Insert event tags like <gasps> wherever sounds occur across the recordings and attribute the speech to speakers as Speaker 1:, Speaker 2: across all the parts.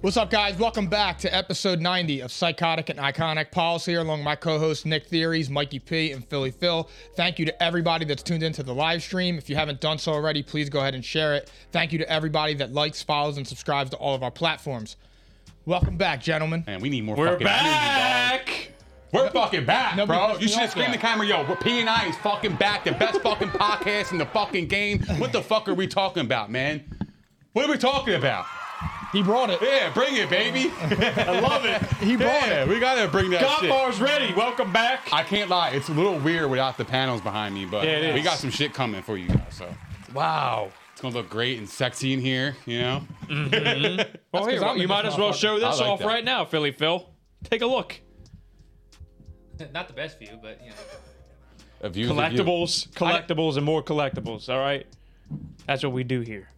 Speaker 1: What's up, guys? Welcome back to episode 90 of Psychotic and Iconic Pauls here, along with my co hosts Nick Theories, Mikey P, and Philly Phil. Thank you to everybody that's tuned into the live stream. If you haven't done so already, please go ahead and share it. Thank you to everybody that likes, follows, and subscribes to all of our platforms. Welcome back, gentlemen.
Speaker 2: Man, we need more
Speaker 3: We're
Speaker 2: fucking energy, dog.
Speaker 3: back.
Speaker 2: We're fucking back,
Speaker 1: Nobody pissed
Speaker 2: bro.
Speaker 1: me
Speaker 2: You should
Speaker 1: off
Speaker 2: have screamed
Speaker 1: yet.
Speaker 2: the camera, yo. We're P&I is fucking back. The best fucking podcast in the fucking game. What the fuck are we talking about, man? What are we talking about?
Speaker 1: He brought it.
Speaker 2: Yeah, bring it, baby. <laughs> I love it.
Speaker 1: He brought
Speaker 2: yeah,
Speaker 1: it.
Speaker 2: we gotta bring that
Speaker 3: Got
Speaker 2: shit.
Speaker 3: bars ready. Welcome back.
Speaker 2: I can't lie, it's a little weird without the panels behind me, but
Speaker 3: Yeah, it is.
Speaker 2: we got some shit coming for you guys. So
Speaker 3: Wow. Mm-hmm.
Speaker 2: it's gonna look great and sexy in here, you know. <laughs>
Speaker 3: Well, here,
Speaker 1: 'cause I'm
Speaker 3: you
Speaker 1: in
Speaker 3: might
Speaker 1: this
Speaker 3: as well
Speaker 1: motherfucker.
Speaker 3: show this
Speaker 2: I like
Speaker 3: off
Speaker 2: that.
Speaker 3: right now, Philly Phil. Take a look.
Speaker 4: Not the best view, but you know.
Speaker 2: A view is a view.
Speaker 3: Collectibles, collectibles, and more collectibles. All right, that's what we do here.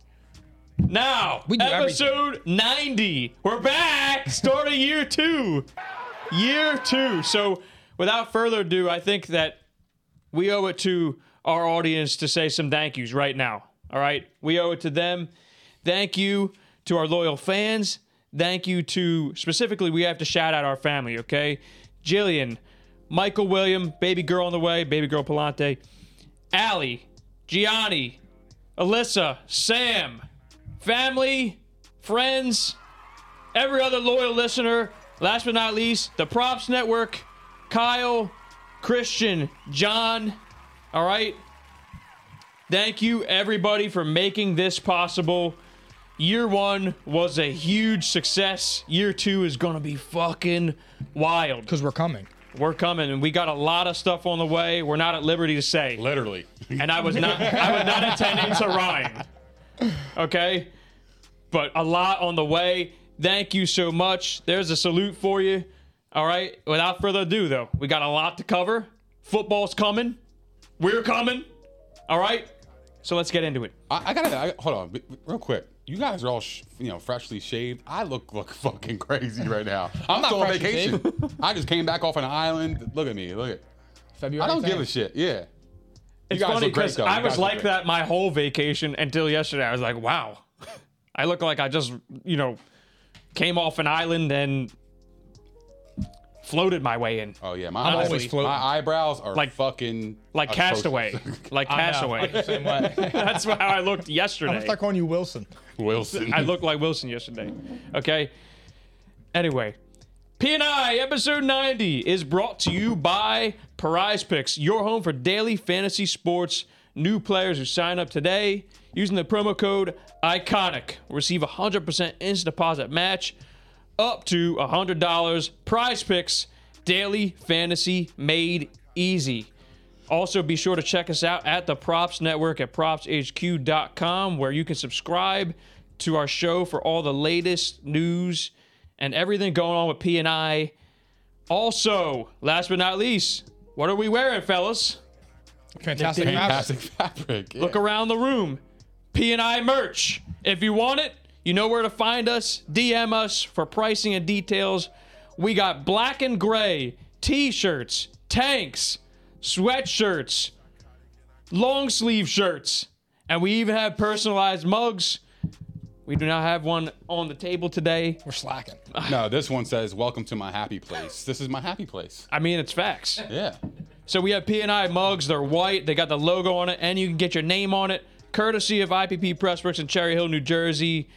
Speaker 3: Now,
Speaker 1: We do everything.
Speaker 3: episode 90. We're back. Start of year two. Year two. So, without further ado, I think that we owe it to our audience to say some thank yous right now. All right, we owe it to them. Thank you to our loyal fans. Thank you to specifically, we have to shout out our family. Okay, Jillian, Michael William, baby girl on the way, baby girl Palante, Allie, Gianni, Alyssa, Sam, family, friends, every other loyal listener. Last but not least, the Props Network, Kyle, Christian, John. All right. Thank you, everybody, for making this possible. Year one was a huge success. Year two is going to be fucking wild.
Speaker 1: Because we're coming.
Speaker 3: We're coming, and we got a lot of stuff on the way. We're not at liberty to say
Speaker 2: Literally.
Speaker 3: and I was not I was not intending to rhyme. Okay? But a lot on the way. Thank you so much. There's a salute for you. All right. Without further ado though, we got a lot to cover. Football's coming. We're coming. All right? So let's get into it.
Speaker 2: I, I gotta I, hold on b- b- real quick. You guys are all sh- you know freshly shaved. I look look <laughs> fucking crazy right now. I'm,
Speaker 1: not
Speaker 2: still on
Speaker 1: freshly
Speaker 2: vacation. I just came back off an island. Look at me. Look at.
Speaker 1: February
Speaker 2: I don't give a
Speaker 1: 10th.
Speaker 2: shit. Yeah.
Speaker 3: It's
Speaker 2: guys
Speaker 3: funny
Speaker 2: look great,
Speaker 3: because
Speaker 2: though. You
Speaker 3: I was
Speaker 2: guys look
Speaker 3: like
Speaker 2: great.
Speaker 3: that my whole vacation until yesterday. I was like, wow. <laughs> I look like I just, you know, came off an island and floated my way in.
Speaker 2: Oh yeah. My
Speaker 3: I'm
Speaker 2: eyebrows,
Speaker 3: always floating.
Speaker 2: My eyebrows are
Speaker 3: Like-
Speaker 2: fucking
Speaker 3: like
Speaker 2: atrocious. <laughs>
Speaker 3: Castaway, like Castaway.
Speaker 1: Same way. I'm gonna
Speaker 3: <laughs> That's how I looked yesterday.
Speaker 1: start calling you Wilson.
Speaker 2: Wilson.
Speaker 3: I looked like Wilson yesterday. Okay. Anyway, P and I episode ninety is brought to you by Prize Picks, your home for daily fantasy sports. New players who sign up today using the promo code ICONIC will receive a hundred percent instant deposit match up to $100. Prize picks, daily fantasy made easy. Also, be sure to check us out at the Props Network at propshq.com, where you can subscribe to our show for all the latest news and everything going on with P&I. Also, last but not least, what are we wearing, fellas?
Speaker 1: Fantastic.
Speaker 2: Fantastic fabric. Yeah.
Speaker 3: Look around the room. P&I merch. If you want it, you know where to find us. DM us for pricing and details. We got black and gray t-shirts, tanks, sweatshirts, long sleeve shirts, and we even have personalized mugs. We do not have one on the table today.
Speaker 1: We're slacking.
Speaker 2: No, this one says, "Welcome to my happy place." This is my happy place.
Speaker 3: I mean, it's facts.
Speaker 2: Yeah.
Speaker 3: So we have P&I mugs. They're white. They got the logo on it, and you can get your name on it, courtesy of IPP Pressworks in Cherry Hill, New Jersey.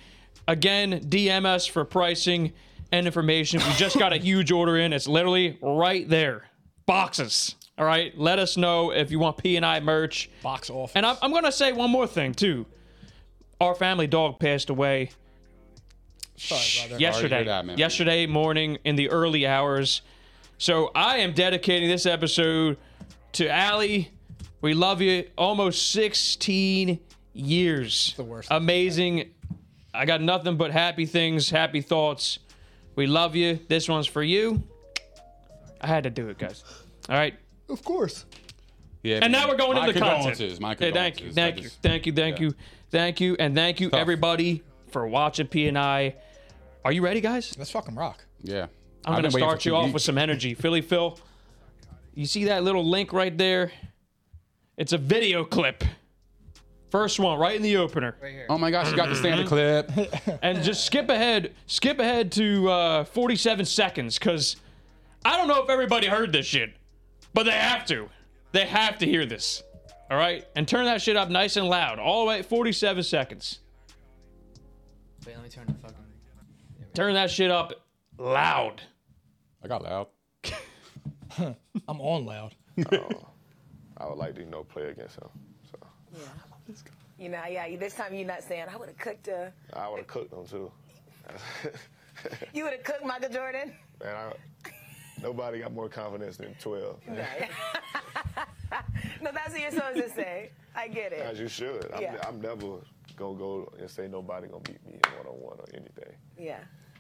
Speaker 3: Again, DM us for pricing and information. We just got a huge order in. It's literally right there. Boxes. All right. Let us know if you want P and I merch.
Speaker 1: Box off.
Speaker 3: And I'm, I'm going to say one more thing, too. Our family dog passed away
Speaker 1: Sorry, brother.
Speaker 3: yesterday.
Speaker 2: hear that, man.
Speaker 3: yesterday morning in the early hours. So I am dedicating this episode to Allie. We love you. Almost 16 years. The
Speaker 1: worst.
Speaker 3: Amazing. I got nothing but happy things, happy thoughts. We love you. This one's for you. I had to do it, guys. All right.
Speaker 1: Of course.
Speaker 2: Yeah,
Speaker 3: And now we're going
Speaker 2: my
Speaker 3: into the
Speaker 2: condolences,
Speaker 3: content.
Speaker 2: My
Speaker 3: Yeah, thank
Speaker 2: condolences.
Speaker 3: you,
Speaker 2: I
Speaker 3: thank you,
Speaker 2: just-
Speaker 3: thank you, thank
Speaker 2: yeah.
Speaker 3: you, thank you, and thank you everybody for watching P and I. Are you ready, guys?
Speaker 1: Let's fucking rock.
Speaker 2: Yeah.
Speaker 3: I'm
Speaker 2: I've
Speaker 3: gonna
Speaker 2: been waiting for
Speaker 3: start you
Speaker 2: two
Speaker 3: off
Speaker 2: weeks.
Speaker 3: with some energy, Philly Phil. You see that little link right there? It's a video clip. First one, right in the opener,
Speaker 2: Oh my gosh, you got the standard clip.
Speaker 3: and just skip ahead, skip ahead to uh, 47 seconds, cause I don't know if everybody heard this shit, but they have to, they have to hear this. All right, and turn that shit up nice and loud, all the way at 47 seconds.
Speaker 4: Wait, let me turn the fucking.
Speaker 3: Turn that shit up loud.
Speaker 2: I got loud.
Speaker 1: I'm on loud.
Speaker 5: I would like to, you know, play against him. So
Speaker 6: You know, yeah, this time you're not saying, I would have cooked a,
Speaker 5: I would have cooked him too.
Speaker 6: <laughs> you would have cooked Michael Jordan.
Speaker 5: Man, I, nobody got more confidence than
Speaker 6: <laughs>
Speaker 5: 12.
Speaker 6: No, that's what you're supposed to say. I get
Speaker 5: As
Speaker 6: it.
Speaker 5: you should. I'm,
Speaker 6: Yeah.
Speaker 5: I'm never gonna go and say nobody gonna beat me in one on one or anything.
Speaker 6: Yeah.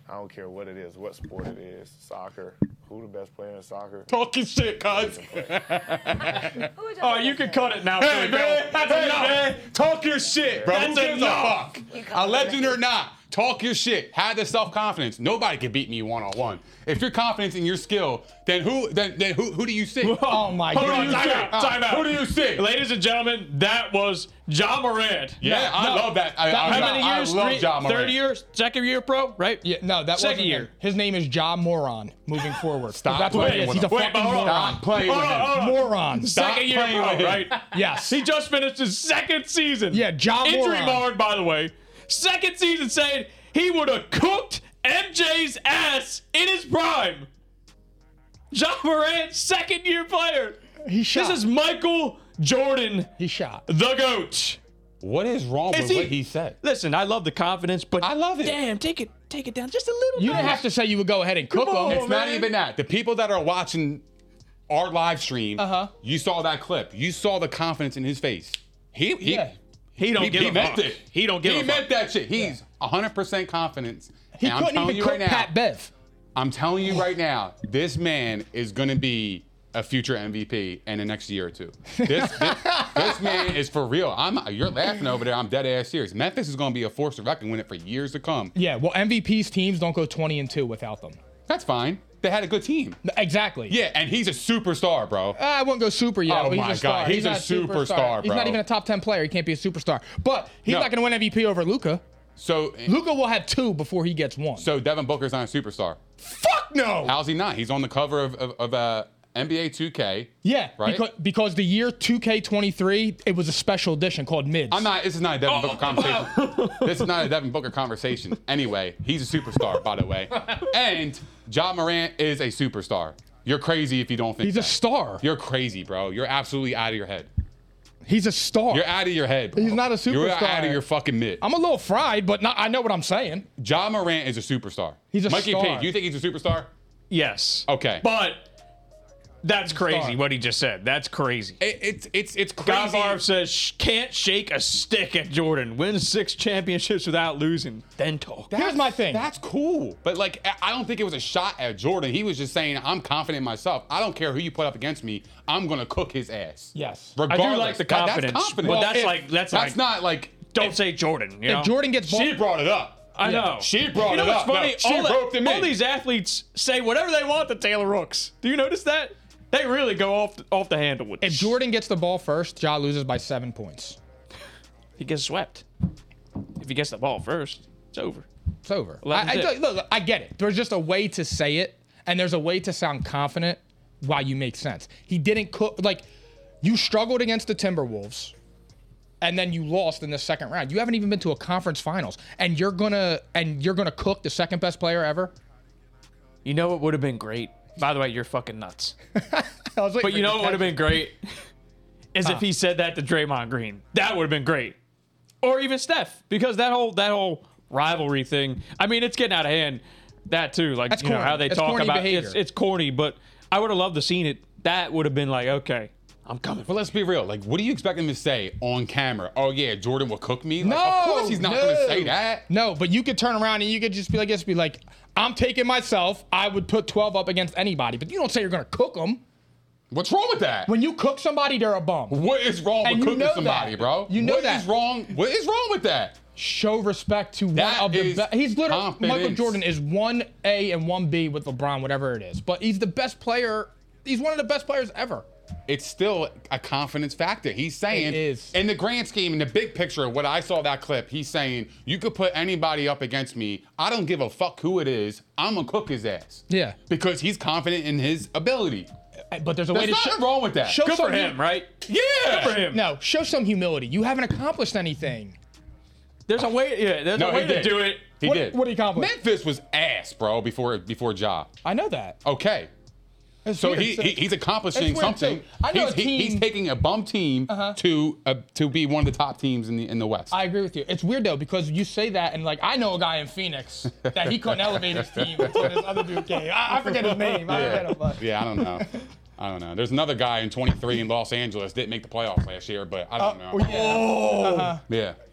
Speaker 5: I don't care what it is, what sport it is, soccer. Who the best player in soccer?
Speaker 3: Fucking shit, cuz.
Speaker 7: Who would
Speaker 3: Oh, you can cut it now, Philly <laughs> Phil. That's enough.
Speaker 2: talk your shit, bro. Who
Speaker 3: That's
Speaker 2: gives
Speaker 3: enough.
Speaker 2: a fuck? A legend or not, talk your shit. Have the self confidence. Nobody can beat me one on one. If you're confident in your skill, then who then, then who who do
Speaker 3: <laughs>
Speaker 2: you see?
Speaker 1: Oh my Ah.
Speaker 3: Hold
Speaker 1: god.
Speaker 3: on, time out, time out.
Speaker 2: Who do you see?
Speaker 3: Ladies and gentlemen, that was John Morant.
Speaker 2: Yeah, I love that. I, I,
Speaker 3: How
Speaker 2: I-
Speaker 3: many years?
Speaker 2: I love
Speaker 3: Three-
Speaker 2: Ja Morant.
Speaker 3: Third year, second year pro, right?
Speaker 1: Yeah, no, that
Speaker 3: Second
Speaker 1: wasn't
Speaker 3: year.
Speaker 1: him. His name is Ja Moron. Moving forward,
Speaker 2: Stop
Speaker 1: that's what he
Speaker 2: playing
Speaker 1: is. He's
Speaker 2: with
Speaker 1: a
Speaker 2: him.
Speaker 3: Wait,
Speaker 1: fucking
Speaker 3: but hold on.
Speaker 1: moron.
Speaker 2: Stop playing
Speaker 3: Hold
Speaker 2: with
Speaker 3: on, hold
Speaker 2: him.
Speaker 3: on.
Speaker 1: Moron.
Speaker 2: Stop
Speaker 3: Second year
Speaker 2: playing
Speaker 3: pro,
Speaker 2: with him.
Speaker 3: right?
Speaker 1: Yes.
Speaker 3: He just finished his second season.
Speaker 1: Yeah, Ja
Speaker 3: Injury
Speaker 1: Moran.
Speaker 3: marred, by the way. Second season saying he would have cooked MJ's ass in his prime. John Morant, second year player.
Speaker 1: He shot.
Speaker 3: This is Michael Jordan,
Speaker 1: he shot.
Speaker 3: the GOAT.
Speaker 2: What is wrong
Speaker 3: Is
Speaker 2: with
Speaker 3: he-
Speaker 2: what he said?
Speaker 3: Listen, I love the confidence, but
Speaker 2: I love it.
Speaker 3: Damn, take it, take it down just a little.
Speaker 1: You
Speaker 3: bit.
Speaker 1: didn't have to say you would go ahead and cook
Speaker 3: Come on,
Speaker 1: him.
Speaker 2: It's not even that. The people that are watching our live stream,
Speaker 1: Uh-huh.
Speaker 2: you saw that clip. You saw the confidence in his face. He he
Speaker 1: Yeah.
Speaker 3: He don't
Speaker 2: he,
Speaker 3: give
Speaker 2: he
Speaker 3: a
Speaker 2: meant
Speaker 3: fuck.
Speaker 2: it.
Speaker 3: He don't give
Speaker 2: He
Speaker 3: a
Speaker 2: meant
Speaker 3: fuck.
Speaker 2: that shit. He's 100% confidence.
Speaker 1: He
Speaker 2: And
Speaker 1: couldn't
Speaker 2: I'm telling
Speaker 1: even
Speaker 2: you
Speaker 1: cook
Speaker 2: right now,
Speaker 1: Pat Bev.
Speaker 2: I'm telling you right now, this man is going to be a future MVP in the next year or two. This, this, <laughs> this man is for real. I'm you're laughing over there. I'm dead ass serious. Memphis is going to be a force to reckon with it for years to come.
Speaker 1: Yeah, well, MVP's teams don't go 20 and 2 without them.
Speaker 2: That's fine. They had a good team.
Speaker 1: Exactly.
Speaker 2: Yeah, and he's a superstar, bro.
Speaker 1: I wouldn't go super yet.
Speaker 2: Oh
Speaker 1: but he's
Speaker 2: my
Speaker 1: a star.
Speaker 2: God, he's a
Speaker 1: not
Speaker 2: superstar,
Speaker 1: He's not
Speaker 2: bro.
Speaker 1: even a top 10 player. He can't be a superstar. But he's
Speaker 2: No.
Speaker 1: not going to win MVP over Luca.
Speaker 2: So
Speaker 1: Luca will have two before he gets one.
Speaker 2: So Devin Booker's not a superstar.
Speaker 1: fuck no.
Speaker 2: How's he not? He's on the cover of, of, of uh, NBA 2K.
Speaker 1: yeah,
Speaker 2: Right?
Speaker 1: because, because the year 2K23, it was a special edition called Mids.
Speaker 2: I'm not. This is not a Devin Booker conversation. this is not a Devin Booker conversation. Anyway, he's a superstar, by the way. And John Morant is a superstar. You're crazy if you don't think
Speaker 1: He's a
Speaker 2: that.
Speaker 1: star.
Speaker 2: You're crazy, bro. You're absolutely out of your head.
Speaker 1: He's a star.
Speaker 2: You're out of your head. Bro.
Speaker 1: He's not a
Speaker 2: You're
Speaker 1: superstar.
Speaker 2: out of your fucking mid.
Speaker 1: I'm a little fried, but not, I know what I'm saying.
Speaker 2: John Morant is a superstar.
Speaker 1: He's a
Speaker 2: Mikey
Speaker 1: star.
Speaker 2: P. Do you think he's a superstar?
Speaker 3: Yes.
Speaker 2: Okay.
Speaker 3: But that's crazy
Speaker 1: Star.
Speaker 3: what he just said. That's crazy.
Speaker 2: It, it's it's it's crazy.
Speaker 3: God Barb says "Sh- can't shake a stick at Jordan. Wins six championships without losing. Then talk.
Speaker 1: Here's my thing.
Speaker 2: That's cool. But like I- I don't think it was a shot at Jordan. He was just saying, I'm confident in myself. I don't care who you put up against me. I'm gonna cook his ass.
Speaker 1: Yes.
Speaker 3: I do like the
Speaker 2: That-
Speaker 3: confidence,
Speaker 2: that's confident.
Speaker 3: but that's like- that's like-
Speaker 2: not like
Speaker 3: Don't say Jordan. You know?
Speaker 1: Jordan gets ball.
Speaker 2: she brought it up.
Speaker 3: I know.
Speaker 2: She brought
Speaker 3: you know
Speaker 2: it
Speaker 3: what's
Speaker 2: up.
Speaker 3: Funny?
Speaker 2: No, she
Speaker 3: all, the-
Speaker 2: broke them
Speaker 3: all
Speaker 2: in.
Speaker 3: these athletes say whatever they want to Taylor Rooks. Do you notice that? They really go off off the handle with
Speaker 1: if
Speaker 3: this.
Speaker 1: Jordan gets the ball first, Ja loses by seven points.
Speaker 3: He gets swept. If he gets the ball first, it's over.
Speaker 1: It's over.
Speaker 3: Well, that's
Speaker 1: I- I
Speaker 3: it.
Speaker 1: do- look, I get it. There's just a way to say it, and there's a way to sound confident while you make sense. He didn't cook like you struggled against the Timberwolves and then you lost in the second round. You haven't even been to a conference finals, and you're gonna and you're gonna cook the second best player ever. <laughs>
Speaker 3: You know what would have been great? By the way, you're fucking nuts.
Speaker 1: I was waiting
Speaker 3: But
Speaker 1: for
Speaker 3: you know what would have been
Speaker 1: catch.
Speaker 3: great? <laughs> Is
Speaker 1: Huh.
Speaker 3: if he said that to Draymond Green. That would have been great. Or even Steph, because that whole that whole rivalry thing. I mean, it's getting out of hand. That too, like
Speaker 1: That's
Speaker 3: you know
Speaker 1: corny.
Speaker 3: how they
Speaker 1: That's
Speaker 3: talk
Speaker 1: corny
Speaker 3: about
Speaker 1: behavior.
Speaker 3: it's, it's corny, but I would have loved to seen it. That would have been like, okay, I'm coming.
Speaker 2: But let's be real. Like, what do you expect him to say on camera? Oh yeah, Jordan will cook me. Like,
Speaker 1: No,
Speaker 2: of course he's not
Speaker 1: no.
Speaker 2: going to say that.
Speaker 1: No, but you could turn around and you could just be like, just be like, I'm taking myself. I would put 12 up against anybody, but you don't say you're gonna cook them.
Speaker 2: What's wrong with that?
Speaker 1: When you cook somebody, they're a bum.
Speaker 2: what is wrong
Speaker 1: And
Speaker 2: with
Speaker 1: you
Speaker 2: cooking
Speaker 1: know
Speaker 2: somebody,
Speaker 1: that.
Speaker 2: bro?
Speaker 1: You know
Speaker 2: What
Speaker 1: that.
Speaker 2: is wrong? What is wrong with that?
Speaker 1: Show respect to
Speaker 2: That
Speaker 1: one of the
Speaker 2: is
Speaker 1: best. He's literally Michael
Speaker 2: confidence.
Speaker 1: Jordan is one A and one B with LeBron, whatever it is. But he's the best player. He's one of the best players ever.
Speaker 2: It's still a confidence factor. He's saying,
Speaker 1: It is.
Speaker 2: in the grand scheme, in the big picture, what I saw that clip, he's saying, you could put anybody up against me. I don't give a fuck who it is. I'm gonna cook his ass.
Speaker 1: Yeah.
Speaker 2: Because he's confident in his ability.
Speaker 1: Eh, But there's a way
Speaker 2: There's
Speaker 1: to
Speaker 2: nothing
Speaker 1: show.
Speaker 2: wrong with that.
Speaker 1: show
Speaker 3: Good for
Speaker 1: some
Speaker 3: him, right?
Speaker 2: Yeah.
Speaker 3: Good for him.
Speaker 1: No, show some humility. You haven't accomplished anything.
Speaker 3: There's a way. Yeah, there's
Speaker 2: No,
Speaker 3: a
Speaker 2: he
Speaker 3: way to
Speaker 2: did.
Speaker 3: do it.
Speaker 2: He
Speaker 1: What-
Speaker 2: did.
Speaker 1: what he accomplished?
Speaker 2: Memphis was ass, bro, before before Ja.
Speaker 1: I know that.
Speaker 2: Okay. So
Speaker 1: weird.
Speaker 2: he,
Speaker 1: So-
Speaker 2: he he's accomplishing
Speaker 1: It's weird,
Speaker 2: something.
Speaker 1: too. I know
Speaker 2: he's,
Speaker 1: a
Speaker 2: he-
Speaker 1: team- Uh-huh.
Speaker 2: he's taking a bum team to uh, to be one of the top teams in the in the West.
Speaker 1: I agree with you. It's weird though because you say that and like I know a guy in Phoenix that he couldn't elevate his team until this other dude came. I, I forget his name. <laughs> I forget him. But.
Speaker 2: yeah, I don't know. I don't know. There's another guy in 23 in Los Angeles didn't make the playoffs last year, but I don't know.
Speaker 1: Well, Oh, yeah. Uh-huh.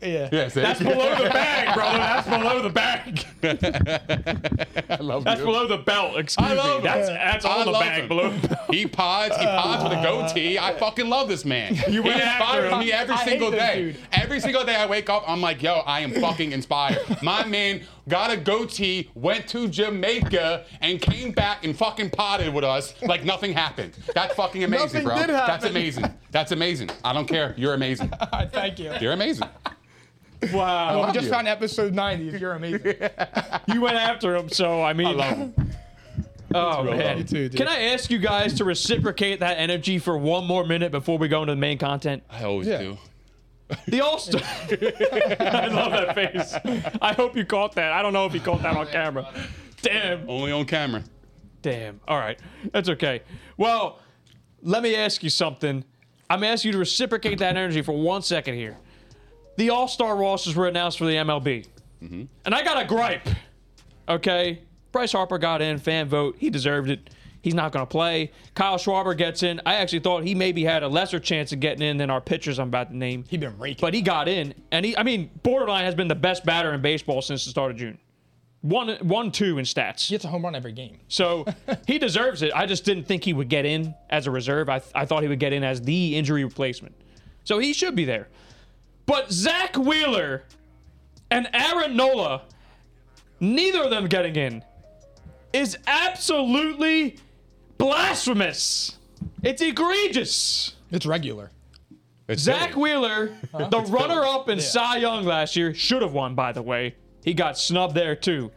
Speaker 2: yeah.
Speaker 1: Yeah.
Speaker 2: see?
Speaker 3: That's <laughs> below the bag, brother. That's below the bag.
Speaker 2: <laughs> I love
Speaker 3: That's
Speaker 2: you.
Speaker 3: below the belt. Excuse
Speaker 2: <laughs> I love
Speaker 3: me. That's
Speaker 2: him.
Speaker 3: that's
Speaker 2: I
Speaker 3: all the
Speaker 2: love
Speaker 3: bag
Speaker 2: him.
Speaker 3: below. The belt.
Speaker 2: <laughs> He pods. He pods with a goatee. I fucking love this man. You
Speaker 3: went after
Speaker 2: inspires
Speaker 3: him.
Speaker 2: me every
Speaker 1: I hate
Speaker 2: single
Speaker 1: this
Speaker 2: day.
Speaker 1: dude.
Speaker 2: Every single day I wake up, I'm like, yo, I am fucking inspired. My man got a goatee, went to Jamaica, and came back and fucking potted with us like nothing happened. That's fucking amazing,
Speaker 1: Nothing
Speaker 2: bro.
Speaker 1: did
Speaker 2: That's
Speaker 1: happen.
Speaker 2: amazing. That's amazing. I don't care. You're amazing.
Speaker 1: All right, thank you.
Speaker 2: You're amazing.
Speaker 3: Wow.
Speaker 1: Well, we
Speaker 2: love
Speaker 1: just
Speaker 2: you.
Speaker 1: found episode 90. You're amazing.
Speaker 3: you went after him, so I mean,
Speaker 2: I
Speaker 3: <laughs>
Speaker 2: love him.
Speaker 3: oh man.
Speaker 1: You too, dude.
Speaker 3: Can I ask you guys to reciprocate that energy for one more minute before we go into the main content?
Speaker 2: I always do.
Speaker 3: The All Star. <laughs> I love that face. I hope you caught that. I don't know if you caught that on camera. Damn.
Speaker 2: Only on camera.
Speaker 3: Damn. All right. That's okay. Well, let me ask you something. I'm going to ask you to reciprocate that energy for one second here. The All Star rosters were announced for the MLB. And I got a gripe. Okay. Bryce Harper got in, fan vote. He deserved it. He's not going to play. Kyle Schwarber gets in. I actually thought he maybe had a lesser chance of getting in than our pitchers I'm about to name.
Speaker 1: He been raking.
Speaker 3: But he got in, and he, I mean, borderline has been the best batter in baseball since the start of June. One, one, two in stats.
Speaker 1: He gets a home run every game.
Speaker 3: So he deserves it. I just didn't think he would get in as a reserve. I, I thought he would get in as the injury replacement. So he should be there. But Zach Wheeler and Aaron Nola, neither of them getting in, is absolutely blasphemous. It's egregious.
Speaker 1: It's regular.
Speaker 2: It's
Speaker 3: Zach <laughs>
Speaker 2: silly.
Speaker 3: Wheeler, the runner up in Cy Young last year, should have won, by the way. He got snubbed there, too.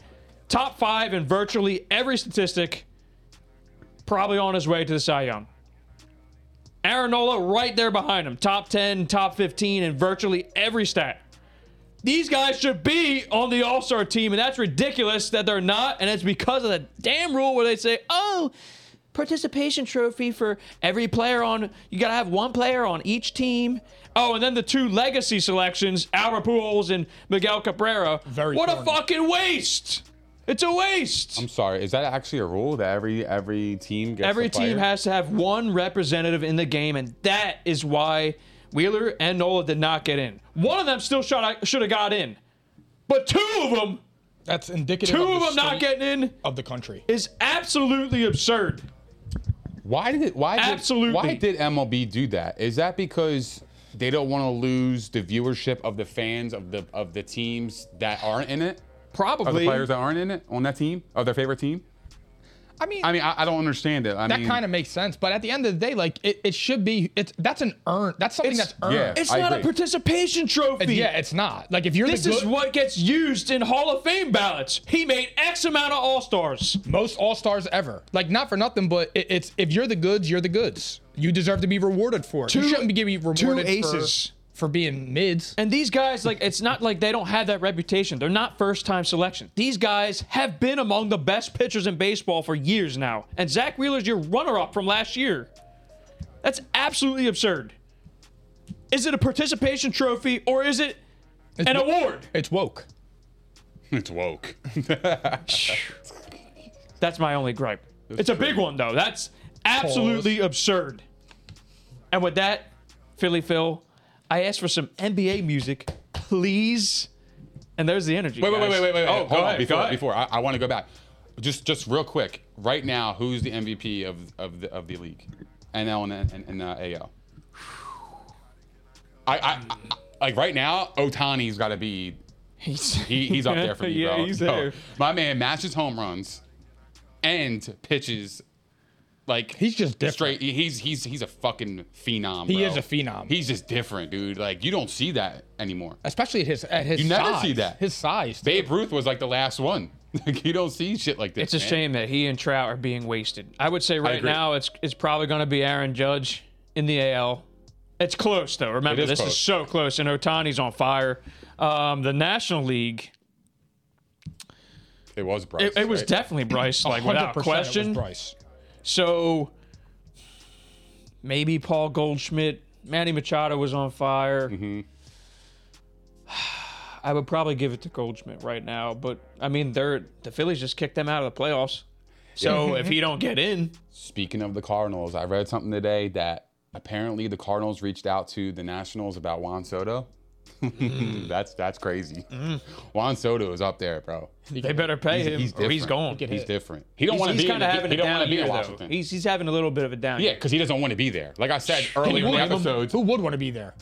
Speaker 3: Top five in virtually every statistic, probably on his way to the Cy Young. Aaron Nola right there behind him, top 10, top 15 in virtually every stat. These guys should be on the All Star team, and that's ridiculous that they're not. And it's because of the damn rule where they say, oh, participation trophy for every player on you gotta have one player on each team oh and then the two legacy selections albert pujols and miguel cabrera
Speaker 1: Very
Speaker 3: what a
Speaker 1: corny.
Speaker 3: fucking waste it's a waste
Speaker 2: I'm sorry. Is that actually a rule that every every team gets?
Speaker 3: every
Speaker 2: a
Speaker 3: team
Speaker 2: player?
Speaker 3: has to have one representative in the game and that is why wheeler and nola did not get in one of them still should have got in but two of them
Speaker 1: That's indicative
Speaker 3: two
Speaker 1: of,
Speaker 3: of
Speaker 1: the Oh.
Speaker 3: them not
Speaker 1: state
Speaker 3: getting in
Speaker 1: of the country.
Speaker 3: is absolutely absurd
Speaker 2: Why did it? Why did,
Speaker 3: Absolutely.
Speaker 2: Why did MLB do that? Is that because they don't want to lose the viewership of the fans of the of the teams that aren't in it, of the
Speaker 3: probably
Speaker 2: players that aren't in it on that team of their favorite team?
Speaker 1: I mean,
Speaker 2: I mean, I, I don't understand it. I
Speaker 1: that
Speaker 2: mean,
Speaker 1: kind of makes sense. But at the end of the day, like it, it should be. It's that's an earn. That's something
Speaker 3: It's-
Speaker 1: that's earned.
Speaker 2: Yeah.
Speaker 3: it's
Speaker 2: I
Speaker 3: not a
Speaker 2: agree.
Speaker 3: participation
Speaker 1: And
Speaker 3: trophy
Speaker 1: yeah, it's not. Like if you're
Speaker 3: This
Speaker 1: the
Speaker 3: is
Speaker 1: good,
Speaker 3: what gets used in Hall of Fame ballots. He made X amount of All Stars.
Speaker 1: most All Stars ever. Like not for nothing, but it, it's if you're the goods, you're the goods. You deserve to be rewarded for it. you shouldn't be getting rewarded
Speaker 3: Two aces.
Speaker 1: for for being mids.
Speaker 3: And these guys, like, it's not like they don't have that reputation. They're not first time selection. These guys have been among the best pitchers in baseball for years now. And Zach Wheeler's your runner up from last year. That's absolutely absurd. Is it a participation trophy or is it an
Speaker 1: wo-
Speaker 3: award?
Speaker 1: It's woke.
Speaker 2: It's woke.
Speaker 3: That's my only gripe. it's a big one, though. That's absolutely absurd. And with that, Philly Phil, I asked for some NBA music, please. And there's the energy.
Speaker 2: Wait, wait, wait,
Speaker 3: guys.
Speaker 2: wait, wait, wait.
Speaker 3: Oh,
Speaker 2: Oh,
Speaker 3: go
Speaker 2: hold
Speaker 3: ahead.
Speaker 2: on. Before,
Speaker 3: go ahead.
Speaker 2: before I, I want to go back. Just, just real quick. Right now, who's the MVP of of the of the league? NL and and, and uh, AL. I, I, I like right now. Otani's got to be.
Speaker 3: He's,
Speaker 2: He, he's up there for me,
Speaker 3: <laughs> yeah,
Speaker 2: bro.
Speaker 3: he's
Speaker 2: So,
Speaker 3: there.
Speaker 2: my man matches home runs, and pitches. Like
Speaker 1: He's just different.
Speaker 2: straight. He's he's he's a fucking phenom.
Speaker 1: He
Speaker 2: bro.
Speaker 1: is a phenom.
Speaker 2: He's just different, dude. Like you don't see that anymore.
Speaker 1: Especially at his at his
Speaker 2: You never
Speaker 1: size.
Speaker 2: see that.
Speaker 1: His size. too.
Speaker 2: Babe Ruth was like the last one. <laughs> Like you don't see shit like this.
Speaker 3: It's a
Speaker 2: man.
Speaker 3: shame that he and Trout are being wasted. I would say right
Speaker 2: agree.
Speaker 3: now it's it's probably going to be Aaron Judge in the AL. It's close though. Remember
Speaker 2: It is
Speaker 3: this is
Speaker 2: close.
Speaker 3: so close, and Otani's on fire. Um, the National League,
Speaker 2: It was Bryce.
Speaker 3: it, it was
Speaker 2: right?
Speaker 3: definitely Bryce, like without
Speaker 1: 100% it was
Speaker 3: question.
Speaker 1: Bryce.
Speaker 3: So maybe Paul Goldschmidt, Manny Machado was on fire.
Speaker 2: Mm-hmm.
Speaker 3: <sighs> I would probably give it to Goldschmidt right now, but I mean, they're the Phillies just kicked them out of the playoffs. So if he don't get in,
Speaker 2: Speaking of the Cardinals, I read something today that apparently the Cardinals reached out to the Nationals about Juan Soto.
Speaker 3: Mm.
Speaker 2: <laughs> that's that's crazy. Juan Soto is up there, bro.
Speaker 3: they better pay him or he's
Speaker 2: different.
Speaker 3: gone.
Speaker 2: He's different. He don't
Speaker 3: He's,
Speaker 2: want to be. in
Speaker 3: kind
Speaker 2: the-
Speaker 3: of
Speaker 2: he-
Speaker 3: having
Speaker 2: he
Speaker 3: a
Speaker 2: don't
Speaker 3: down
Speaker 2: wanna be
Speaker 3: year,
Speaker 2: in
Speaker 3: though.
Speaker 2: Washington.
Speaker 3: He's he's having a little bit of a down
Speaker 2: yeah,
Speaker 3: year.
Speaker 2: because he doesn't want to be there. Like I said
Speaker 1: Who
Speaker 2: earlier in the
Speaker 1: wouldn't-
Speaker 2: episodes,
Speaker 1: Who would want to
Speaker 3: <laughs>
Speaker 1: be there?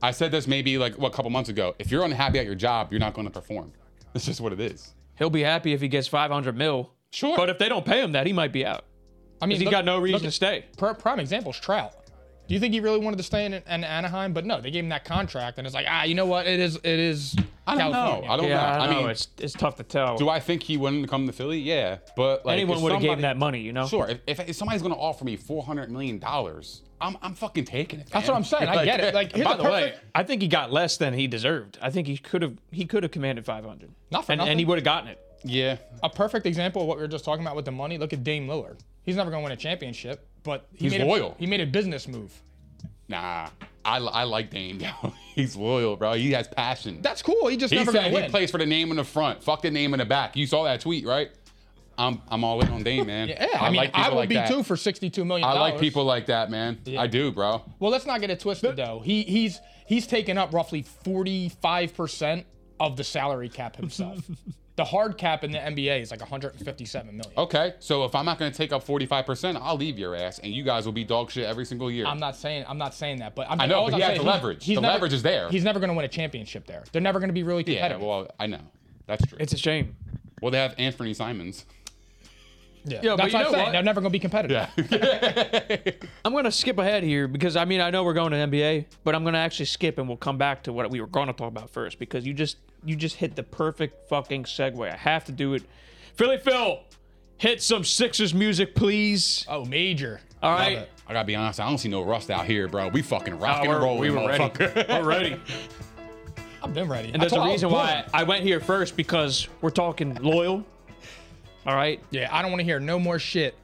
Speaker 2: I said this maybe like what, a couple months ago. If you're unhappy at your job, you're not going to perform. That's just what it is.
Speaker 3: He'll be happy if he gets 500 mil.
Speaker 2: Sure.
Speaker 3: But if they don't pay him that, he might be out.
Speaker 1: I
Speaker 3: Because
Speaker 1: mean,
Speaker 3: he
Speaker 1: look-
Speaker 3: got no reason to
Speaker 1: look-
Speaker 3: stay.
Speaker 1: Pri- prime example is Trout. Do you think he really wanted to stay in, in Anaheim? But no, they gave him that contract, and it's like, ah, you know what? It is, it is.
Speaker 2: I don't
Speaker 1: California.
Speaker 2: know. I don't
Speaker 3: Yeah, I,
Speaker 2: know.
Speaker 3: know.
Speaker 2: I mean,
Speaker 3: it's it's tough to tell.
Speaker 2: Do I think he wanted to come to Philly? Yeah, but like
Speaker 3: Anyone
Speaker 2: if
Speaker 3: would have gave him
Speaker 2: somebody-
Speaker 3: that money, you know.
Speaker 2: Sure, if, if, if somebody's gonna offer me four hundred million dollars, I'm I'm fucking taking it.
Speaker 1: That's
Speaker 2: man.
Speaker 1: what I'm saying. I get
Speaker 2: <laughs>
Speaker 1: it. Like, here's
Speaker 3: By
Speaker 1: a
Speaker 3: the way,
Speaker 1: perfect-
Speaker 3: I think he got less than he deserved. I think he could have he could have commanded 500.
Speaker 1: Not for
Speaker 3: and,
Speaker 1: nothing.
Speaker 3: and he would have gotten it.
Speaker 2: yeah,
Speaker 1: a perfect example of what we were just talking about with the money. Look at Dame Lillard. He's never going to win a championship, but he
Speaker 2: He's
Speaker 1: made
Speaker 2: loyal.
Speaker 1: A, he made a business move.
Speaker 2: nah, I, I like Dame. yo. <laughs> He's loyal, bro. He has passion.
Speaker 1: That's cool. He just
Speaker 2: he
Speaker 1: never
Speaker 2: said
Speaker 1: going
Speaker 2: he
Speaker 1: to win.
Speaker 2: plays for the name in the front. Fuck the name in the back. You saw that tweet, right? I'm I'm all in on Dame,
Speaker 1: <laughs>
Speaker 2: man.
Speaker 1: yeah, I, mean, I
Speaker 2: people
Speaker 1: would
Speaker 2: like
Speaker 1: be
Speaker 2: that.
Speaker 1: too for sixty-two million.
Speaker 2: I like people like that, man. I do, bro.
Speaker 1: Well, let's not get it twisted though. He he's he's taken up roughly forty-five percent of the salary cap
Speaker 2: <laughs>
Speaker 1: himself. the hard cap in the NBA is like one hundred and fifty-seven million.
Speaker 2: Okay, so if I'm not gonna take up 45%, I'll leave your ass, and you guys will be dog shit every single year.
Speaker 1: I'm not saying I'm not saying that, but I'm,
Speaker 2: I know,
Speaker 1: all
Speaker 2: but
Speaker 1: I'm
Speaker 2: he has
Speaker 1: saying
Speaker 2: the
Speaker 1: is
Speaker 2: leverage. The leverage is there.
Speaker 1: He's never going to win a championship there. They're never going to be really
Speaker 2: Yeah,
Speaker 1: competitive.
Speaker 2: well, I know. That's true.
Speaker 3: It's a shame.
Speaker 2: well, they have Anthony Simons.
Speaker 1: yeah.
Speaker 3: but
Speaker 1: that's
Speaker 3: you
Speaker 1: what
Speaker 3: know
Speaker 1: I'm saying.
Speaker 3: what?
Speaker 1: They're never going to be competitive.
Speaker 3: I'm going to skip ahead here because I mean, I know we're going to NBA, but I'm going to actually skip and we'll come back to what we were going to talk about first because you just you just hit the perfect fucking segue. I have to do it. Philly Phil, hit some Sixers music, please.
Speaker 1: Oh, major.
Speaker 3: All right.
Speaker 2: I gotta be honest, I don't see no rust out here, bro. We fucking rocking and rolling.
Speaker 3: we were ready.
Speaker 2: motherfucker. <laughs>
Speaker 3: We're <laughs> ready.
Speaker 1: I've been ready.
Speaker 3: And
Speaker 1: I
Speaker 3: there's
Speaker 1: told-
Speaker 3: a
Speaker 1: I was
Speaker 3: reason
Speaker 1: born.
Speaker 3: why I went here first because we're talking loyal. All right.
Speaker 1: Yeah, I don't want to hear no more shit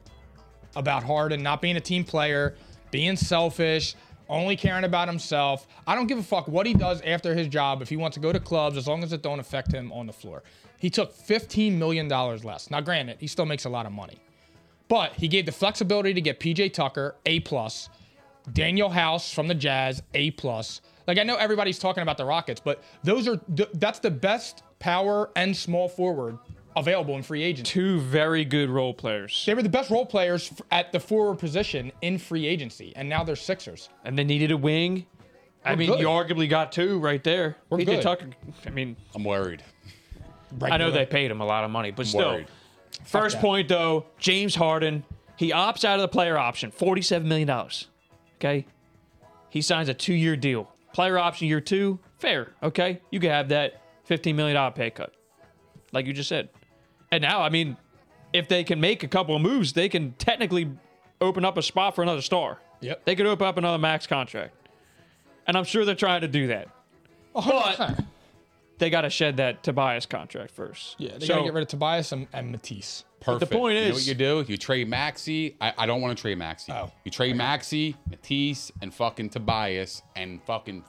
Speaker 1: about Harden not being a team player, being selfish, only caring about himself. I don't give a fuck what he does after his job if he wants to go to clubs as long as it don't affect him on the floor. He took 15 million dollars less. Now granted, he still makes a lot of money. But he gave the flexibility to get PJ Tucker A plus, Daniel House from the Jazz A plus. Like I know everybody's talking about the Rockets, but those are th- that's the best power and small forward available in free agency.
Speaker 3: Two very good role players.
Speaker 1: They were the best role players f- at the forward position in free agency, and now they're Sixers.
Speaker 3: And they needed a wing. I
Speaker 1: We're
Speaker 3: mean,
Speaker 1: good.
Speaker 3: you arguably got two right there.
Speaker 1: We're
Speaker 3: PJ
Speaker 1: good.
Speaker 3: Tucker. I mean,
Speaker 2: I'm worried.
Speaker 3: I know they paid him a lot of money, but still.
Speaker 2: Worried.
Speaker 3: First
Speaker 1: that.
Speaker 3: point though, James Harden, he opts out of the player option, forty-seven million dollars. Okay, he signs a two-year deal, player option year two, fair. Okay, you can have that fifteen million dollar pay cut, like you just said. And now, I mean, if they can make a couple of moves, they can technically open up a spot for another star.
Speaker 1: Yep.
Speaker 3: They could open up another max contract. And I'm sure they're trying to do that. But they got to shed that Tobias contract first.
Speaker 1: Yeah, they gotta get rid of Tobias and, and Matisse.
Speaker 2: Perfect.
Speaker 3: the point
Speaker 2: you know
Speaker 3: is-
Speaker 2: what you do? You trade Maxi. I, I don't want to trade Maxi.
Speaker 1: Oh.
Speaker 2: You trade Maxi, Matisse, and fucking Tobias, and fucking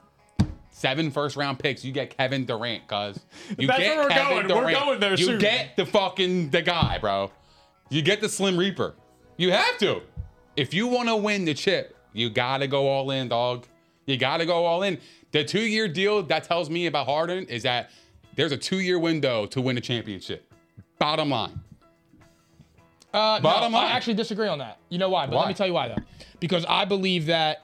Speaker 2: seven first round picks. You get Kevin
Speaker 3: <laughs>
Speaker 2: Durant, cuz you
Speaker 3: That's
Speaker 2: get
Speaker 3: where we're
Speaker 2: Kevin
Speaker 3: going. We're going there
Speaker 2: You
Speaker 3: soon.
Speaker 2: get the fucking the guy, bro. You get the Slim Reaper. You have to. If you want to win the chip, you gotta go all in, dog. You gotta go all in. The two year deal that tells me about Harden is that there's a two year window to win a championship. Bottom line.
Speaker 1: Uh,
Speaker 2: Bottom
Speaker 1: no,
Speaker 2: line.
Speaker 1: I actually disagree on that. You know why? But
Speaker 2: Why?
Speaker 1: let me tell you why though. Because I believe that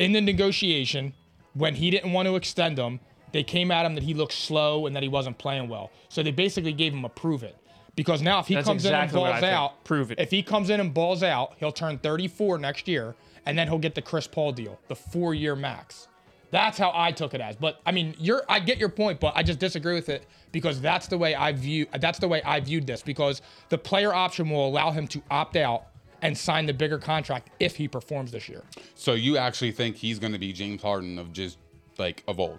Speaker 1: in the negotiation, when he didn't want to extend him, they came at him that he looked slow and that he wasn't playing well. So they basically gave him a prove it. Because now if he
Speaker 3: That's
Speaker 1: comes
Speaker 3: exactly
Speaker 1: in
Speaker 3: what
Speaker 1: and
Speaker 3: I think.
Speaker 1: balls out,
Speaker 3: Prove it.
Speaker 1: If he comes in and balls out, he'll turn 34 next year, and then he'll get the Chris Paul deal, the four-year max. That's how I took it as. But I mean, you're I get your point, but I just disagree with it because that's the way I view that's the way I viewed this because the player option will allow him to opt out and sign the bigger contract if he performs this year.
Speaker 2: So you actually think he's going to be James Harden of just like of old?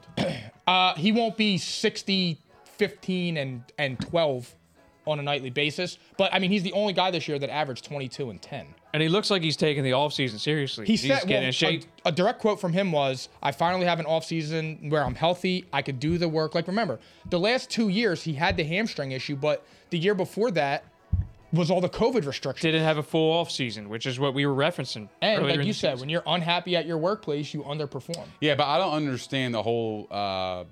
Speaker 1: Uh, he won't be 60, 15, and and 12 on a nightly basis. But I mean, he's the only guy this year that averaged 22 and 10.
Speaker 3: and he looks like he's taking the offseason seriously.
Speaker 1: He
Speaker 3: he's
Speaker 1: said,
Speaker 3: getting
Speaker 1: well,
Speaker 3: in shape.
Speaker 1: A, a direct quote from him was, "I finally have an off season where I'm healthy. I could do the work. Like remember, the last two years he had the hamstring issue, but the year before that was all the COVID restrictions.
Speaker 3: Didn't have a full offseason, which is what we were referencing.
Speaker 1: and
Speaker 3: earlier
Speaker 1: like
Speaker 3: in
Speaker 1: you
Speaker 3: the
Speaker 1: said,
Speaker 3: season.
Speaker 1: when you're unhappy at your workplace, you underperform.
Speaker 2: yeah, but I don't understand the whole uh,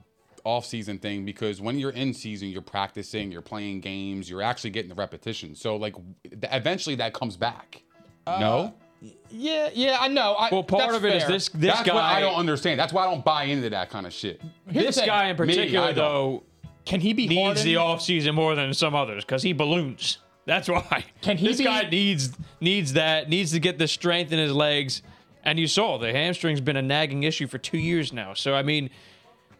Speaker 2: off-season thing because when you're in season, you're practicing, you're playing games, you're actually getting the repetition. So like, th- eventually that comes back. no,
Speaker 1: Yeah, yeah, I know. I,
Speaker 3: well, part
Speaker 1: that's
Speaker 3: of it is
Speaker 1: fair.
Speaker 3: this this
Speaker 2: that's what
Speaker 3: guy.
Speaker 2: I don't understand. That's why I don't buy into that kind of shit.
Speaker 1: Here's the
Speaker 3: this
Speaker 1: thing.
Speaker 3: guy in
Speaker 2: I
Speaker 3: particular,
Speaker 2: don't.
Speaker 3: though,
Speaker 1: can he be
Speaker 3: needs
Speaker 1: Harden?
Speaker 3: the offseason more than some others because he balloons. That's why.
Speaker 1: Can he
Speaker 3: this
Speaker 1: be-
Speaker 3: guy needs needs that needs to get the strength in his legs. And you saw the hamstring's been a nagging issue for two years now. So I mean,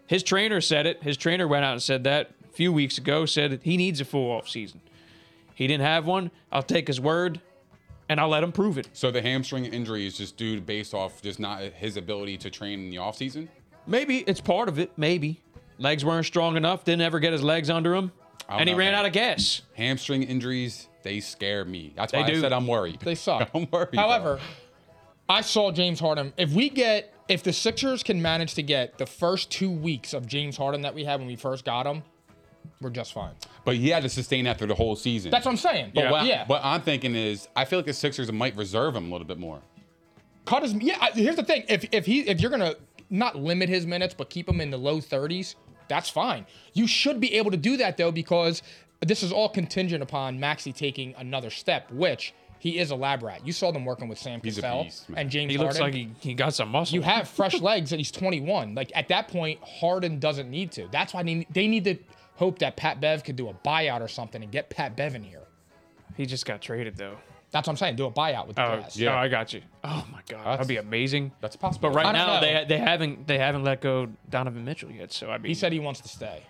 Speaker 3: his trainer said it. His trainer went out and said that a few weeks ago. Said that he needs a full offseason. He didn't have one. I'll take his word, and I'll let him prove it.
Speaker 2: So the hamstring injury is just due based off just not his ability to train in the off-season.
Speaker 3: Maybe it's part of it. Maybe legs weren't strong enough. Didn't ever get his legs under him,
Speaker 2: don't
Speaker 3: and he
Speaker 2: know,
Speaker 3: ran
Speaker 2: man.
Speaker 3: out of gas.
Speaker 2: Hamstring injuries, they scare me. That's why
Speaker 3: They
Speaker 2: I
Speaker 3: do.
Speaker 2: said I'm worried.
Speaker 1: They
Speaker 3: Oh
Speaker 1: suck.
Speaker 2: <laughs> I'm worried. bro.
Speaker 1: However, I saw James Harden. If we get, if the Sixers can manage to get the first two weeks of James Harden that we had when we first got him, we're just fine.
Speaker 2: But he had to sustain that through the whole season.
Speaker 1: That's what I'm saying.
Speaker 2: But what,
Speaker 1: yeah.
Speaker 2: what I'm thinking is, I feel like the Sixers might reserve him a little bit more.
Speaker 1: cut his. Yeah. I- Here's the thing. If if he if you're gonna not limit his minutes but keep him in the low 30s, that's fine. You should be able to do that though because this is all contingent upon Maxi taking another step, which he is a lab rat. You saw them working with Sam
Speaker 2: He's a
Speaker 1: Cassell
Speaker 2: beast, man.
Speaker 1: and James
Speaker 3: He
Speaker 1: Harden.
Speaker 3: looks like he, he got some muscle.
Speaker 1: you have fresh legs and he's 21. Like at that point, Harden doesn't need to. That's why they, they need to hope that Pat Bev could do a buyout or something and get Pat Bev in here.
Speaker 3: He just got traded though.
Speaker 1: That's what I'm saying. Do a buyout with the
Speaker 3: Oh,
Speaker 1: Jazz.
Speaker 3: yeah. I got you. Oh my god, that'd be amazing.
Speaker 2: That's possible.
Speaker 3: But right
Speaker 1: I don't
Speaker 3: now
Speaker 1: know.
Speaker 3: they they haven't they haven't let go Donovan Mitchell yet. So I mean,
Speaker 1: He said he wants to stay.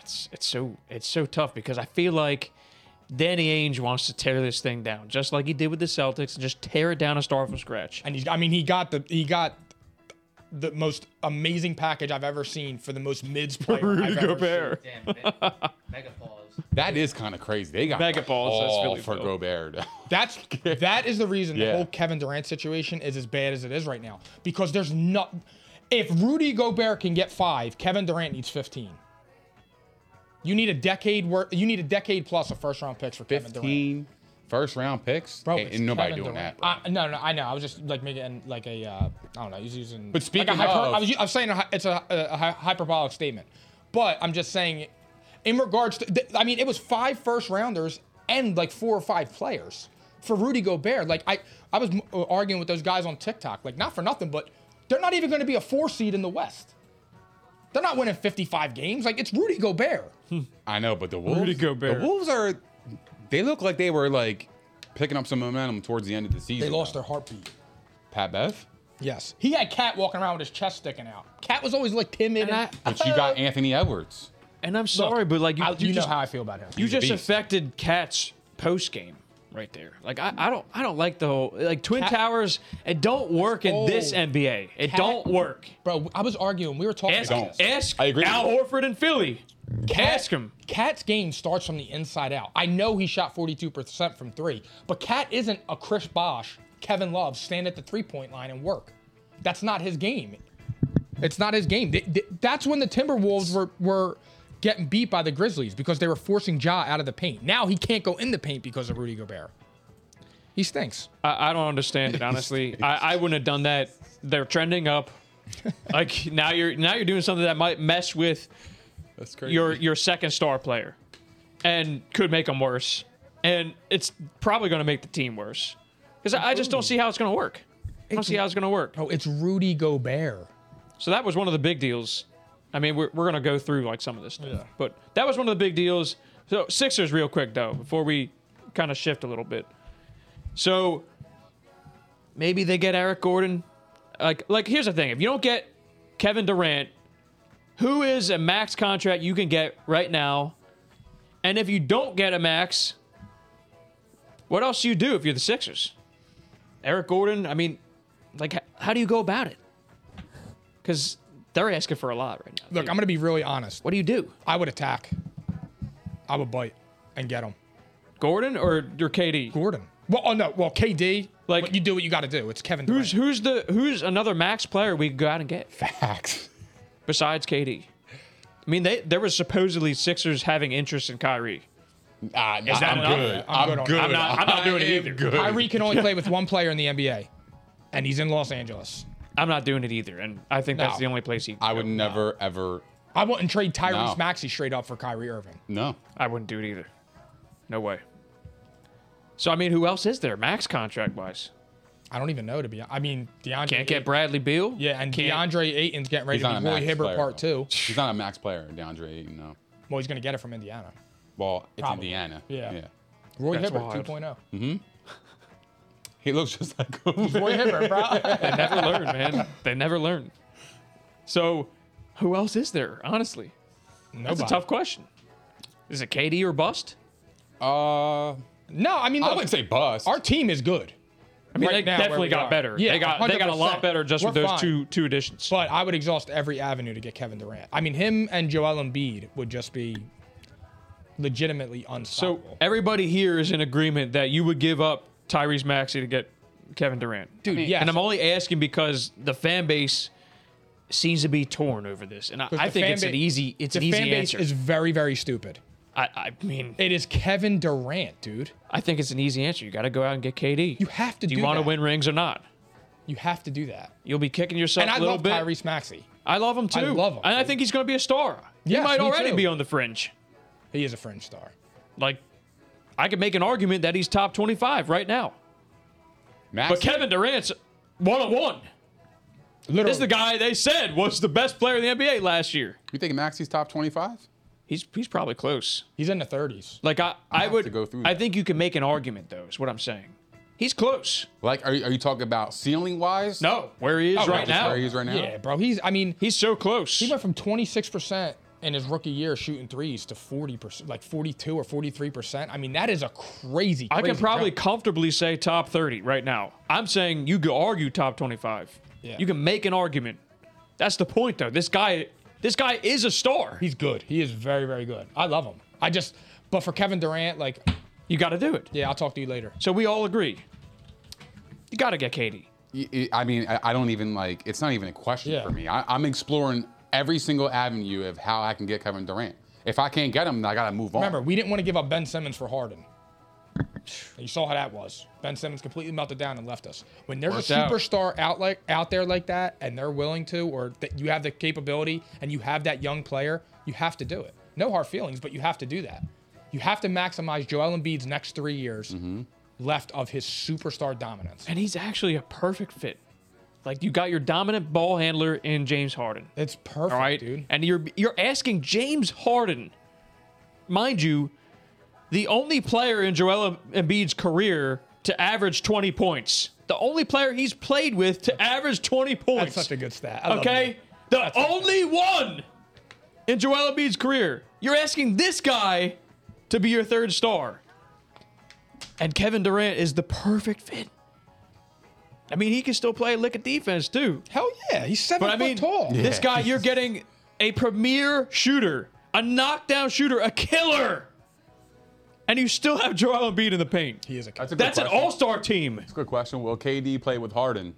Speaker 3: it's, it's so it's so tough because I feel like Danny Ainge wants to tear this thing down, just like he did with the Celtics, and just tear it down and start from scratch.
Speaker 1: And he's I mean he got the he got the most amazing package I've ever seen for the most mids player. I've ever seen.
Speaker 4: Damn, me- mega pause.
Speaker 2: That is kind of crazy. They got
Speaker 3: Mega balls, that's
Speaker 2: all
Speaker 3: really
Speaker 2: for
Speaker 3: dope.
Speaker 2: Gobert. <laughs>
Speaker 1: That's that is the reason
Speaker 2: Yeah.
Speaker 1: the whole Kevin Durant situation is as bad as it is right now because there's not. If Rudy Gobert can get five, Kevin Durant needs 15. You need a decade worth. You need a decade plus of first round picks for Kevin Durant.
Speaker 2: 15 first round picks.
Speaker 1: Bro,
Speaker 2: Ain't
Speaker 1: it's
Speaker 2: nobody
Speaker 1: Kevin
Speaker 2: doing
Speaker 1: Durant.
Speaker 2: that.
Speaker 1: I, no, no, I know. I was just like making like a, uh, I don't know. He's using.
Speaker 2: But speaking
Speaker 1: like a hyper-
Speaker 2: of-
Speaker 1: I was, u- I was saying a, hy- it's a, a, hy- hyperbolic statement, but I'm just saying, in regards to, th- I mean, it was five first rounders and like four or five players for Rudy Gobert. Like I, I was m- uh, arguing with those guys on TikTok, like not for nothing, but they're not even going to be a four seed in the West. They're not winning 55 games. Like it's Rudy Gobert.
Speaker 2: I know, but the Wolves. The
Speaker 3: Gobert.
Speaker 2: Wolves are. They look like they were like picking up some momentum towards the end of the season.
Speaker 1: They lost
Speaker 2: though.
Speaker 1: their heartbeat.
Speaker 2: Pat Bev.
Speaker 1: Yes, he had Cat walking around with his chest sticking out. Cat was always like timid.
Speaker 3: And I-
Speaker 1: and-
Speaker 2: But
Speaker 3: <laughs>
Speaker 2: you got Anthony Edwards.
Speaker 3: And I'm sorry, but like you,
Speaker 1: I-
Speaker 3: you, just
Speaker 1: know how I feel about him.
Speaker 3: you
Speaker 2: He's a
Speaker 3: just
Speaker 2: beast.
Speaker 3: affected Cat's post game. right there. Like I, I don't I don't like the whole like Twin Towers. It don't work in this
Speaker 1: Oh.
Speaker 3: NBA. It
Speaker 1: Cat-
Speaker 3: don't work.
Speaker 1: Bro, I was arguing. We were talking.
Speaker 3: Ask,
Speaker 1: about this.
Speaker 3: ask
Speaker 2: I agree.
Speaker 3: Al Horford in Philly. ask him.
Speaker 1: Cat's game starts from the inside out. I know he shot 42% from three, but Cat isn't a Chris Bosch, Kevin Love, stand at the three point line and work. That's not his game. It's not his game. Th- th- That's when the Timberwolves were, were getting beat by the Grizzlies because they were forcing Ja out of the paint. Now he can't go in the paint because of Rudy Gobert. He stinks.
Speaker 3: I, I don't understand it
Speaker 2: <laughs>
Speaker 3: honestly. I, I wouldn't have done that. They're trending up. like now you're now you're doing something that might mess with
Speaker 2: That's crazy.
Speaker 3: your your second star player, and could make them worse. And it's probably going to make the team worse because I, I just don't see how it's going to work. I don't see how it's going to work.
Speaker 1: Oh, it's Rudy Gobert.
Speaker 3: So that was one of the big deals. I mean, we're, we're going to go through like some of this stuff, but that was one of the big deals. So Sixers, real quick though, before we kind of shift a little bit. So maybe they get Eric Gordon. Like, like here's the thing: if you don't get Kevin Durant, who is a max contract you can get right now, and if you don't get a max, what else do you do if you're the Sixers? Eric Gordon. I mean, like, h- how do you go about it? Because they're asking for a lot right now.
Speaker 1: Look, I'm going to be really honest.
Speaker 3: What do you do,
Speaker 1: I would attack, I would bite and get him.
Speaker 3: Gordon or your KD?
Speaker 1: Gordon. Well, oh no. Well, KD.
Speaker 3: Like-
Speaker 1: Like you do what you got to do. It's Kevin Durant.
Speaker 3: Who's who's the who's another max player we could go out and get
Speaker 1: facts?
Speaker 3: besides KD? I mean, they there was supposedly Sixers having interest in Kyrie.
Speaker 2: Ah, nah,
Speaker 3: that
Speaker 2: I'm
Speaker 3: enough?
Speaker 2: good.
Speaker 1: I'm good
Speaker 2: I'm
Speaker 1: on-
Speaker 2: good.
Speaker 1: I'm
Speaker 3: not- I'm not
Speaker 2: <laughs>
Speaker 3: doing it
Speaker 2: I am
Speaker 3: either.
Speaker 2: Good.
Speaker 1: Kyrie can only play with one player in the NBA, and he's in Los Angeles.
Speaker 3: I'm not doing it either, and I think that's
Speaker 1: No.
Speaker 3: the only place he.
Speaker 2: I would never ever.
Speaker 1: I wouldn't trade Tyrese
Speaker 2: No.
Speaker 1: Maxey straight up for Kyrie Irving.
Speaker 2: No.
Speaker 3: I wouldn't do it either. No way. So I mean, who else is there max contract wise?
Speaker 1: I don't even know to be. I mean, DeAndre
Speaker 3: Can't get
Speaker 1: Ayton-
Speaker 3: Bradley Beal.
Speaker 1: Yeah, and
Speaker 3: Can't-
Speaker 1: DeAndre Ayton's getting ready
Speaker 2: He's not
Speaker 1: to
Speaker 2: a
Speaker 1: be Roy
Speaker 2: max
Speaker 1: Hibbert
Speaker 2: player.
Speaker 1: part
Speaker 2: though.
Speaker 1: two.
Speaker 2: He's not a max player, DeAndre Ayton. No.
Speaker 1: Well, he's gonna get it from Indiana.
Speaker 2: Well, it's
Speaker 1: Probably.
Speaker 2: Indiana.
Speaker 1: Yeah.
Speaker 2: yeah.
Speaker 1: Roy
Speaker 3: That's
Speaker 1: Hibbert oh.
Speaker 3: wild.
Speaker 2: <laughs>
Speaker 1: 2.0.
Speaker 2: He looks just like him.
Speaker 1: Roy Hibbert, bro.
Speaker 3: They never learn, man. They never learn. So, who else is there? Honestly,
Speaker 1: Nobody.
Speaker 3: that's a tough question. Is it KD or bust?
Speaker 2: <laughs> Uh,
Speaker 1: No, I mean,
Speaker 2: I
Speaker 1: look,
Speaker 2: wouldn't say bust.
Speaker 1: our team is good.
Speaker 3: I mean,
Speaker 1: Right
Speaker 3: they
Speaker 1: now, where
Speaker 3: definitely
Speaker 1: we
Speaker 3: got
Speaker 1: are.
Speaker 3: better.
Speaker 1: Yeah,
Speaker 3: they got they got a
Speaker 1: 100%.
Speaker 3: lot better just with
Speaker 1: We're
Speaker 3: those
Speaker 1: fine.
Speaker 3: two two additions.
Speaker 1: But I would exhaust every avenue to get Kevin Durant. I mean, him and Joel Embiid would just be legitimately
Speaker 3: so
Speaker 1: unstoppable.
Speaker 3: everybody here is in agreement that you would give up Tyrese Maxey to get Kevin Durant, dude.
Speaker 1: yes.
Speaker 3: and I'm only asking because the fan base seems to be torn over this, and I,
Speaker 1: 'Cause
Speaker 3: I
Speaker 1: the
Speaker 3: think
Speaker 1: fan
Speaker 3: it's an
Speaker 1: ba-
Speaker 3: easy it's
Speaker 1: the
Speaker 3: an easy
Speaker 1: fan base
Speaker 3: answer.
Speaker 1: is very very stupid.
Speaker 3: I, I mean,
Speaker 1: It is Kevin Durant, dude.
Speaker 3: I think it's an easy answer. You got to go out and get KD.
Speaker 1: You have to
Speaker 3: Do you
Speaker 1: do
Speaker 3: want to
Speaker 1: that.
Speaker 3: win rings or not?
Speaker 1: You have to do that.
Speaker 3: You'll be kicking yourself
Speaker 1: and
Speaker 3: a
Speaker 1: I
Speaker 3: little
Speaker 1: love
Speaker 3: bit.
Speaker 1: Tyrese Maxey.
Speaker 3: I love him too.
Speaker 1: I love him,
Speaker 3: And I
Speaker 1: dude.
Speaker 3: think he's going to be a star. he
Speaker 1: Yes,
Speaker 3: might
Speaker 1: me
Speaker 3: already
Speaker 1: too.
Speaker 3: be on the fringe.
Speaker 1: He is a fringe star.
Speaker 3: Like, I could make an argument that he's top 25 right now.
Speaker 2: Max.
Speaker 3: But Kevin Durant's one on one.
Speaker 1: Literally,
Speaker 3: This is the guy they said was the best player in the NBA last year.
Speaker 2: You think Maxi's top 25?
Speaker 3: He's he's probably close.
Speaker 1: he's in the 30s.
Speaker 3: Like I, I
Speaker 2: have
Speaker 3: would
Speaker 2: to go through
Speaker 3: I
Speaker 2: that.
Speaker 3: think you can make an argument though, is what I'm saying. He's close.
Speaker 2: Like, are you, are you talking about ceiling wise?
Speaker 3: No, where he is
Speaker 2: Oh,
Speaker 3: right
Speaker 2: just
Speaker 3: now.
Speaker 2: Where he is right now.
Speaker 1: Yeah, bro. He's. I mean,
Speaker 3: He's so close.
Speaker 1: he went from 26% in his rookie year shooting threes to 40%, like 42 or 43%. I mean, that is a crazy.
Speaker 3: I can
Speaker 1: crazy
Speaker 3: probably
Speaker 1: jump.
Speaker 3: comfortably say top 30 right now. I'm saying you could argue top 25.
Speaker 1: Yeah.
Speaker 3: You can make an argument. That's the point though. This guy this guy is a star.
Speaker 1: He's good. He is very very good. I love him. I just. But for Kevin Durant, like,
Speaker 3: You got to do it.
Speaker 1: yeah, I'll talk to you later.
Speaker 3: So we all agree. You got to get KD.
Speaker 2: Y- y- I mean, I I don't even like. It's not even a question
Speaker 1: Yeah.
Speaker 2: for me. I, I'm exploring every single avenue of how I can get Kevin Durant. If I can't get him, then I gotta move on.
Speaker 1: Remember, we didn't want to give up Ben Simmons for Harden. You saw how that was. Ben Simmons completely melted down and left us. When there's
Speaker 3: Worked
Speaker 1: a
Speaker 3: out.
Speaker 1: superstar out like out there like that, and they're willing to, or that you have the capability and you have that young player, you have to do it. No hard feelings, but you have to do that. You have to maximize Joel Embiid's next three years left of his superstar dominance.
Speaker 3: Mm-hmm. And he's actually a perfect fit. Like you got your dominant ball handler in James Harden.
Speaker 1: It's perfect,
Speaker 3: All right,
Speaker 1: dude.
Speaker 3: And you're you're asking James Harden, mind you, the only player in Joel Embiid's career to average 20 points. The only player he's played with to average 20 points.
Speaker 1: That's such a good stat. I love
Speaker 3: okay,
Speaker 1: that.
Speaker 3: the only one in Joel Embiid's career. You're asking this guy to be your third star. And Kevin Durant is the perfect fit. I mean, he can still play a lick of defense too.
Speaker 1: Hell yeah, he's seven
Speaker 3: but I
Speaker 1: foot
Speaker 3: mean,
Speaker 1: tall.
Speaker 3: This
Speaker 2: Yeah.
Speaker 3: guy, you're getting a premier shooter, a knockdown shooter, a killer, and you still have Joel Embiid in the paint.
Speaker 1: He is a
Speaker 2: That's, a good
Speaker 3: That's an
Speaker 2: question.
Speaker 3: all-star team.
Speaker 2: That's a good question. Will KD play with Harden?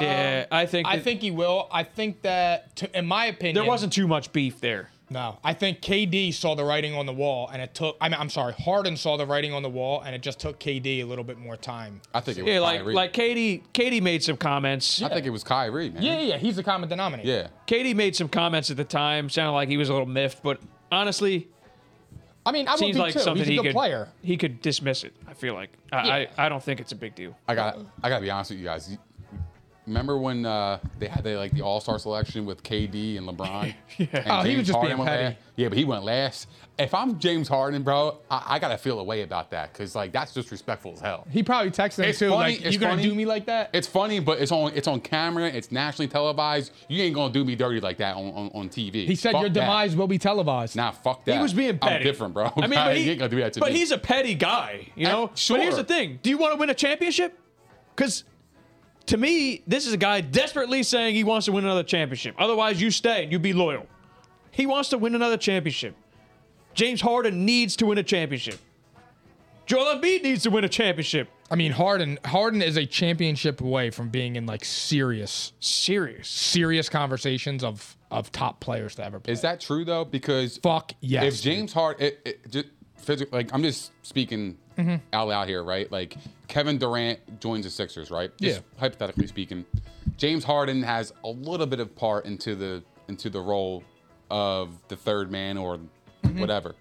Speaker 3: yeah, Um, I think.
Speaker 1: I
Speaker 3: that
Speaker 1: think he will. I think that, to, in my opinion,
Speaker 3: there wasn't too much beef there.
Speaker 1: No, I think KD saw the writing on the wall, and it took. I mean, I'm sorry, Harden saw the writing on the wall, and it just took KD a little bit more time.
Speaker 2: I think it was
Speaker 3: Yeah, like
Speaker 2: Kyrie.
Speaker 3: like Katie. Katie made some comments.
Speaker 2: I think it was Kyrie, man.
Speaker 1: Yeah, yeah, yeah, he's the common denominator.
Speaker 2: Yeah.
Speaker 3: Katie made some comments at the time. Sounded like he was a little miffed, but honestly,
Speaker 1: I mean, I would
Speaker 3: seems
Speaker 1: be
Speaker 3: like
Speaker 1: too.
Speaker 3: something
Speaker 1: He's a
Speaker 3: he
Speaker 1: good
Speaker 3: could
Speaker 1: player.
Speaker 3: he could dismiss it. I feel like I,
Speaker 1: Yeah.
Speaker 3: I I don't think it's a big deal.
Speaker 2: I got I got to be honest with you guys. You- Remember when uh, they had the, like the All Star selection with KD and LeBron? yeah.
Speaker 1: Oh, he was just being petty.
Speaker 2: Yeah, but he went last. If I'm James Harden, bro, I, I gotta feel a way about that because like that's disrespectful as hell.
Speaker 1: He probably texted him
Speaker 2: It's
Speaker 1: too.
Speaker 2: funny-
Speaker 1: like,
Speaker 2: it's
Speaker 1: you gonna
Speaker 2: funny.
Speaker 1: do me like that?
Speaker 2: It's funny, but it's on it's on camera. It's nationally televised. You ain't gonna do me dirty like that on, on, on TV.
Speaker 1: he said
Speaker 2: Fuck
Speaker 1: your
Speaker 2: that.
Speaker 1: demise will be televised.
Speaker 2: Nah, fuck that.
Speaker 3: He was being petty.
Speaker 2: I'm different, bro. <laughs>
Speaker 3: I mean,
Speaker 2: Nah,
Speaker 3: but
Speaker 2: you
Speaker 3: he,
Speaker 2: ain't gonna do that to
Speaker 3: but
Speaker 2: me.
Speaker 3: he's a petty guy, you
Speaker 2: I-
Speaker 3: know. But here's
Speaker 2: sure.
Speaker 3: the thing: Do you want to win a championship? Because to me, this is a guy desperately saying he wants to win another championship. Otherwise, you stay and you be loyal. He wants to win another championship. James Harden needs to win a championship. Joel Embiid needs to win a championship.
Speaker 1: I mean, Harden. Harden is a championship away from being in like serious,
Speaker 3: Serious.
Speaker 1: serious conversations of of top players to ever play.
Speaker 2: Is that true though? Because
Speaker 1: Fuck yes,
Speaker 2: If James Harden, it, it, just physical, like I'm just speaking
Speaker 1: Mm-hmm.
Speaker 2: out loud here, right? Like Kevin Durant joins the Sixers, right? Just
Speaker 1: Yeah.
Speaker 2: Hypothetically speaking, James Harden has a little bit of part into the into the role of the third man or
Speaker 1: Mm-hmm.
Speaker 2: whatever.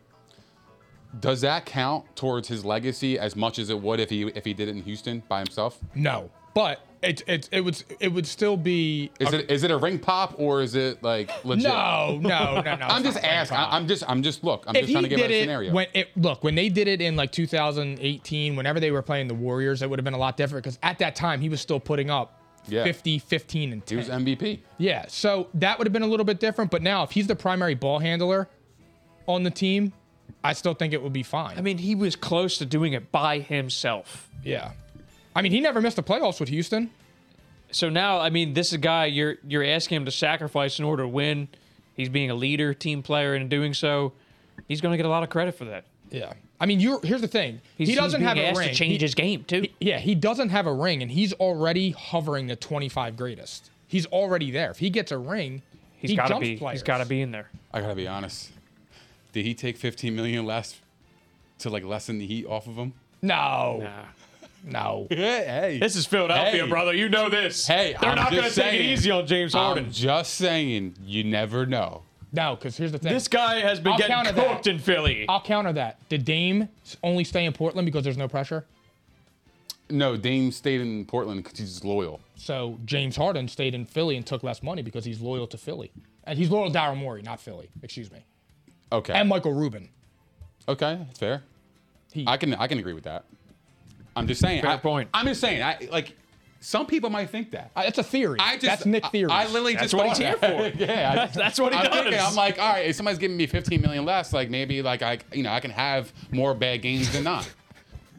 Speaker 2: Does that count towards his legacy as much as it would if he if he did it in Houston by himself?
Speaker 1: No, but it it it would it would still be.
Speaker 2: Is it is it a ring pop or is it like legit?
Speaker 1: No, no, no, no.
Speaker 2: <laughs> I'm
Speaker 1: it's not like
Speaker 2: just asking.
Speaker 1: that.
Speaker 2: I- I'm just I'm just look. I'm
Speaker 1: if
Speaker 2: just trying
Speaker 1: he
Speaker 2: to give
Speaker 1: did
Speaker 2: it a
Speaker 1: it
Speaker 2: scenario.
Speaker 1: when it look when they did it in like 2018 whenever they were playing the warriors it would have been a lot different because at that time he was still putting up
Speaker 2: Yeah.
Speaker 1: 50 15 and
Speaker 2: he
Speaker 1: 10
Speaker 2: was MVP.
Speaker 1: yeah so that would have been a little bit different but now if he's the primary ball handler on the team i still think it would be fine
Speaker 3: I mean, he was close to doing it by himself.
Speaker 1: yeah i mean he never missed the playoffs with houston
Speaker 3: So now, I mean, this is a guy you're you're asking him to sacrifice in order to win. He's being a leader, team player, and in doing so, he's going to get a lot of credit for that.
Speaker 1: yeah i mean you're here's the thing
Speaker 3: He's,
Speaker 1: he doesn't
Speaker 3: he's being
Speaker 1: have a
Speaker 3: asked
Speaker 1: ring
Speaker 3: to change
Speaker 1: He-
Speaker 3: his game too.
Speaker 1: Yeah, he doesn't have a ring, and he's already hovering the 25 greatest. He's already there. If he gets a ring,
Speaker 3: He's
Speaker 1: he
Speaker 3: got to
Speaker 1: jumps
Speaker 3: be.
Speaker 1: players.
Speaker 3: He's got to be in there.
Speaker 2: I gotta be honest. Did he take 15 million less to like lessen the heat off of him?
Speaker 1: No, no.
Speaker 2: Hey,
Speaker 3: This is Philadelphia,
Speaker 2: Hey.
Speaker 3: brother. You know this.
Speaker 2: Hey,
Speaker 3: they're
Speaker 2: I'm
Speaker 3: not going
Speaker 2: just
Speaker 3: to take it
Speaker 2: saying.
Speaker 3: easy on James Harden.
Speaker 2: I'm just saying. You never know.
Speaker 1: No, because here's the thing.
Speaker 3: this guy has been
Speaker 1: I'll counter
Speaker 3: getting
Speaker 1: that.
Speaker 3: cooked in Philly.
Speaker 1: I'll counter that. Did Dame only stay in Portland because there's no pressure?
Speaker 2: No, Dame stayed in Portland because he's loyal.
Speaker 1: So James Harden stayed in Philly and took less money because he's loyal to Philly, and he's loyal to Daryl Morey, not Philly. Excuse me.
Speaker 2: Okay.
Speaker 1: And Michael Rubin.
Speaker 2: okay, that's fair.
Speaker 1: He-
Speaker 2: I can I can agree with that. I'm just saying.
Speaker 3: Fair
Speaker 2: I,
Speaker 3: point.
Speaker 2: I'm just saying. I like. Some people might think that.
Speaker 1: I- That's a theory.
Speaker 2: I just
Speaker 1: That's Nick theory.
Speaker 2: I, I literally
Speaker 3: That's
Speaker 2: just
Speaker 3: what
Speaker 2: thought
Speaker 3: he's here
Speaker 2: that.
Speaker 3: for.
Speaker 2: <laughs> yeah, I-
Speaker 3: That's what he
Speaker 2: I'm
Speaker 3: does.
Speaker 2: thinking, I'm like, all right, if somebody's giving me 15 million less, like maybe like I, you know, I can have more bad games than not.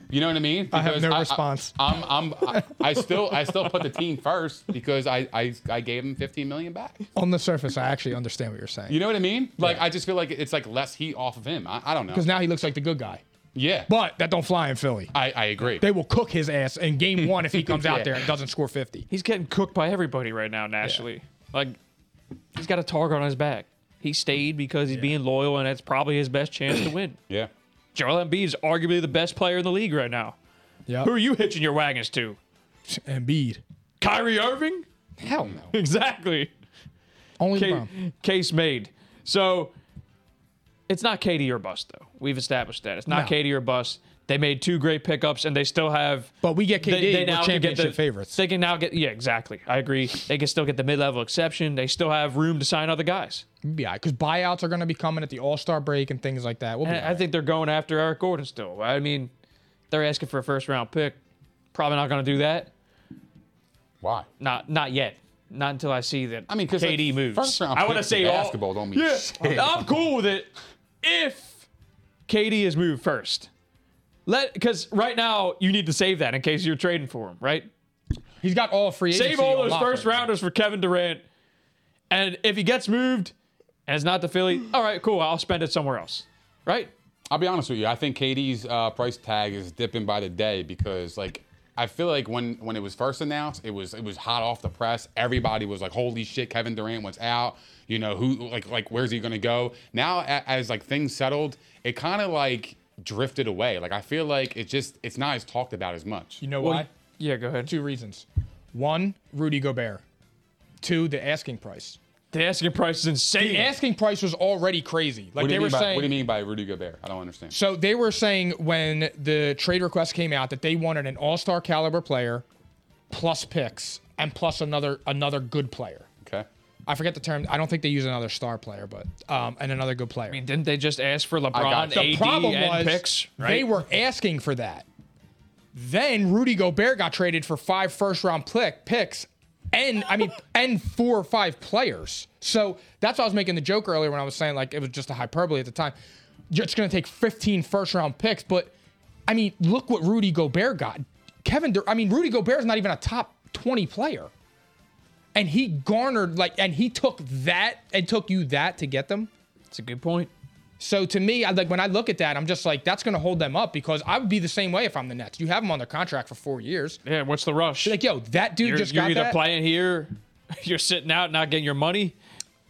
Speaker 2: You know what I mean?
Speaker 1: I have
Speaker 2: Because
Speaker 1: no response.
Speaker 2: I, am I'm, I, I still, I still put the team first because I, I, I gave him 15 million back.
Speaker 1: on the surface, I actually understand what you're saying.
Speaker 2: You know what I mean? Like, I just feel like it's like less heat off of him. I, I don't know.
Speaker 1: because now he looks like the good guy.
Speaker 2: yeah,
Speaker 1: But that don't fly in Philly.
Speaker 2: I, I agree.
Speaker 1: they will cook his ass in game one if he comes out
Speaker 2: Yeah.
Speaker 1: there and doesn't score 50.
Speaker 3: he's getting cooked by everybody right now nationally. Like, he's got a target on his back. He stayed because he's being loyal, and that's probably his best chance to win.
Speaker 2: yeah.
Speaker 3: Joel Embiid is arguably the best player in the league right now.
Speaker 1: Yeah.
Speaker 3: Who are you hitching your wagons to?
Speaker 1: Embiid.
Speaker 3: Kyrie Irving? <laughs>
Speaker 1: Hell no.
Speaker 3: Exactly.
Speaker 1: Only
Speaker 3: Ca-
Speaker 1: LeBron.
Speaker 3: case made. So it's not Katie or bust, though. We've established that. It's not
Speaker 1: No.
Speaker 3: Katie or bust. They made two great pickups, and they still have.
Speaker 1: But we get KD.
Speaker 3: can
Speaker 1: We're
Speaker 3: get
Speaker 1: championship favorites.
Speaker 3: They can now get. Yeah, exactly. I agree. They can still get the mid-level exception. They still have room to sign other guys.
Speaker 1: Yeah, because buyouts are going to be coming at the All Star break and things like that. We'll be
Speaker 3: And I
Speaker 1: all right.
Speaker 3: think they're going after Eric Gordon still. I mean, they're asking for a first-round pick. Probably not going to do that.
Speaker 2: Why?
Speaker 3: Not not yet. Not until I see that.
Speaker 2: I mean, 'cause, like,
Speaker 3: KD moves.
Speaker 2: first round
Speaker 3: I want to
Speaker 2: picks
Speaker 3: say
Speaker 2: in
Speaker 3: all-
Speaker 2: basketball don't mean
Speaker 3: yeah,
Speaker 2: shit.
Speaker 3: I'm cool with it if KD is moved first. Let because right now you need to save that in case you're trading for him, right?
Speaker 1: He's got all free agency
Speaker 3: Save all
Speaker 1: on
Speaker 3: those
Speaker 1: lock
Speaker 3: first
Speaker 1: right now.
Speaker 3: rounders for Kevin Durant, and if he gets moved and it's not the
Speaker 2: <gasps>
Speaker 3: Philly, all right, cool. I'll spend it somewhere else, right?
Speaker 2: I'll be honest with you. I think KD's uh, price tag is dipping by the day because, like, I feel like when when it was first announced, it was it was hot off the press. Everybody was like, "Holy shit, Kevin Durant went out." You know who? Like, like where's he gonna go? Now, a- as like things settled, it kind of like drifted away. Like, I feel like it just it's not as talked about as much.
Speaker 1: You know
Speaker 3: Well,
Speaker 1: why?
Speaker 3: Yeah, go ahead.
Speaker 1: Two reasons. One, Rudy Gobert. Two, the asking price.
Speaker 3: The asking price is insane.
Speaker 1: The asking price was already crazy. Like
Speaker 2: What do
Speaker 1: they
Speaker 2: you
Speaker 1: were
Speaker 2: mean by-
Speaker 1: saying.
Speaker 2: what do you mean by Rudy Gobert? I don't understand.
Speaker 1: So they were saying when the trade request came out that they wanted an all-star caliber player, plus picks, and plus another another good player.
Speaker 2: Okay.
Speaker 1: I forget the term. I don't think they use another star player, but um, and another good player.
Speaker 3: I mean, didn't they just ask for
Speaker 2: got
Speaker 3: LeBron,
Speaker 2: it. The
Speaker 3: AD, and picks? Right?
Speaker 1: they were asking for that. Then Rudy Gobert got traded for five first-round pick picks, and
Speaker 3: <laughs>
Speaker 1: I mean, and four or five players. So that's why I was making the joke earlier when I was saying like it was just a hyperbole at the time. You're just going to take 15 first-round picks, but I mean, look what Rudy Gobert got. Kevin, Dur- I mean, Rudy Gobert is not even a top 20 player, and he garnered like, and he took that and took you that to get them.
Speaker 3: It's a good point.
Speaker 1: So to me, I like when I look at that, I'm just like, that's going to hold them up because I would be the same way if I'm the Nets. You have them on their contract for four years.
Speaker 3: Yeah, what's the rush?
Speaker 1: Like, yo, that dude
Speaker 3: you're,
Speaker 1: just
Speaker 3: you're
Speaker 1: got
Speaker 3: either
Speaker 1: that.
Speaker 3: playing here, <laughs> you're sitting out, not getting your money.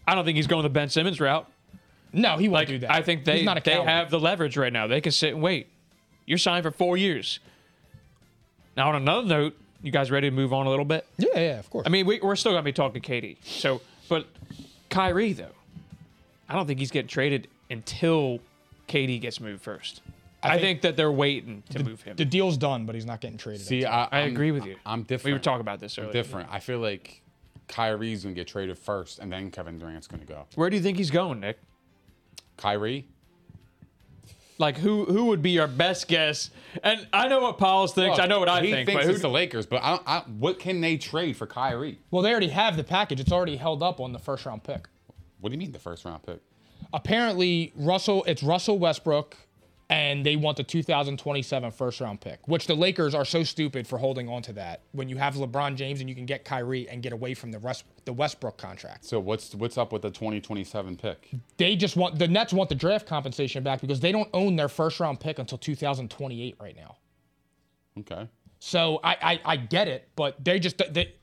Speaker 3: I don't think he's going the Ben Simmons route.
Speaker 1: no, he won't
Speaker 3: Like
Speaker 1: do that.
Speaker 3: I think
Speaker 1: He's
Speaker 3: they
Speaker 1: not a
Speaker 3: they
Speaker 1: coward.
Speaker 3: have the leverage right now. They can sit and wait. You're signed for four years. Now, on another note, you guys ready to move on a little bit?
Speaker 1: Yeah, yeah, of course.
Speaker 3: I mean, we, we're still gonna be talking Katie. So, but Kyrie though, I don't think he's getting traded until Katie gets moved first. I, think, that they're waiting to move him.
Speaker 1: the deal's done, but he's not getting traded.
Speaker 2: See, I,
Speaker 3: I
Speaker 2: I'm-
Speaker 3: agree with you.
Speaker 2: I'm different.
Speaker 3: We were talking about this earlier.
Speaker 2: I'm different. I feel like Kyrie's gonna get traded first, and then Kevin Durant's gonna go.
Speaker 3: Where do you think he's going, Nick?
Speaker 2: Kyrie.
Speaker 3: Like who who would be your best guess? And I know what Pauls thinks. I know what I
Speaker 2: he
Speaker 3: think.
Speaker 2: Thinks
Speaker 3: But who,
Speaker 2: it's the Lakers, but I, I, what can they trade for Kyrie?
Speaker 1: well, they already have the package. It's already held up on the first round pick.
Speaker 2: What do you mean the first round pick?
Speaker 1: Apparently, Russell, it's Russell Westbrook, and they want the 2027 first round pick, which the Lakers are so stupid for holding on to that when you have LeBron James and you can get Kyrie and get away from the West, the Westbrook contract.
Speaker 2: So what's what's up with the 2027 pick?
Speaker 1: they just want the Nets want the draft compensation back because they don't own their first round pick until 2028 right now.
Speaker 2: Okay,
Speaker 1: So I I, I get it, but they just they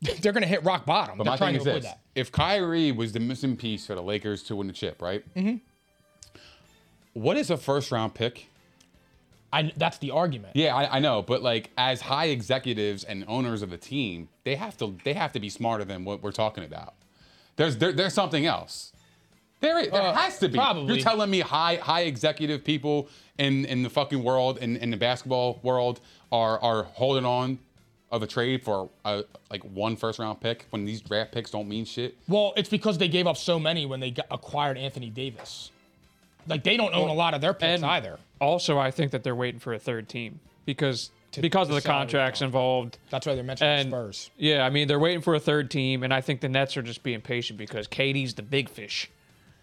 Speaker 1: <laughs> they're gonna hit rock bottom.
Speaker 2: but
Speaker 1: they're
Speaker 2: my
Speaker 1: trying
Speaker 2: thing is
Speaker 1: to avoid
Speaker 2: this:
Speaker 1: that.
Speaker 2: if Kyrie was the missing piece for the Lakers to win the chip, right? Mm-hmm. What is a first round pick?
Speaker 1: I that's the argument.
Speaker 2: Yeah, I, I know, but like as high executives and owners of a team, they have to they have to be smarter than what we're talking about. There's there, there's something else. There, i- there
Speaker 1: Uh,
Speaker 2: has to be.
Speaker 1: probably.
Speaker 2: You're telling me high high executive people in in the fucking world in, in the basketball world are are holding on of a trade for a, like one first round pick when these draft picks don't mean shit.
Speaker 1: Well, it's because they gave up so many when they got, acquired Anthony Davis. Like they don't own a lot of their picks
Speaker 3: and-
Speaker 1: either.
Speaker 3: also I think that they're waiting for a third team because because of the
Speaker 1: the salary
Speaker 3: contracts
Speaker 1: cap.
Speaker 3: involved.
Speaker 1: That's why they're mentioning
Speaker 3: And
Speaker 1: Spurs.
Speaker 3: yeah, I mean they're waiting for a third team, and I think the Nets are just being patient because Katie's the big fish.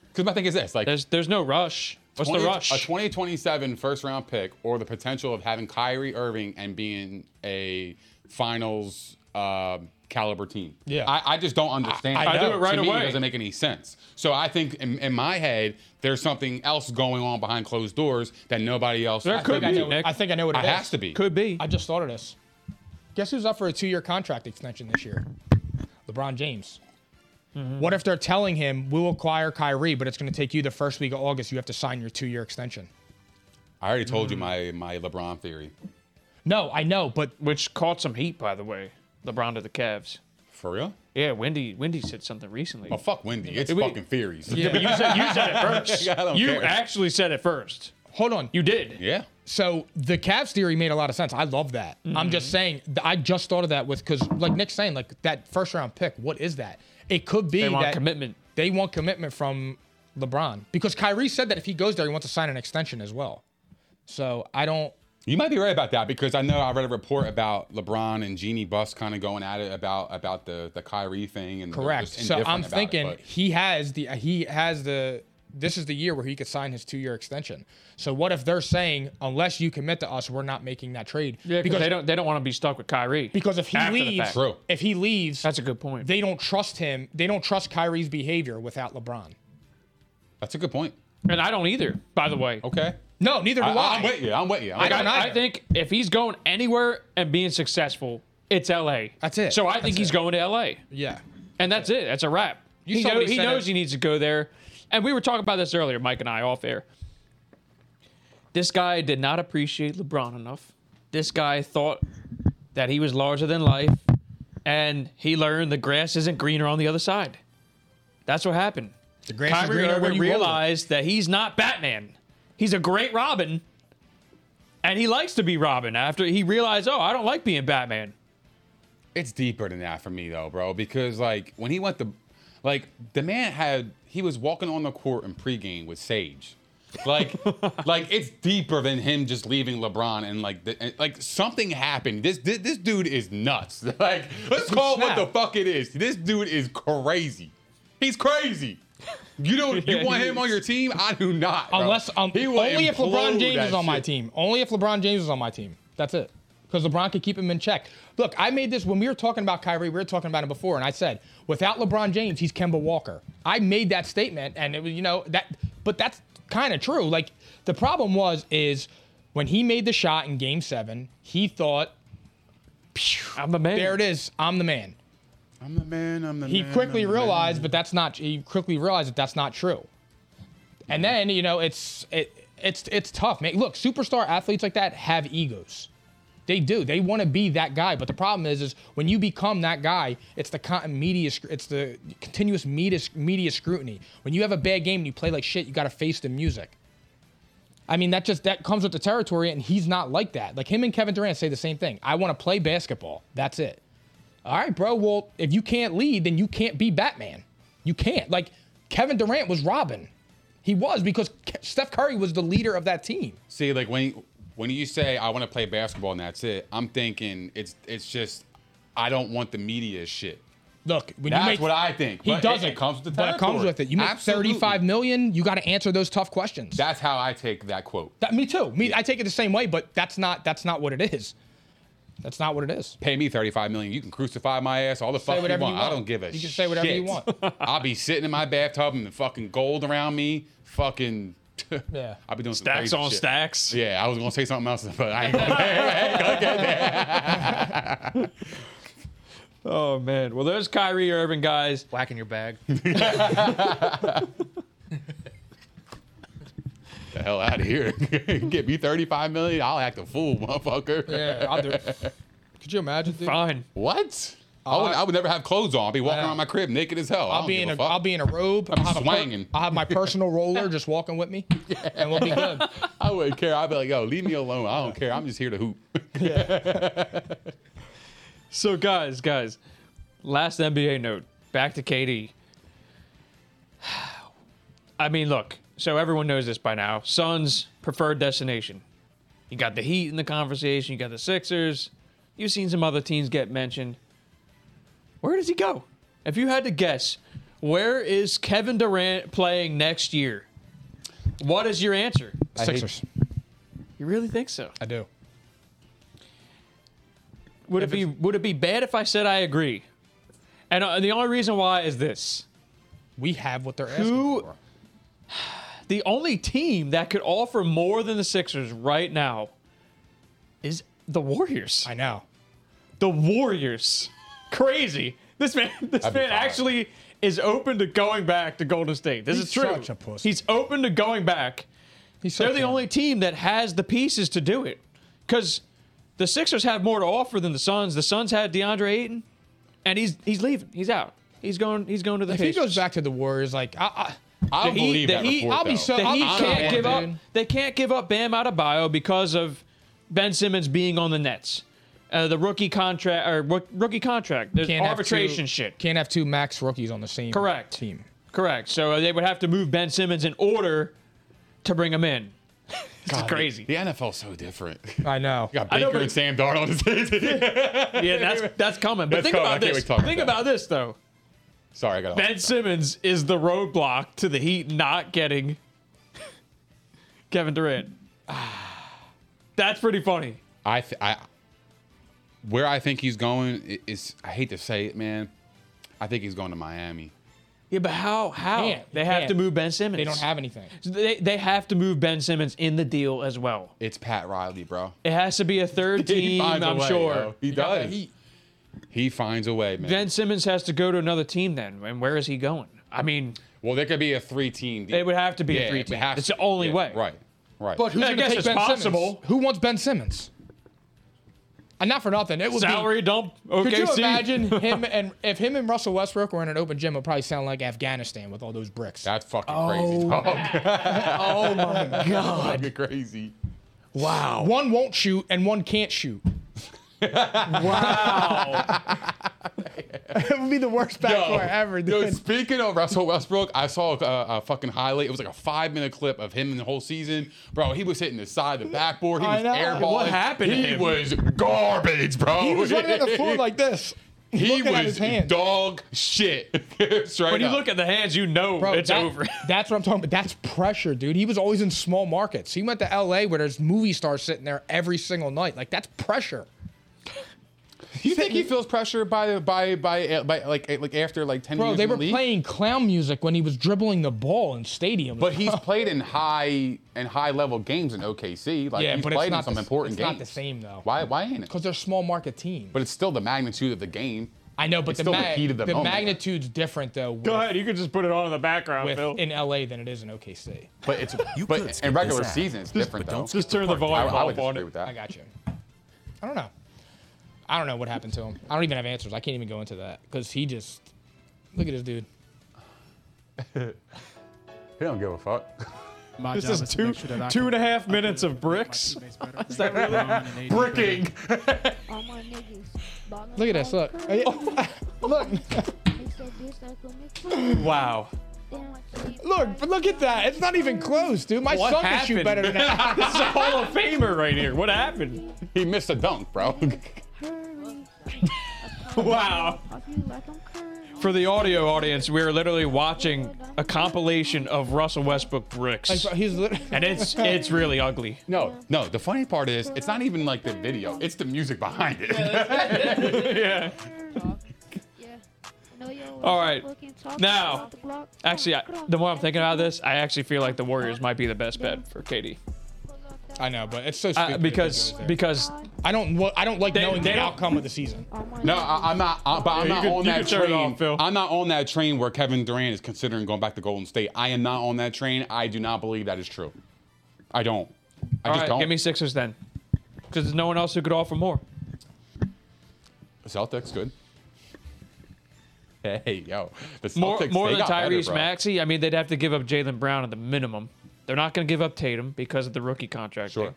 Speaker 2: Because my thing is this: like
Speaker 3: There's there's no rush. What's
Speaker 2: 20
Speaker 3: the rush?
Speaker 2: A 2027 first round pick or the potential of having Kyrie Irving and being a finals um caliber team.
Speaker 1: Yeah.
Speaker 2: I, I just don't understand.
Speaker 1: I- I do
Speaker 2: To
Speaker 1: it right
Speaker 2: me,
Speaker 3: away.
Speaker 2: doesn't make any sense. So I think in, in my head, there's something else going on behind closed doors that nobody else
Speaker 3: There
Speaker 2: I
Speaker 3: could
Speaker 2: think I
Speaker 3: be,
Speaker 2: know-
Speaker 3: Nick.
Speaker 1: I think I know what
Speaker 2: It
Speaker 1: it is.
Speaker 2: has to be.
Speaker 3: Could be.
Speaker 1: I just thought of this. Guess who's up for a two-year contract extension this year? LeBron James.
Speaker 3: Mm-hmm.
Speaker 1: What if they're telling him we'll acquire Kyrie, but it's going to take you the first week of August? You have to sign your two-year extension.
Speaker 2: I already told you my
Speaker 3: Mm-hmm.
Speaker 2: my LeBron theory.
Speaker 1: No, I know, but
Speaker 3: Which caught some heat, by the way. LeBron to the Cavs.
Speaker 2: For real?
Speaker 3: Yeah, Wendy. Wendy said something recently.
Speaker 2: Oh fuck Wendy. It's
Speaker 3: We-
Speaker 2: fucking theories.
Speaker 3: Yeah, but you said you said it first.
Speaker 2: I don't
Speaker 3: you
Speaker 2: care.
Speaker 3: actually said it first.
Speaker 1: hold on.
Speaker 3: You did.
Speaker 2: yeah.
Speaker 1: So the Cavs theory made a lot of sense. I love that. I'm
Speaker 3: Mm-hmm.
Speaker 1: just saying. th- I just thought of that with because, like Nick's saying, like that first-round pick. What is that? It could be
Speaker 3: They want
Speaker 1: that
Speaker 3: commitment.
Speaker 1: They want commitment from LeBron because Kyrie said that if he goes there, he wants to sign an extension as well. So I don't.
Speaker 2: You might be right about that because I know I read a report about LeBron and Jeannie Buss kind of going at it about about the the Kyrie thing and they're
Speaker 1: Correct.
Speaker 2: just
Speaker 1: So
Speaker 2: indifferent
Speaker 1: I'm
Speaker 2: about it,
Speaker 1: thinking
Speaker 2: but
Speaker 1: he has the he has the this is the year where he could sign his two year extension. So what if they're saying unless you commit to us, we're not making that trade?
Speaker 3: Yeah, because they don't they don't want to be stuck with Kyrie.
Speaker 1: Because if he
Speaker 3: after the
Speaker 1: leaves,
Speaker 3: fact.
Speaker 1: if he leaves,
Speaker 3: that's a good point.
Speaker 1: they don't trust him. They don't trust Kyrie's behavior without LeBron.
Speaker 2: That's a good point.
Speaker 3: And I don't either. By the way,
Speaker 2: Okay.
Speaker 1: No, neither do
Speaker 2: I,
Speaker 1: I.
Speaker 2: I, am with you. I'm with you. I'm
Speaker 3: I,
Speaker 2: with you.
Speaker 1: don't
Speaker 3: I
Speaker 1: either.
Speaker 3: think if he's going anywhere and being successful, it's L.A.
Speaker 1: That's it.
Speaker 3: So I
Speaker 1: That's
Speaker 3: think he's
Speaker 1: it. going
Speaker 3: going to L.A.
Speaker 1: Yeah.
Speaker 3: And that's it. That's a wrap.
Speaker 1: You
Speaker 3: he
Speaker 1: saw
Speaker 3: know-
Speaker 1: what he
Speaker 3: he
Speaker 1: said
Speaker 3: knows
Speaker 1: at-
Speaker 3: he needs to go there. And we were talking about this earlier, Mike and I, off air. This guy did not appreciate LeBron enough. This guy thought that he was larger than life, and he learned the grass isn't greener on the other side. That's what happened.
Speaker 1: The grass is
Speaker 3: Kyrie
Speaker 1: greener where
Speaker 3: Irving
Speaker 1: you roll it.
Speaker 3: realized that he's not Batman. He's a great Robin, and he likes to be Robin. After he realized, oh, I don't like being Batman.
Speaker 2: It's deeper than that for me though, bro. Because like when he went to, like the man had he was walking on the court in pregame with Sage.
Speaker 1: <laughs>
Speaker 2: Like, like it's deeper than him just leaving LeBron and like, the, and, like something happened. This, this this dude is nuts. <laughs> Like, let's call it what the
Speaker 3: Snap.
Speaker 2: fuck it is. This dude is crazy. He's crazy. You don't
Speaker 3: Yeah,
Speaker 2: you want
Speaker 3: he
Speaker 2: him on
Speaker 1: <laughs>
Speaker 2: your team? I do not. bro.
Speaker 1: Unless um,
Speaker 2: He will
Speaker 1: only if LeBron
Speaker 2: implode
Speaker 1: James
Speaker 2: that
Speaker 1: is on my
Speaker 2: shit.
Speaker 1: team. Only if LeBron James is on my team. That's it. Because LeBron could keep him in check. Look, I made this when we were talking about Kyrie. We were talking about him before, and I said without LeBron James, he's Kemba Walker. I made that statement, and it was you know that, but that's kind of true. Like the problem was is when he made the shot in Game Seven, he thought
Speaker 3: I'm the man.
Speaker 1: there it is, I'm the man.
Speaker 2: I'm the man. I'm the
Speaker 1: he
Speaker 2: man.
Speaker 1: quickly
Speaker 2: I'm the man.
Speaker 1: realized, but that's not. He quickly realized that that's not true. And then you know it's it it's it's tough, man. Look, superstar athletes like that have egos. They do. They want to be that guy. But the problem is, is when you become that guy, it's the con- media, sc- it's the continuous media media scrutiny. When you have a bad game and you play like shit, you got to face the music. I mean, that just that comes with the territory, and he's not like that. Like him and Kevin Durant say the same thing. I want to play basketball. That's it. All right, bro. Well, if you can't lead, then you can't be Batman. You can't. Like Kevin Durant was Robin. He was because Ke- Steph Curry was the leader of that team.
Speaker 2: See, like when when you say I want to play basketball and that's it, I'm thinking it's it's just I don't want the media shit.
Speaker 1: Look, when
Speaker 2: That's
Speaker 1: you make,
Speaker 2: what I think,
Speaker 1: He
Speaker 2: but it-
Speaker 1: doesn't.
Speaker 2: it comes with the
Speaker 1: but it comes
Speaker 2: territory.
Speaker 1: with it. You make
Speaker 2: Absolutely.
Speaker 1: thirty-five million. You got to answer those tough questions.
Speaker 2: That's how I take that quote.
Speaker 1: That- me too. Me, I take it the same way, but that's not that's not what it is. That's not what it is.
Speaker 2: Pay me 35 million. You can crucify my ass all the fuck you want.
Speaker 1: whatever you
Speaker 2: I
Speaker 1: want.
Speaker 2: don't give a shit.
Speaker 1: You can say whatever you
Speaker 2: <laughs>
Speaker 1: want.
Speaker 2: I'll be sitting in my bathtub and the fucking gold around me, fucking <laughs>
Speaker 1: Yeah.
Speaker 2: I'll be doing some
Speaker 3: Stacks
Speaker 2: crazy
Speaker 3: on
Speaker 2: shit.
Speaker 3: stacks.
Speaker 2: Yeah, I was gonna say something else, but I
Speaker 1: <laughs>
Speaker 2: ain't gonna, I ain't gonna get there.
Speaker 3: Oh man. Well, there's Kyrie Irving, guys.
Speaker 4: Whack in your bag.
Speaker 2: the hell out of here. <laughs> Get me 35 million. I'll act a fool, motherfucker.
Speaker 1: Yeah, I'll do it. <laughs> Could you imagine? Dude?
Speaker 3: Fine.
Speaker 2: What? I, would, I would never have clothes on. I'd be walking
Speaker 1: Yeah.
Speaker 2: around my crib naked as hell. I
Speaker 1: I'll
Speaker 2: don't
Speaker 1: be in
Speaker 2: give
Speaker 1: a,
Speaker 2: a fuck.
Speaker 1: will be in a robe.
Speaker 2: I'm
Speaker 1: I'll have, a
Speaker 2: swanging.
Speaker 1: I'll have my personal roller just walking with
Speaker 2: <laughs>
Speaker 1: me, and we'll be good.
Speaker 2: I wouldn't care. I'd be like, yo, leave me alone. I don't care. I'm just here to hoop. <laughs>
Speaker 3: So, guys, guys, last NBA note. Back to KD. <sighs> I mean, look. So everyone knows this by now. Suns preferred destination. You got the Heat in the conversation. You got the Sixers. You've seen some other teams get mentioned. Where does he go? If you had to guess, where is Kevin Durant playing next year? What is your answer?
Speaker 1: Sixers,
Speaker 3: You really think so?
Speaker 1: I do.
Speaker 3: Would it be would it be bad if I said I agree? And uh, the only reason why is this:
Speaker 1: We have what they're asking
Speaker 3: Who-
Speaker 1: for.
Speaker 3: the only team that could offer more than the Sixers right now is the Warriors.
Speaker 1: I know.
Speaker 3: The Warriors, crazy. This man, <laughs> this
Speaker 2: be
Speaker 3: man
Speaker 2: fine.
Speaker 3: actually is open to going back to Golden State. This
Speaker 1: He's
Speaker 3: is true.
Speaker 1: such a pussy.
Speaker 3: He's open to going back.
Speaker 1: He's so
Speaker 3: They're the
Speaker 1: talented.
Speaker 3: only team that has the pieces to do it, because the Sixers have more to offer than the Suns. The Suns had DeAndre Ayton, and he's he's leaving. He's out. He's going. He's going to the.
Speaker 1: If he goes
Speaker 3: Pacers.
Speaker 1: back to the Warriors, like I,
Speaker 2: I don't
Speaker 3: The Heat-
Speaker 2: believe
Speaker 3: the
Speaker 2: that
Speaker 3: Heat-
Speaker 2: report,
Speaker 1: I, I'll
Speaker 2: though.
Speaker 1: be so.
Speaker 3: The
Speaker 1: I'll,
Speaker 3: Heat
Speaker 1: I'll
Speaker 3: can't
Speaker 1: want,
Speaker 3: give up.
Speaker 1: dude.
Speaker 3: They can't give up Bam Adebayo because of Ben Simmons being on the Nets. Uh, the rookie contract or rook- rookie contract. There's
Speaker 1: Can't have
Speaker 3: arbitration
Speaker 1: two-
Speaker 3: shit.
Speaker 1: Can't have two max rookies on the same
Speaker 3: Correct.
Speaker 1: team.
Speaker 3: Correct. So uh, they would have to move Ben Simmons in order to bring him in. <laughs> It's crazy.
Speaker 2: The NFL's so different. You
Speaker 1: I know.
Speaker 2: got
Speaker 3: I
Speaker 2: Baker
Speaker 3: know, but-
Speaker 2: and Sam Darnold on the same team.
Speaker 3: Yeah, that's that's coming. But
Speaker 2: That's
Speaker 3: think
Speaker 2: coming. I
Speaker 3: about
Speaker 2: can't wait
Speaker 3: this.
Speaker 2: to talk about
Speaker 3: Think
Speaker 2: that.
Speaker 3: about this though.
Speaker 2: Sorry, I got.
Speaker 3: Ben Simmons is the roadblock to the Heat not getting <laughs> Kevin Durant. <sighs> That's pretty funny.
Speaker 2: I, th- I, where I think he's going i- is I hate to say it, man. I think he's going to Miami.
Speaker 3: Yeah, but how? How
Speaker 2: can't.
Speaker 3: they
Speaker 2: He
Speaker 3: have
Speaker 2: can't.
Speaker 3: to move Ben Simmons?
Speaker 2: They don't have anything.
Speaker 3: They they have to move Ben Simmons in the deal as well.
Speaker 2: It's Pat Riley, bro. <laughs>
Speaker 3: It has to be a <laughs> third
Speaker 2: He
Speaker 3: team.
Speaker 2: finds a
Speaker 3: I'm
Speaker 2: way,
Speaker 3: sure
Speaker 2: yo. He does. He finds a way, man.
Speaker 3: Ben Simmons has to go to another team then, and where is he going? I mean,
Speaker 2: well, there could be a three-team. deal.
Speaker 3: It would have to be a
Speaker 2: Yeah,
Speaker 3: three-team.
Speaker 2: it has
Speaker 3: It's
Speaker 2: to
Speaker 3: the
Speaker 2: be.
Speaker 3: only
Speaker 2: Yeah,
Speaker 3: way.
Speaker 2: Right. Right.
Speaker 1: But who's
Speaker 3: I
Speaker 1: going to
Speaker 3: guess
Speaker 1: take
Speaker 3: it's
Speaker 1: Ben Simmons?
Speaker 3: possible.
Speaker 1: Who wants Ben Simmons? And not for nothing, it would
Speaker 3: Salary
Speaker 1: be,
Speaker 3: dump,
Speaker 1: Could you
Speaker 3: OKC. <laughs>
Speaker 1: imagine him and if him and Russell Westbrook were in an open gym, it would probably sound like Afghanistan with all
Speaker 3: <laughs>
Speaker 1: those bricks.
Speaker 2: That's fucking
Speaker 1: Oh,
Speaker 2: crazy. dog.
Speaker 1: oh my God.
Speaker 2: Fucking crazy.
Speaker 1: Wow. One won't shoot and one can't <laughs> shoot. wow. it would be the worst backcourt ever, <laughs>
Speaker 2: Yo,
Speaker 1: dude.
Speaker 2: speaking of Russell Westbrook, I saw a, a fucking highlight. It was like a five minute clip of him in the whole season. Bro, he was hitting the side, the backboard. He
Speaker 1: I
Speaker 2: was
Speaker 1: know.
Speaker 2: airballing.
Speaker 1: What happened to
Speaker 2: He
Speaker 1: him?
Speaker 2: was garbage, bro.
Speaker 1: He was running on the floor like this.
Speaker 2: <laughs> he
Speaker 1: looking at his
Speaker 2: was
Speaker 1: hands.
Speaker 2: dog shit. <laughs> Straight
Speaker 3: when you
Speaker 2: up.
Speaker 3: look at the hands, you know
Speaker 1: Bro,
Speaker 3: it's
Speaker 1: that- <laughs>
Speaker 3: over.
Speaker 1: That's what I'm talking about. That's pressure, dude. He was always in small markets. He went to LA where there's movie stars sitting there every single night. Like that's pressure.
Speaker 2: you think he feels pressure by by by uh, by like uh, like after like ten
Speaker 1: Bro,
Speaker 2: years?
Speaker 1: they
Speaker 2: in the
Speaker 1: were
Speaker 2: league?
Speaker 1: playing clown music when he was dribbling the ball in stadiums.
Speaker 2: But he's played in high and high level games in OKC.
Speaker 1: <laughs>
Speaker 2: Like
Speaker 1: yeah,
Speaker 2: he's
Speaker 1: but
Speaker 2: played
Speaker 1: it's
Speaker 2: in
Speaker 1: not
Speaker 2: some
Speaker 1: the,
Speaker 2: important
Speaker 1: it's
Speaker 2: games.
Speaker 1: not the same though.
Speaker 2: Why why ain't it?
Speaker 1: Because they're a small market team.
Speaker 2: But it's still the magnitude of the game.
Speaker 1: I know, but
Speaker 2: it's
Speaker 1: the,
Speaker 2: still
Speaker 1: ma-
Speaker 2: the heat of the,
Speaker 1: the
Speaker 2: moment.
Speaker 1: magnitude's different though. With,
Speaker 3: Go ahead, you can just put it on in the background,
Speaker 1: with-
Speaker 3: Phil.
Speaker 1: in LA than it is in OKC.
Speaker 2: But it's
Speaker 8: <laughs> You could
Speaker 2: but
Speaker 8: skip
Speaker 2: in regular
Speaker 8: this ad.
Speaker 2: season it's
Speaker 8: Just-
Speaker 2: different
Speaker 8: but
Speaker 2: though.
Speaker 8: don't skip
Speaker 3: Just turn the
Speaker 2: I,
Speaker 3: volume
Speaker 2: I would
Speaker 3: up on
Speaker 2: disagree
Speaker 3: it.
Speaker 2: with that.
Speaker 1: I got you. I don't know. I don't know what happened to him. I don't even have answers. I can't even go into that because he just look at this dude.
Speaker 2: He don't give a fuck. <laughs>
Speaker 9: My
Speaker 3: This
Speaker 9: job
Speaker 3: is
Speaker 9: is to
Speaker 3: two
Speaker 9: make sure that I
Speaker 3: two
Speaker 9: can-
Speaker 3: and a half minutes of bricks. Is that really
Speaker 2: Bricking.
Speaker 10: All my niggas.
Speaker 1: Look at this. Look. <laughs> look.
Speaker 3: Wow.
Speaker 1: Look. But look at that. It's not even close, dude. My son can shoot better
Speaker 3: <laughs>
Speaker 1: than that.
Speaker 3: this is a Hall of Famer right here. What happened?
Speaker 2: He missed a dunk, bro. <laughs>
Speaker 1: <laughs>
Speaker 7: <laughs>
Speaker 3: Wow. For the audio audience, we are literally watching a compilation of Russell Westbrook bricks,
Speaker 1: He's literally.
Speaker 3: and it's it's really ugly.
Speaker 2: no, no. The funny part is it's not even like the video. It's the music behind it.
Speaker 3: yeah. All right. Now, actually, I, the more I'm thinking about this, I actually feel like the Warriors might be the best bet for KD
Speaker 1: <laughs>
Speaker 2: <laughs>
Speaker 1: I know, but it's so
Speaker 3: Uh,
Speaker 1: stupid.
Speaker 3: because because
Speaker 1: I don't. wa- I don't like
Speaker 3: They-
Speaker 1: knowing
Speaker 3: they
Speaker 1: the
Speaker 3: don't-
Speaker 1: outcome of the season.
Speaker 2: No, I, I'm not. I, but I'm
Speaker 3: Yeah, you
Speaker 2: not
Speaker 3: can-
Speaker 2: on
Speaker 3: you
Speaker 2: that
Speaker 3: can turn it
Speaker 2: train.
Speaker 3: off, Phil.
Speaker 2: I'm not on that train where Kevin Durant is considering going back to Golden State. I am not on that train. I do not believe that is true. I don't. I
Speaker 3: all
Speaker 2: just
Speaker 3: right,
Speaker 2: don't.
Speaker 3: give me Sixers then, because there's no one else who could offer more.
Speaker 2: Celtics good. <laughs> Hey yo, the Celtics
Speaker 3: More, more
Speaker 2: they
Speaker 3: than
Speaker 2: got
Speaker 3: Tyrese
Speaker 2: better, bro.
Speaker 3: Maxey, I mean, they'd have to give up Jalen Brown at the minimum. They're not going to give up Tatum because of the rookie contract.
Speaker 2: Sure.
Speaker 3: thing.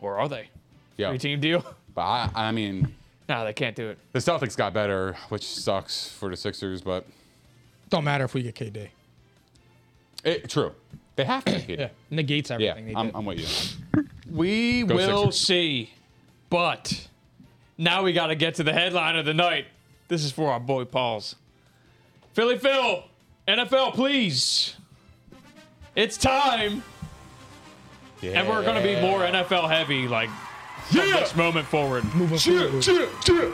Speaker 3: Or are they?
Speaker 2: Yeah.
Speaker 3: Three team deal? <laughs>
Speaker 2: But I, I mean,
Speaker 3: No, they can't do it.
Speaker 2: the Celtics got better, which sucks for the Sixers. But
Speaker 1: Don't matter if we get KD.
Speaker 2: it, true, they have to.
Speaker 3: <clears throat>
Speaker 2: get
Speaker 1: Yeah.
Speaker 2: it.
Speaker 1: Negates
Speaker 2: yeah,
Speaker 1: everything. they
Speaker 2: I'm,
Speaker 1: did.
Speaker 2: I'm with you.
Speaker 3: We
Speaker 2: Go
Speaker 3: will
Speaker 2: Sixers.
Speaker 3: see. But now we got to get to the headline of the night. This is for our boy Pauls. Philly Phil, NFL, please. It's time. And we're going to be more NFL heavy, like from this moment forward.
Speaker 2: Chill, chill, chill.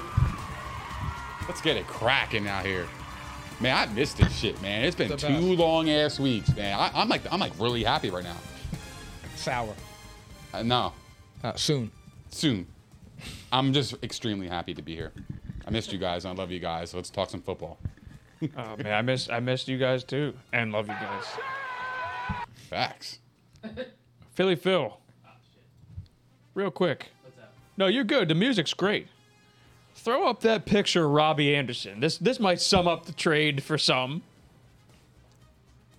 Speaker 2: Let's get it cracking out here. Man, I missed this shit, man. It's been
Speaker 1: The best.
Speaker 2: two long ass weeks, man. I, I'm like, I'm like really happy right now.
Speaker 1: sour.
Speaker 2: Uh, no,
Speaker 1: Uh, soon.
Speaker 2: soon. I'm just extremely happy to be here. I missed you guys. and I love you guys. So let's talk some football.
Speaker 3: Oh man, I missed I missed you guys too, and love you guys.
Speaker 2: Facts.
Speaker 3: Philly Phil, real quick. No, you're good. The music's great. Throw up that picture, of Robbie Anderson. This this might sum up the trade for some.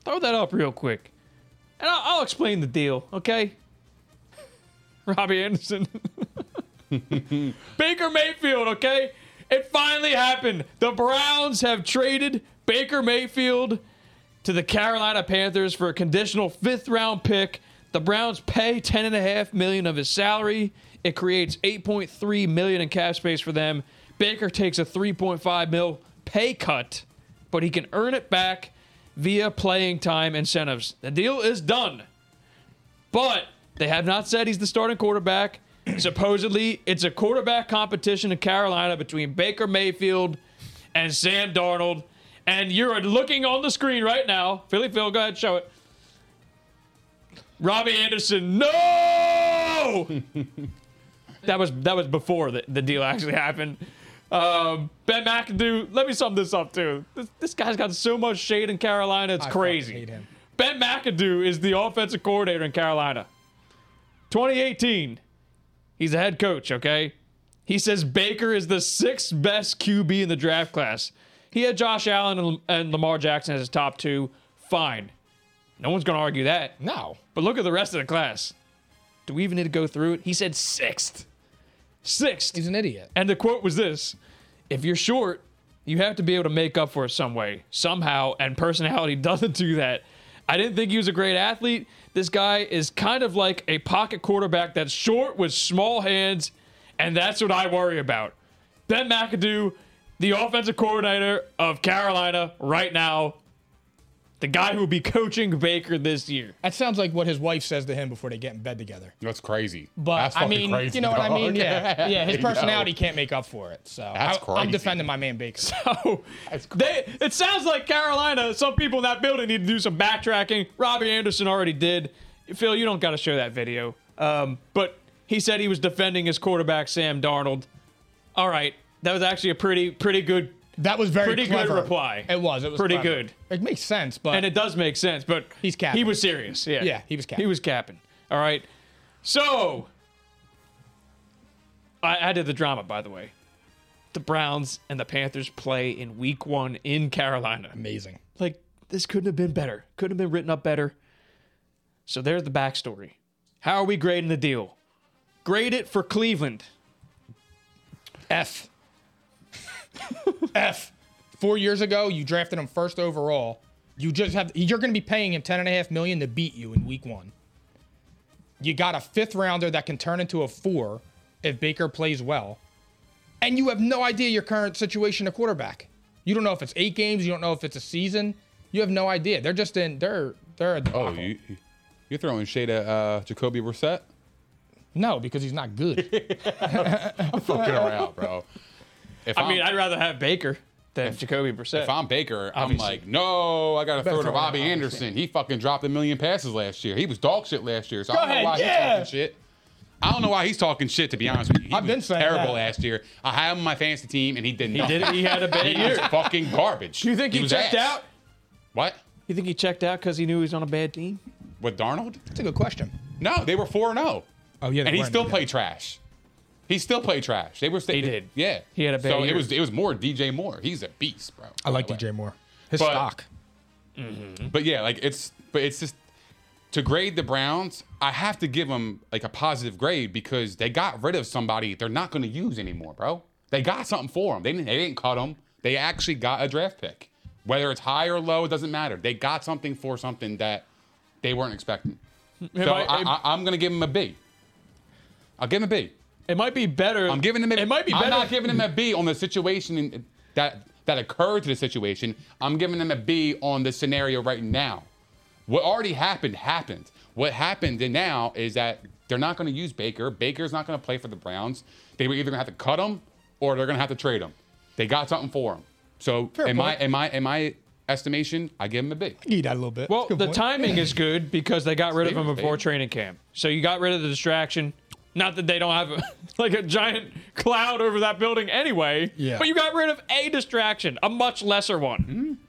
Speaker 3: Throw that up real quick, and I'll, I'll explain the deal. Okay. <laughs> Robbie Anderson, <laughs> Baker Mayfield. Okay, it finally happened. The Browns have traded Baker Mayfield to the Carolina Panthers for a conditional fifth round pick. The Browns pay ten and a half million of his salary. It creates eight point three million in cap space for them. Baker takes a three point five mil pay cut, but he can earn it back via playing time incentives. The deal is done. But they have not said he's the starting quarterback. <clears throat> Supposedly, it's a quarterback competition in Carolina between Baker Mayfield and Sam Darnold. And you're looking on the screen right now. Philly Phil, go ahead, show it. Robbie Anderson,
Speaker 1: <laughs>
Speaker 3: no! that was that was before the, the deal actually happened. Um, ben McAdoo, let me sum this up too. This, this guy's got so much shade in Carolina, it's
Speaker 1: I fucking
Speaker 3: crazy.
Speaker 1: hate him.
Speaker 3: Ben McAdoo is the offensive coordinator in Carolina. 2018, he's a head coach, okay? He says Baker is the sixth best QB in the draft class. He had Josh Allen and- and Lamar Jackson as his top two. Fine. No one's going to argue that.
Speaker 1: No.
Speaker 3: But look at the rest of the class. Do we even need to go through it? He said sixth. Sixth.
Speaker 1: He's an idiot.
Speaker 3: And the quote was this If you're short, you have to be able to make up for it some way, somehow, and personality <laughs> doesn't do that. I didn't think he was a great athlete. This guy is kind of like a pocket quarterback that's short with small hands, and that's what I worry about. Ben McAdoo, the offensive coordinator of Carolina right now, the guy who will be coaching Baker this year.
Speaker 1: That sounds like what his wife says to him before they get in bed together.
Speaker 2: That's crazy.
Speaker 1: But
Speaker 2: That's
Speaker 1: I
Speaker 2: fucking
Speaker 1: mean,
Speaker 2: crazy,
Speaker 1: you know what I
Speaker 2: dog.
Speaker 3: <laughs>
Speaker 1: mean?
Speaker 2: <laughs>
Speaker 1: Yeah, yeah. His
Speaker 2: You know.
Speaker 1: personality can't make up for it. So
Speaker 2: That's
Speaker 1: I, am
Speaker 2: crazy.
Speaker 1: defending my man
Speaker 3: <laughs>
Speaker 1: Baker.
Speaker 3: So they, it sounds like Carolina. Some people in that building need to do some backtracking. Robbie Anderson already did. Phil, you don't got to show that video. Um, but he said he was defending his quarterback Sam Darnold. All right, that was actually a pretty pretty good
Speaker 1: That was very
Speaker 3: pretty
Speaker 1: clever.
Speaker 3: good reply.
Speaker 1: It was. It was
Speaker 3: pretty
Speaker 1: clever.
Speaker 3: good,
Speaker 1: It makes sense, but
Speaker 3: and it does make sense. But
Speaker 1: He's capping.
Speaker 3: He was serious. Yeah,
Speaker 1: Yeah, he was capping.
Speaker 3: He was capping. All right, so I added the drama, by the way. The Browns and the Panthers play in Week One in Carolina.
Speaker 1: amazing.
Speaker 3: Like, this couldn't have been better. Couldn't have been written up better. So there's the backstory. How are we grading the deal? Grade it for Cleveland.
Speaker 1: F. F. Four years ago, you drafted him first overall. You just have you're going to be paying him ten and a half million to beat you in week one. You got a fifth rounder that can turn into a four if Baker plays well, and you have no idea your current situation at quarterback. You don't know if it's eight games. You don't know if it's a season. You have no idea. They're just in. They're they're. A
Speaker 2: Oh, you, you're throwing shade at uh, Jacoby Brissett?
Speaker 1: No, because he's not <laughs> good.
Speaker 2: I'm fucking around, bro. If
Speaker 3: I mean, I'd rather have Baker than Jacoby Brissett.
Speaker 2: If I'm Baker,
Speaker 3: Obviously.
Speaker 2: I'm like, no, I got to
Speaker 1: Better
Speaker 2: throw to
Speaker 1: throw it
Speaker 2: Robbie
Speaker 1: to Robbie
Speaker 2: Anderson. He fucking dropped a million passes last year. He was dog shit last year, so
Speaker 3: Go
Speaker 2: I don't
Speaker 3: ahead,
Speaker 2: know why
Speaker 3: yeah.
Speaker 2: he's talking shit. I don't know why he's talking shit. To be honest with you, he
Speaker 1: I've
Speaker 2: was
Speaker 1: been saying
Speaker 2: terrible
Speaker 1: that.
Speaker 2: last year. I had him on my fantasy team, and he did
Speaker 3: he
Speaker 2: not.
Speaker 3: did it. He had a bad
Speaker 2: He was
Speaker 3: year.
Speaker 2: fucking garbage.
Speaker 3: You think he,
Speaker 2: was
Speaker 3: checked
Speaker 2: ass.
Speaker 3: out?
Speaker 2: What?
Speaker 3: You think he checked out because he knew he was on a bad team?
Speaker 2: With Darnold?
Speaker 1: That's a good question.
Speaker 2: No, they were four and zero.
Speaker 1: Oh yeah, they
Speaker 2: and he
Speaker 1: weren't.
Speaker 2: still played trash. He still played trash. They were. St-
Speaker 3: He did.
Speaker 2: Yeah.
Speaker 3: He had a bad
Speaker 2: So
Speaker 3: year.
Speaker 2: it was. It was more DJ Moore. He's a beast, bro.
Speaker 1: I like DJ Moore. His
Speaker 2: But-
Speaker 1: stock.
Speaker 3: Mm-hmm.
Speaker 2: But yeah, like it's but it's just to grade the Browns, I have to give them like a positive grade because they got rid of somebody they're not going to use anymore, bro. They got something for them. They didn't they didn't cut them. They actually got a draft pick. Whether it's high or low, it doesn't matter. They got something for something that they weren't expecting.
Speaker 3: It
Speaker 2: so
Speaker 3: might-
Speaker 2: I,
Speaker 3: it-
Speaker 2: I, I'm going to give them a B. I'll give them a B.
Speaker 3: It might be better.
Speaker 2: I'm giving him. A,
Speaker 3: It might be
Speaker 2: I'm
Speaker 3: better.
Speaker 2: not giving him a B on the situation in- that that occurred to the situation. I'm giving him a B on the scenario right now. What already happened happened. What happened and now is that they're not going to use Baker. Baker's not going to play for the Browns. They were either going to have to cut him or they're going to have to trade him. They got something for him. So in my
Speaker 1: point.
Speaker 2: in my in my estimation, I give him a B.
Speaker 1: Eat that a little bit.
Speaker 3: well,
Speaker 1: Good
Speaker 3: the
Speaker 1: point.
Speaker 3: timing is good because they got rid of him
Speaker 2: Stevens,
Speaker 3: before
Speaker 2: Stevens.
Speaker 3: training camp. So you got rid of the distraction. Not that they don't have <laughs> like a giant cloud over that building anyway.
Speaker 1: Yeah. Mm-hmm.
Speaker 3: But you got rid of a distraction, a much lesser one.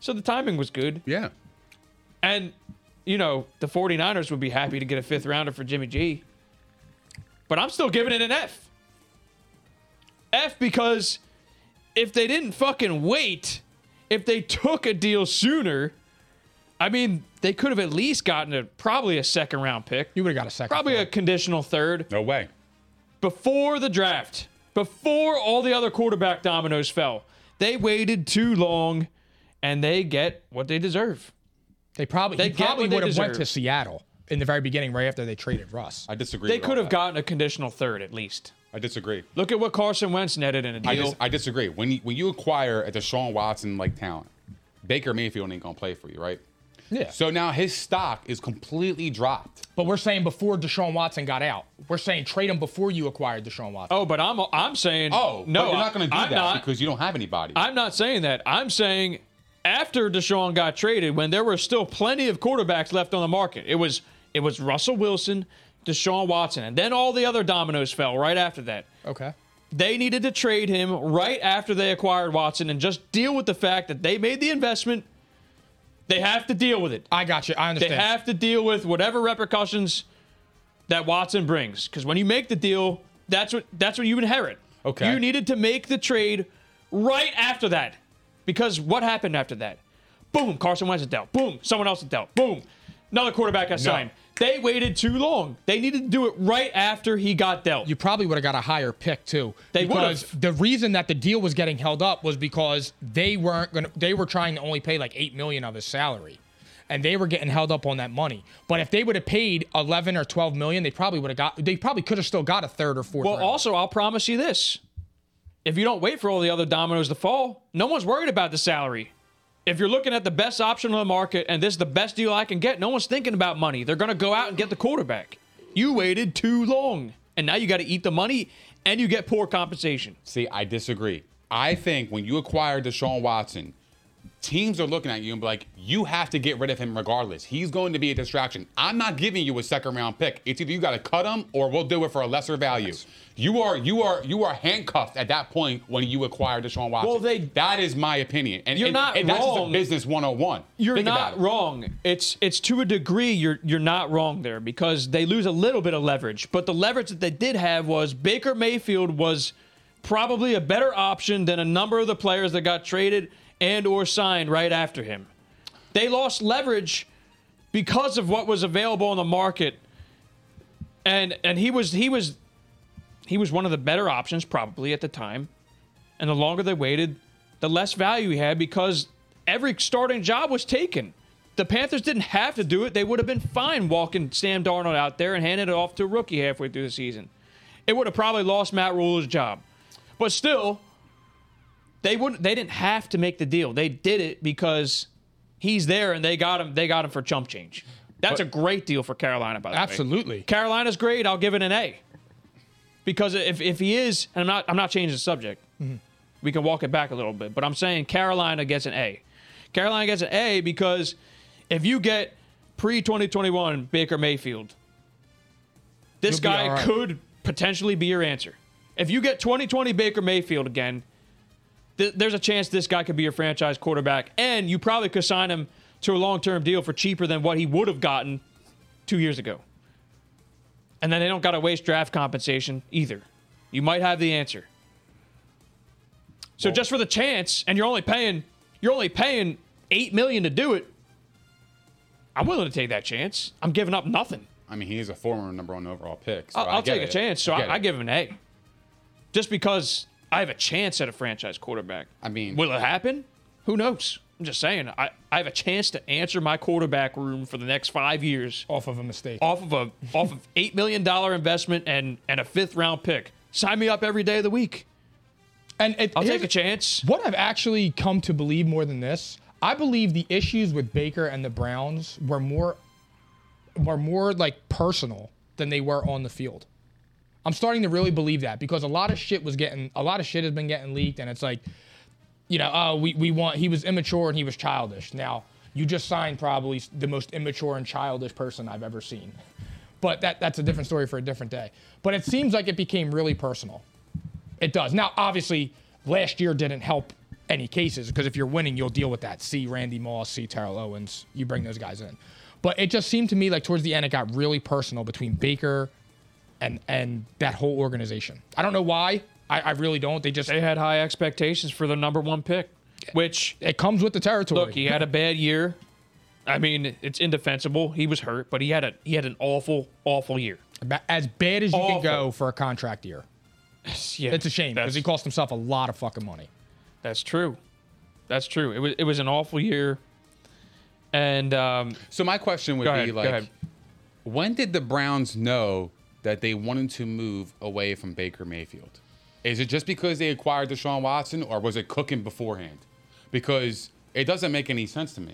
Speaker 3: So the timing was good.
Speaker 2: Yeah.
Speaker 3: And, you know, the 49ers would be happy to get a fifth rounder for Jimmy G. But I'm still giving it an F. F because if they didn't fucking wait, if they took a deal sooner, I mean, they could have at least gotten a probably a second round pick,
Speaker 1: You would have got a second.
Speaker 3: probably
Speaker 1: for
Speaker 3: a
Speaker 1: it.
Speaker 3: conditional third
Speaker 2: No way.
Speaker 3: before the draft, before all the other quarterback dominoes fell. They waited too long and they get what they deserve.
Speaker 1: They probably
Speaker 3: They
Speaker 1: he
Speaker 3: get
Speaker 1: probably
Speaker 3: what they
Speaker 1: would have went to
Speaker 3: deserve.
Speaker 1: Seattle in the very beginning, right after they traded Russ.
Speaker 2: I disagree.
Speaker 3: They
Speaker 2: with
Speaker 3: could
Speaker 2: all
Speaker 3: have
Speaker 2: that.
Speaker 3: gotten a conditional third at least.
Speaker 2: I disagree.
Speaker 3: Look at what Carson Wentz netted in a deal.
Speaker 2: I, dis- I disagree. When you, when you acquire a Deshaun Watson like talent, Baker Mayfield ain't gonna play for you, right?
Speaker 1: Yeah.
Speaker 2: So now his stock is completely dropped.
Speaker 1: But we're saying before Deshaun Watson got out. We're saying trade him before you acquired Deshaun Watson.
Speaker 3: oh, but I'm I'm saying
Speaker 2: Oh
Speaker 3: no,
Speaker 2: but you're not gonna do
Speaker 3: I'm
Speaker 2: that
Speaker 3: not.
Speaker 2: because you don't have anybody.
Speaker 3: I'm not saying that. I'm saying after Deshaun got traded, when there were still plenty of quarterbacks left on the market, it was it was Russell Wilson, Deshaun Watson, and then all the other dominoes fell right after that.
Speaker 1: Okay.
Speaker 3: They needed to trade him right after they acquired Watson and just deal with the fact that they made the investment. They have to deal with it.
Speaker 1: I got you. I
Speaker 3: They
Speaker 1: understand.
Speaker 3: have to deal with whatever repercussions that Watson brings. Because when you make the deal, that's what that's what you inherit.
Speaker 2: Okay.
Speaker 3: You needed to make the trade right after that. Because what happened after that? Boom, Carson Wentz is dealt. Boom, someone else is dealt. Boom. Another quarterback got
Speaker 1: No.
Speaker 3: signed. They waited too long. They needed to do it right after he got dealt.
Speaker 1: you probably would have got a higher pick too.
Speaker 3: They
Speaker 1: because
Speaker 3: would've.
Speaker 1: the reason that the deal was getting held up was because they weren't going to they were trying to only pay like 8 million of his salary. And they were getting held up on that money. But if they would have paid 11 or 12 million, they probably would have got they probably could have still got a third or fourth.
Speaker 3: Well,
Speaker 1: round.
Speaker 3: also, I'll promise you this. If you don't wait for all the other dominoes to fall, no one's worried about the salary. If you're looking at the best option on the market and this is the best deal I can get, no one's thinking about money. They're going to go out and get the quarterback. You waited too long, and now you got to eat the money and you get poor compensation.
Speaker 2: See, I disagree. I think when you acquire Deshaun Watson, teams are looking at you and be like, you have to get rid of him regardless. He's going to be a distraction. I'm not giving you a second round pick. It's either you got to cut him or we'll do it for a lesser value. You are you are you are handcuffed at that point when you acquire Deshaun Watson.
Speaker 3: Well, they-
Speaker 2: that is my opinion. And
Speaker 3: You're
Speaker 2: and-
Speaker 3: not
Speaker 2: and That's just
Speaker 3: wrong.
Speaker 2: a business 101.
Speaker 3: You're
Speaker 2: Think about
Speaker 3: not
Speaker 2: it.
Speaker 3: wrong. It's it's to a degree you're you're not wrong there because they lose a little bit of leverage. But the leverage that they did have was Baker Mayfield was probably a better option than a number of the players that got traded and or signed right after him. They lost leverage because of what was available on the market. And and he was he was he was one of the better options probably at the time. And the longer they waited, the less value he had because every starting job was taken. The Panthers didn't have to do it. They would have been fine walking Sam Darnold out there and handing it off to a rookie halfway through the season. It would have probably lost Matt Rule's job. But still, they wouldn't they didn't have to make the deal. They did it because he's there and they got him they got him for chump change. That's a great deal for Carolina by the way.
Speaker 1: Absolutely.
Speaker 3: Carolina's great. I'll give it an A. Because if, if he is, and I'm not I'm not changing the subject, we can walk it back a little bit. But I'm saying Carolina gets an A. Carolina gets an A because if you get pre 2021 Baker Mayfield, this
Speaker 1: You'll be
Speaker 3: guy
Speaker 1: all right.
Speaker 3: could potentially be your answer. If you get 2020 Baker Mayfield again, th- there's a chance this guy could be your franchise quarterback, and you probably could sign him to a long-term deal for cheaper than what he would have gotten two years ago. And then they don't got to waste draft compensation either. You might have the answer. So just for the chance, and you're only paying you're only paying eight million to do it. I'm willing to take that chance. I'm giving up nothing.
Speaker 2: I mean, he is a former number one overall pick. so
Speaker 3: I'll,
Speaker 2: I
Speaker 3: I'll
Speaker 2: get
Speaker 3: take a
Speaker 2: it.
Speaker 3: chance. So
Speaker 2: get
Speaker 3: I, I
Speaker 2: it.
Speaker 3: give him an A, just because I have a chance at a franchise quarterback.
Speaker 2: I mean-
Speaker 3: will it happen? Who knows? I'm just saying. I, I have a chance to answer my quarterback room for the next five years
Speaker 1: off of a mistake.
Speaker 3: off of a <laughs> off of eight million dollar investment and and a fifth round pick. Sign me up every day of the week.
Speaker 1: And it,
Speaker 3: I'll
Speaker 1: here's-
Speaker 3: take a chance.
Speaker 1: What I've actually come to believe more than this, I believe the issues with Baker and the Browns were more were more like personal than they were on the field. I'm starting to really believe that because a lot of shit was getting a lot of shit has been getting leaked and it's like you know, oh, we, we want he was immature and he was childish. Now, you just signed probably the most immature and childish person I've ever seen. But that that's a different story for a different day. But it seems like it became really personal. It does. Now, obviously, last year didn't help any cases because if you're winning, you'll deal with that. See Randy Moss, see Terrell Owens, you bring those guys in. But it just seemed to me like towards the end it got really personal between Baker and and that whole organization. I don't know why. I, I really don't. They just
Speaker 3: They had high expectations for the number one pick, which
Speaker 1: it comes with the territory.
Speaker 3: look, he had a bad year. I mean, it's indefensible. He was hurt, but he had a he had an awful, awful year.
Speaker 1: Ba- as bad as you
Speaker 3: Awful.
Speaker 1: can go for a contract year.
Speaker 3: Yeah,
Speaker 1: It's a shame because
Speaker 3: That's,
Speaker 1: he cost himself a lot of fucking money.
Speaker 3: that's true. That's true. It was it was an awful year, and um,
Speaker 2: So my question would
Speaker 3: Go
Speaker 2: be
Speaker 3: ahead, go
Speaker 2: like,
Speaker 3: ahead.
Speaker 2: when did the Browns know that they wanted to move away from Baker Mayfield. Is it just because they acquired Deshaun Watson, or was it cooking beforehand? Because it doesn't make any sense to me.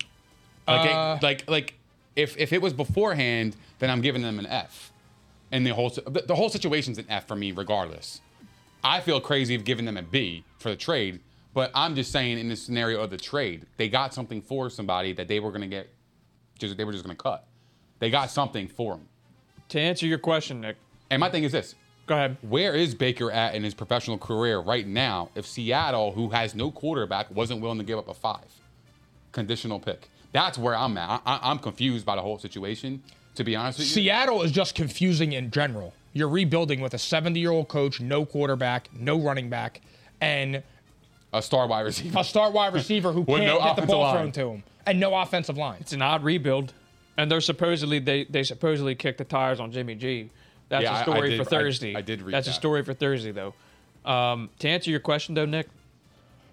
Speaker 2: Like, it-
Speaker 1: Uh,
Speaker 2: like, like, if if it was beforehand, then I'm giving them an F, and the whole si- the, the whole situation's an F for me, regardless. I feel crazy of giving them a B for the trade, but I'm just saying in the scenario of the trade, they got something for somebody that they were gonna get, just they were just gonna cut. They got something for him.
Speaker 3: To answer your question, Nick.
Speaker 2: And my thing is this.
Speaker 3: Go ahead.
Speaker 2: Where is Baker at in his professional career right now if Seattle, who has no quarterback, wasn't willing to give up a five? Conditional pick. That's where I'm at. I, I, am confused by the whole situation, to be honest with you.
Speaker 1: Seattle is just confusing in general. You're rebuilding with a 70 year old coach, no quarterback, no running back, and
Speaker 2: a star
Speaker 1: <laughs>
Speaker 2: wide receiver.
Speaker 1: A star wide receiver
Speaker 3: <laughs>
Speaker 1: who
Speaker 3: With
Speaker 1: can't
Speaker 3: no
Speaker 1: get the
Speaker 3: offensive
Speaker 1: ball
Speaker 3: line.
Speaker 1: thrown to him, and no offensive line.
Speaker 3: It's an odd rebuild, and they're supposedly they they supposedly kicked the tires on Jimmy G. That's
Speaker 2: Yeah, I- I
Speaker 3: a story
Speaker 2: did-
Speaker 3: for Thursday.
Speaker 2: I- I did read
Speaker 3: That's a
Speaker 2: that.
Speaker 3: story for Thursday, though. Um, to answer your question, though, Nick,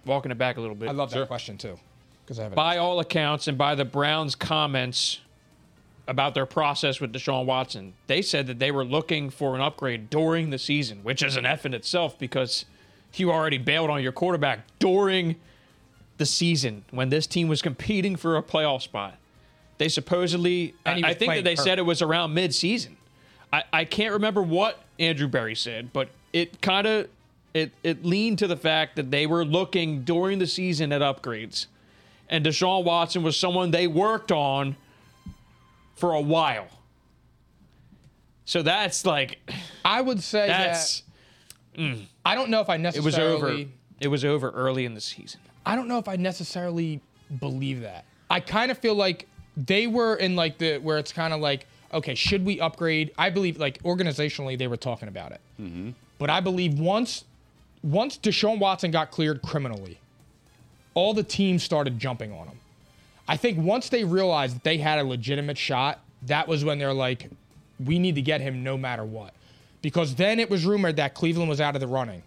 Speaker 3: walking it back a little bit.
Speaker 1: I love that question too, because I have it.
Speaker 3: By all accounts, and by the Browns' comments about their process with Deshaun Watson, they said that they were looking for an upgrade during the season, which is an F in itself because you already bailed on your quarterback during the season when this team was competing for a playoff spot. They supposedly,
Speaker 1: And he
Speaker 3: I I
Speaker 1: was
Speaker 3: think that
Speaker 1: playing
Speaker 3: they
Speaker 1: hurt.
Speaker 3: said it was around midseason. I, I can't remember what Andrew Berry said, but it kind of it it leaned to the fact that they were looking during the season at upgrades, and Deshaun Watson was someone they worked on for a while. So that's like
Speaker 1: I would say
Speaker 3: that's
Speaker 1: I don't know if I
Speaker 3: it was over.
Speaker 1: necessarily.
Speaker 3: It was over early in the season.
Speaker 1: I don't know if I necessarily believe that. I kind of feel like they were in like the where it's kind of like, okay, should we upgrade? I believe like organizationally they were talking about it.
Speaker 2: Mm-hmm.
Speaker 1: But I believe once once Deshaun Watson got cleared criminally, all the teams started jumping on him. I think once they realized that they had a legitimate shot, that was when they're like, we need to get him no matter what. Because then it was rumored that Cleveland was out of the running.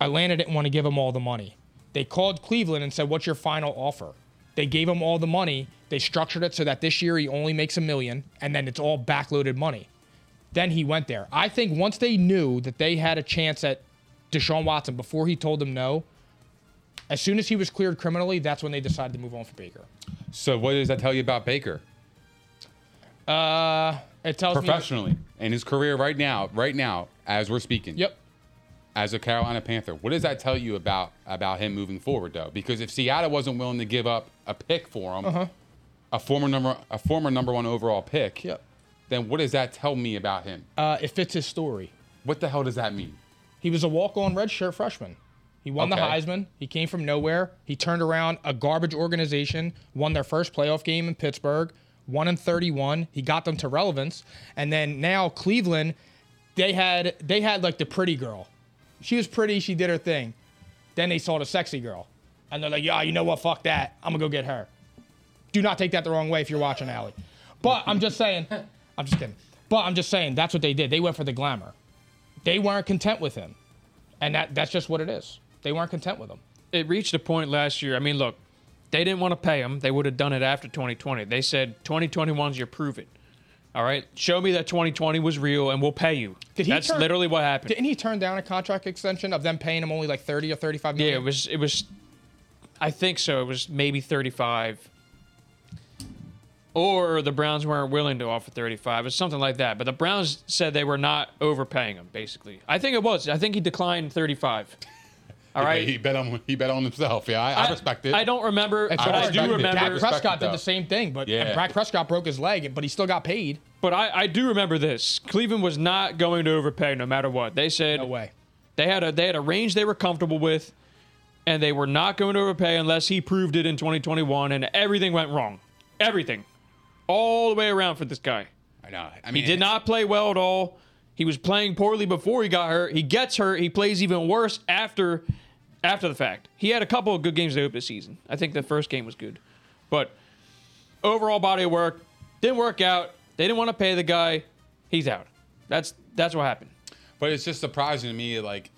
Speaker 1: Atlanta didn't want to give him all the money. They called Cleveland and said, What's your final offer? They gave him all the money. They structured it so that this year he only makes a million and then it's all backloaded money. Then he went there. I think once they knew that they had a chance at Deshaun Watson before he told them no, as soon as he was cleared criminally, that's when they decided to move on for Baker.
Speaker 2: So what does that tell you about Baker?
Speaker 1: Uh, it tells
Speaker 2: professionally in his career right now, right now, as we're speaking.
Speaker 1: Yep.
Speaker 2: As a Carolina Panther, what does that tell you about about him moving forward though? Because if Seattle wasn't willing to give up a pick for him,
Speaker 1: Uh-huh.
Speaker 2: a former number a former number one overall pick, then what does that tell me about him?
Speaker 1: me uh, it fits his story.
Speaker 2: What the hell does that mean?
Speaker 1: He was a walk-on redshirt freshman. He won the
Speaker 2: Okay.
Speaker 1: Heisman. He came from nowhere. He turned around a garbage organization, won their first playoff game in Pittsburgh, one in 31. He got them to relevance, and then now Cleveland, they had they had like the pretty girl. She was pretty. She did her thing. Then they saw the sexy girl, and they're like, "Yeah, you know what? Fuck that. I'm gonna go get her." Do not take that the wrong way if you're watching Allie. But I'm just saying, <laughs> I'm just kidding. But I'm just saying that's what they did. They went for the glamour. They weren't content with him. And that that's just what it is. They weren't content with him.
Speaker 3: it reached a point last year. I mean, look, they didn't want to pay him. They would have done it after 2020. They said 2021's your prove it. All right, show me that 2020 was real, and we'll pay you. That's
Speaker 1: turn-
Speaker 3: literally what happened.
Speaker 1: Didn't he turn down a contract extension of them paying him only like 30 or 35 million?
Speaker 3: yeah, it was. It was. I think so. It was maybe 35. Or the Browns weren't willing to offer 35. It's something like that. But the Browns said they were not overpaying him. Basically, I think it was. I think he declined 35. All right.
Speaker 2: He bet on he bet on himself. Yeah, I, I respect it.
Speaker 3: I don't remember.
Speaker 2: It's
Speaker 3: but I
Speaker 2: hard.
Speaker 3: do
Speaker 2: Respect it. I
Speaker 3: remember.
Speaker 2: respect it,
Speaker 1: Prescott did
Speaker 2: though.
Speaker 1: the same thing, but
Speaker 2: Yeah.
Speaker 1: and Dak Prescott broke his leg, but he still got paid.
Speaker 3: But I, I do remember this. Cleveland was not going to overpay no matter what. They said
Speaker 1: No way.
Speaker 3: They had a they had a range they were comfortable with, and they were not going to overpay unless he proved it in 2021. And everything went wrong, everything, all the way around for this guy.
Speaker 2: I know. I mean,
Speaker 3: he did not play well at all. He was playing poorly before he got hurt. He gets hurt. He plays even worse after after the fact. He had a couple of good games to open the season. I think the first game was good, but overall body of work didn't work out. They didn't want to pay the guy. He's out. That's that's what happened.
Speaker 2: But it's just surprising to me, like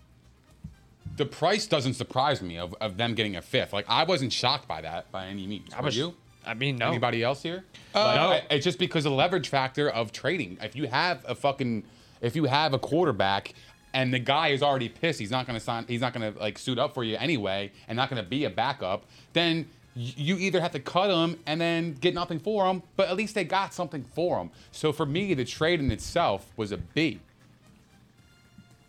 Speaker 2: the price doesn't surprise me of, of them getting a fifth. Like I wasn't shocked by that by any means.
Speaker 3: I
Speaker 2: Were
Speaker 3: was-
Speaker 2: you?
Speaker 3: I mean, no.
Speaker 2: Anybody else here?
Speaker 3: Uh,
Speaker 2: Like,
Speaker 3: No.
Speaker 2: I- it's just because of the leverage factor of trading. If you have a fucking if you have a quarterback and the guy is already pissed, he's not going to sign, he's not going to like suit up for you anyway, and not going to be a backup, then y- you either have to cut him and then get nothing for him, but at least they got something for him. So for me, the trade in itself was a B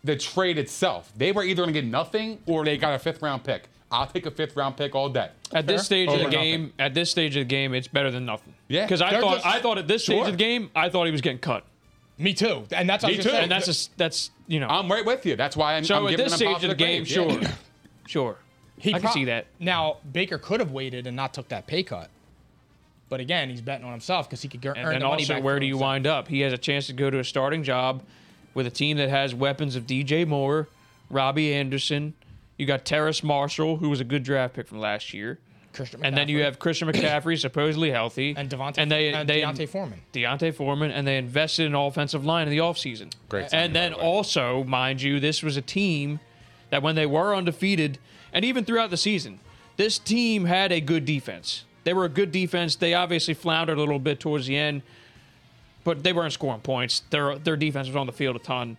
Speaker 2: the trade itself. They were either going to get nothing or they got a fifth round pick. I'll take a fifth round pick all day.
Speaker 3: At
Speaker 2: Fair?
Speaker 3: this stage of
Speaker 2: Over
Speaker 3: the game,
Speaker 2: nothing.
Speaker 3: at this stage of the game, it's better than nothing.
Speaker 2: Yeah,
Speaker 3: because I
Speaker 2: they're
Speaker 3: thought
Speaker 2: just-
Speaker 3: I thought at this stage
Speaker 2: Sure.
Speaker 3: of the game, I thought he was getting cut.
Speaker 1: Me too. And that's what I
Speaker 3: Me
Speaker 1: was
Speaker 3: too.
Speaker 1: gonna say.
Speaker 3: And that's just that's you know.
Speaker 2: I'm right with you. That's why I'm,
Speaker 3: so
Speaker 2: I'm
Speaker 3: at
Speaker 2: giving
Speaker 3: this
Speaker 2: them
Speaker 3: stage of the
Speaker 2: positive
Speaker 3: game,
Speaker 2: grades. Yeah.
Speaker 3: sure, sure, I can
Speaker 1: prob-
Speaker 3: see that.
Speaker 1: Now Baker could have waited and not took that pay cut, but again, he's betting on himself because he could get,
Speaker 3: And
Speaker 1: earn
Speaker 3: then
Speaker 1: the money
Speaker 3: also,
Speaker 1: back
Speaker 3: where
Speaker 1: for
Speaker 3: do you
Speaker 1: himself.
Speaker 3: wind up? He has a chance to go to a starting job with a team that has weapons of DJ Moore, Robbie Anderson. You got Terrace Marshall, who was a good draft pick from last year.
Speaker 1: Christian
Speaker 3: And then you
Speaker 1: McCaffrey.
Speaker 3: have Christian McCaffrey, supposedly healthy.
Speaker 1: and Devontae
Speaker 3: and they,
Speaker 1: and
Speaker 3: they
Speaker 1: Deontay Foreman.
Speaker 3: Deontay Foreman, and they invested in offensive line in the offseason.
Speaker 2: Great
Speaker 3: And then also, mind you, this was a team that when they were undefeated, and even throughout the season, this team had a good defense. They were a good defense. They obviously floundered a little bit towards the end, but they weren't scoring points. Their their defense was on the field a ton.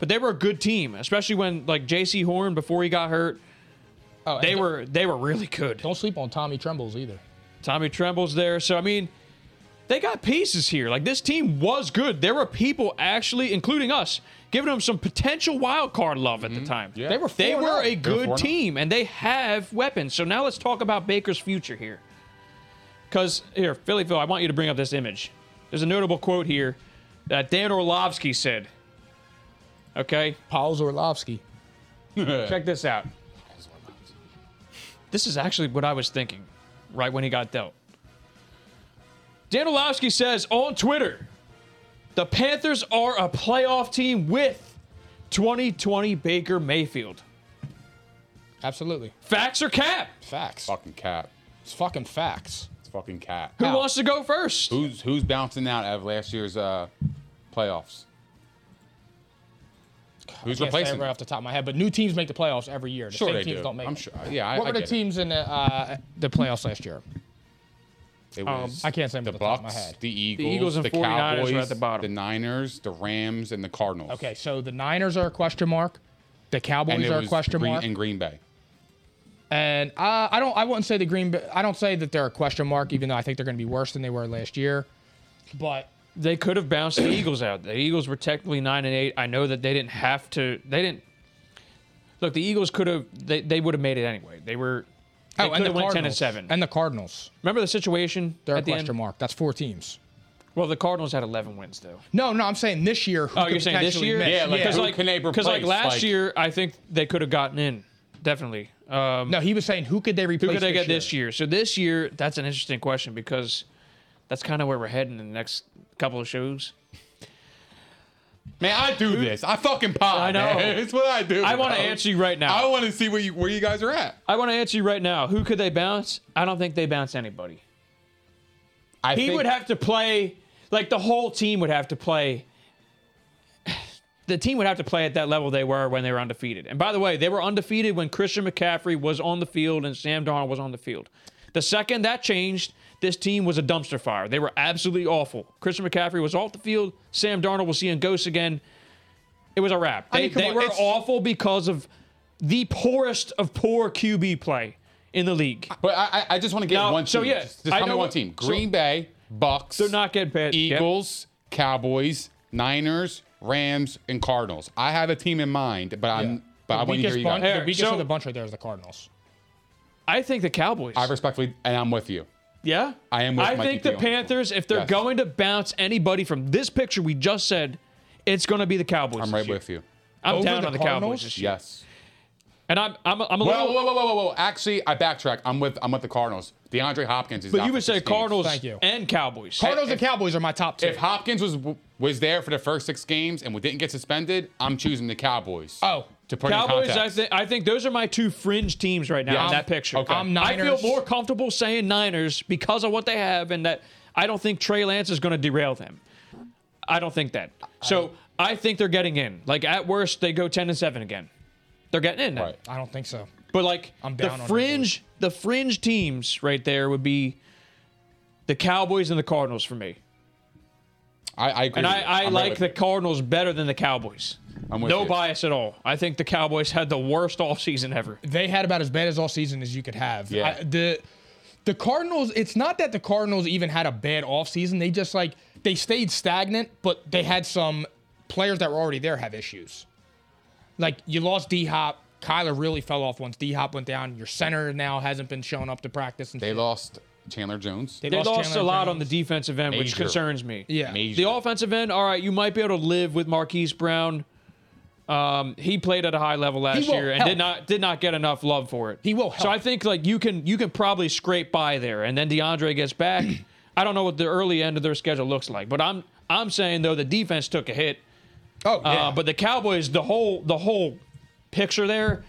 Speaker 3: But they were a good team, especially when like J.C. Horn before he got hurt.
Speaker 1: Oh, and
Speaker 3: They
Speaker 1: don't-
Speaker 3: were they were really good.
Speaker 1: Don't sleep on Tommy Trembles either.
Speaker 3: Tommy Tremble's there. So I mean, they got pieces here. Like this team was good. There were people actually, including us, giving them some potential wild card love at the time.
Speaker 2: Mm-hmm. Yeah.
Speaker 1: They were
Speaker 3: They
Speaker 1: 4-0.
Speaker 3: were a
Speaker 2: They were oh.
Speaker 3: good
Speaker 2: 4-0.
Speaker 3: team and they have weapons. So now let's talk about Baker's future here. Cause here, Philly Phil, I want you to bring up this image. There's a notable quote here that Dan Orlovsky said. Okay,
Speaker 1: Paul Zorlovsky.
Speaker 3: check this out. This is actually what I was thinking right when he got dealt. Dan Orlovsky says on Twitter, the Panthers are a playoff team with 2020 Baker Mayfield.
Speaker 1: Absolutely.
Speaker 3: Facts or cap?
Speaker 1: Facts.
Speaker 2: Fucking cap.
Speaker 1: It's fucking facts.
Speaker 2: It's fucking cap.
Speaker 3: Who wants to go first?
Speaker 2: Who's who's bouncing out of last year's uh, playoffs?
Speaker 1: Can't
Speaker 2: Who's
Speaker 1: say it
Speaker 2: replacing?
Speaker 1: Right off the top of my head, but new teams make the playoffs every year. The
Speaker 2: Sure
Speaker 1: same
Speaker 2: they
Speaker 1: teams
Speaker 2: do.
Speaker 1: not make
Speaker 2: I'm
Speaker 1: them.
Speaker 2: sure. Yeah, I-
Speaker 1: What
Speaker 2: I
Speaker 1: were the
Speaker 2: get it.
Speaker 1: teams in the, uh, the playoffs last year?
Speaker 2: It
Speaker 1: Um,
Speaker 2: was
Speaker 1: I can't say them
Speaker 2: the
Speaker 1: off the top of my
Speaker 2: Bucks,
Speaker 1: head.
Speaker 2: the Eagles,
Speaker 3: Eagles and 49ers were
Speaker 2: Cowboys,
Speaker 3: at the bottom.
Speaker 2: the Niners, the Rams, and the Cardinals.
Speaker 1: Okay, so the Niners are a question mark. The Cowboys
Speaker 2: and it
Speaker 1: are a
Speaker 2: was
Speaker 1: question
Speaker 2: Green,
Speaker 1: mark.
Speaker 2: and Green Bay.
Speaker 1: And uh, I don't. I wouldn't say the Green. Bay- I don't say that they're a question mark, even though I think they're going to be worse than they were last year. But
Speaker 3: They could have bounced the Eagles out. The Eagles were technically nine and eight. I know that they didn't have to. They didn't. Look, the Eagles could have. They, they would have made it anyway. They were. They could have went ten and
Speaker 1: Cardinals.
Speaker 3: seven.
Speaker 1: And Oh, the Cardinals.
Speaker 3: Remember the situation
Speaker 1: They're a
Speaker 3: at the
Speaker 1: question
Speaker 3: end?
Speaker 1: mark. That's four teams.
Speaker 3: Well, the Cardinals had eleven wins though.
Speaker 1: No, no, I'm saying this year. who
Speaker 3: Oh,
Speaker 1: could
Speaker 3: you're saying this
Speaker 1: potentially
Speaker 3: year?
Speaker 1: miss.
Speaker 2: Yeah, like,
Speaker 3: because
Speaker 2: who
Speaker 3: like,
Speaker 2: can they
Speaker 3: 'cause, like,
Speaker 2: replace?
Speaker 3: last
Speaker 2: Like-
Speaker 3: year, I think they could have gotten in. Definitely. Um,
Speaker 1: no, he was saying who could they replace?
Speaker 3: who could they get this year? So this year, that's an interesting question because that's kind of where we're heading in the next couple of shows.
Speaker 2: Man, I do this. I fucking pop.
Speaker 3: I know.
Speaker 2: Man. <laughs> It's what I do.
Speaker 3: I want to
Speaker 2: bro.
Speaker 3: answer you right now.
Speaker 2: I want to see where you where you guys are at.
Speaker 3: I want to answer you right now. Who could they bounce? I don't think they bounce anybody.
Speaker 2: I
Speaker 3: He
Speaker 2: think-
Speaker 3: would have to play, like the whole team would have to play. The team would have to play at that level they were when they were undefeated. And by the way, they were undefeated when Christian McCaffrey was on the field and Sam Darnold was on the field. The second that changed, this team was a dumpster fire. They were absolutely awful. Christian McCaffrey was off the field. Sam Darnold was seeing ghosts again. It was a wrap. They,
Speaker 1: mean, come
Speaker 3: they
Speaker 1: on,
Speaker 3: were
Speaker 1: it's-
Speaker 3: awful because of the poorest of poor QB play in the league.
Speaker 2: But I I- I just want to get
Speaker 3: No,
Speaker 2: one team.
Speaker 3: so yeah,
Speaker 2: just, just
Speaker 3: I
Speaker 2: tell me
Speaker 3: know
Speaker 2: one
Speaker 3: what-
Speaker 2: team.
Speaker 3: so-
Speaker 2: Green Bay, Bucks.
Speaker 3: They're not getting paid.
Speaker 2: Eagles, Cowboys, Niners, Rams, and Cardinals. I have a team in mind, but I'm but I want to hear
Speaker 1: Weakest
Speaker 2: you
Speaker 1: bunch,
Speaker 2: guys.
Speaker 3: Hey,
Speaker 1: the weakest
Speaker 3: so-
Speaker 1: of the bunch right there is the Cardinals.
Speaker 3: I think the Cowboys.
Speaker 2: I respectfully and I'm with you.
Speaker 3: Yeah,
Speaker 2: I am with
Speaker 3: I
Speaker 2: Mikey
Speaker 3: think
Speaker 2: P
Speaker 3: the
Speaker 2: on this one.
Speaker 3: Panthers, if they're
Speaker 2: Yes.
Speaker 3: going to bounce anybody from this picture we just said, it's going to be the Cowboys.
Speaker 2: I'm
Speaker 3: this
Speaker 2: right
Speaker 3: year.
Speaker 2: with you.
Speaker 3: I'm
Speaker 1: Over
Speaker 3: down
Speaker 1: the
Speaker 3: on the Cowboys
Speaker 1: Cardinals?
Speaker 3: this year.
Speaker 2: Yes.
Speaker 3: and I'm I'm I'm a
Speaker 2: Whoa,
Speaker 3: little.
Speaker 2: whoa, whoa, whoa, whoa, whoa! Actually, I backtrack. I'm with I'm with the Cardinals. DeAndre Hopkins is.
Speaker 3: but
Speaker 2: out
Speaker 3: you
Speaker 2: for
Speaker 3: would say
Speaker 2: six games.
Speaker 3: Cardinals
Speaker 1: Thank you.
Speaker 3: and Cowboys.
Speaker 1: Cardinals and Cowboys are my top two.
Speaker 2: If Hopkins was was there for the first six games and we didn't get suspended, I'm choosing the Cowboys.
Speaker 1: Oh.
Speaker 2: to put
Speaker 3: Cowboys,
Speaker 2: in
Speaker 3: I
Speaker 2: context.
Speaker 3: think I think those are my two fringe teams right now
Speaker 2: Yeah,
Speaker 3: in
Speaker 2: I'm-
Speaker 3: that picture.
Speaker 2: okay. I'm
Speaker 3: I
Speaker 1: Niners.
Speaker 3: feel more comfortable saying Niners because of what they have, and that I don't think Trey Lance is going to derail them. I don't think that. So I think they're getting in. Like at worst, they go ten and seven again. They're getting in. then.
Speaker 2: Right.
Speaker 1: I don't think so.
Speaker 3: But like
Speaker 1: I'm down on
Speaker 3: the
Speaker 1: that
Speaker 3: fringe, the fringe teams right there would be the Cowboys and the Cardinals for me.
Speaker 2: I, I agree.
Speaker 3: And
Speaker 2: with
Speaker 3: I,
Speaker 2: you.
Speaker 3: I
Speaker 2: I'm right
Speaker 3: like
Speaker 2: with
Speaker 3: the
Speaker 2: you.
Speaker 3: Cardinals better than the Cowboys.
Speaker 2: I'm with
Speaker 3: no
Speaker 2: you.
Speaker 3: bias at all. I think the Cowboys had the worst <laughs> offseason ever.
Speaker 1: they had about as bad as all season as you could have.
Speaker 3: Yeah.
Speaker 1: I- the the Cardinals, it's not that the Cardinals even had a bad offseason. They just like they stayed stagnant, but they had some players that were already there have issues. Like you lost D Hop. Kyler really fell off once D Hop went down. Your center now hasn't been showing up to practice. And
Speaker 2: They
Speaker 1: shit.
Speaker 2: lost Chandler Jones.
Speaker 3: They, lost,
Speaker 1: Chandler
Speaker 3: a lot
Speaker 1: Jones.
Speaker 3: on the defensive end, which
Speaker 2: Major.
Speaker 3: concerns me.
Speaker 1: Yeah.
Speaker 2: Major.
Speaker 3: The offensive end, all right, you might be able to live with Marquise Brown. Um, he played at a high level last
Speaker 1: will
Speaker 3: year and
Speaker 1: help.
Speaker 3: did not did not get enough love for it.
Speaker 1: He will
Speaker 3: So
Speaker 1: help.
Speaker 3: I think like you can you can probably scrape by there, and then DeAndre gets
Speaker 1: <clears throat>
Speaker 3: back. I don't know what the early end of their schedule looks like, but I'm I'm saying though the defense took a hit.
Speaker 1: Oh
Speaker 3: Uh, but the Cowboys, the whole the whole picture there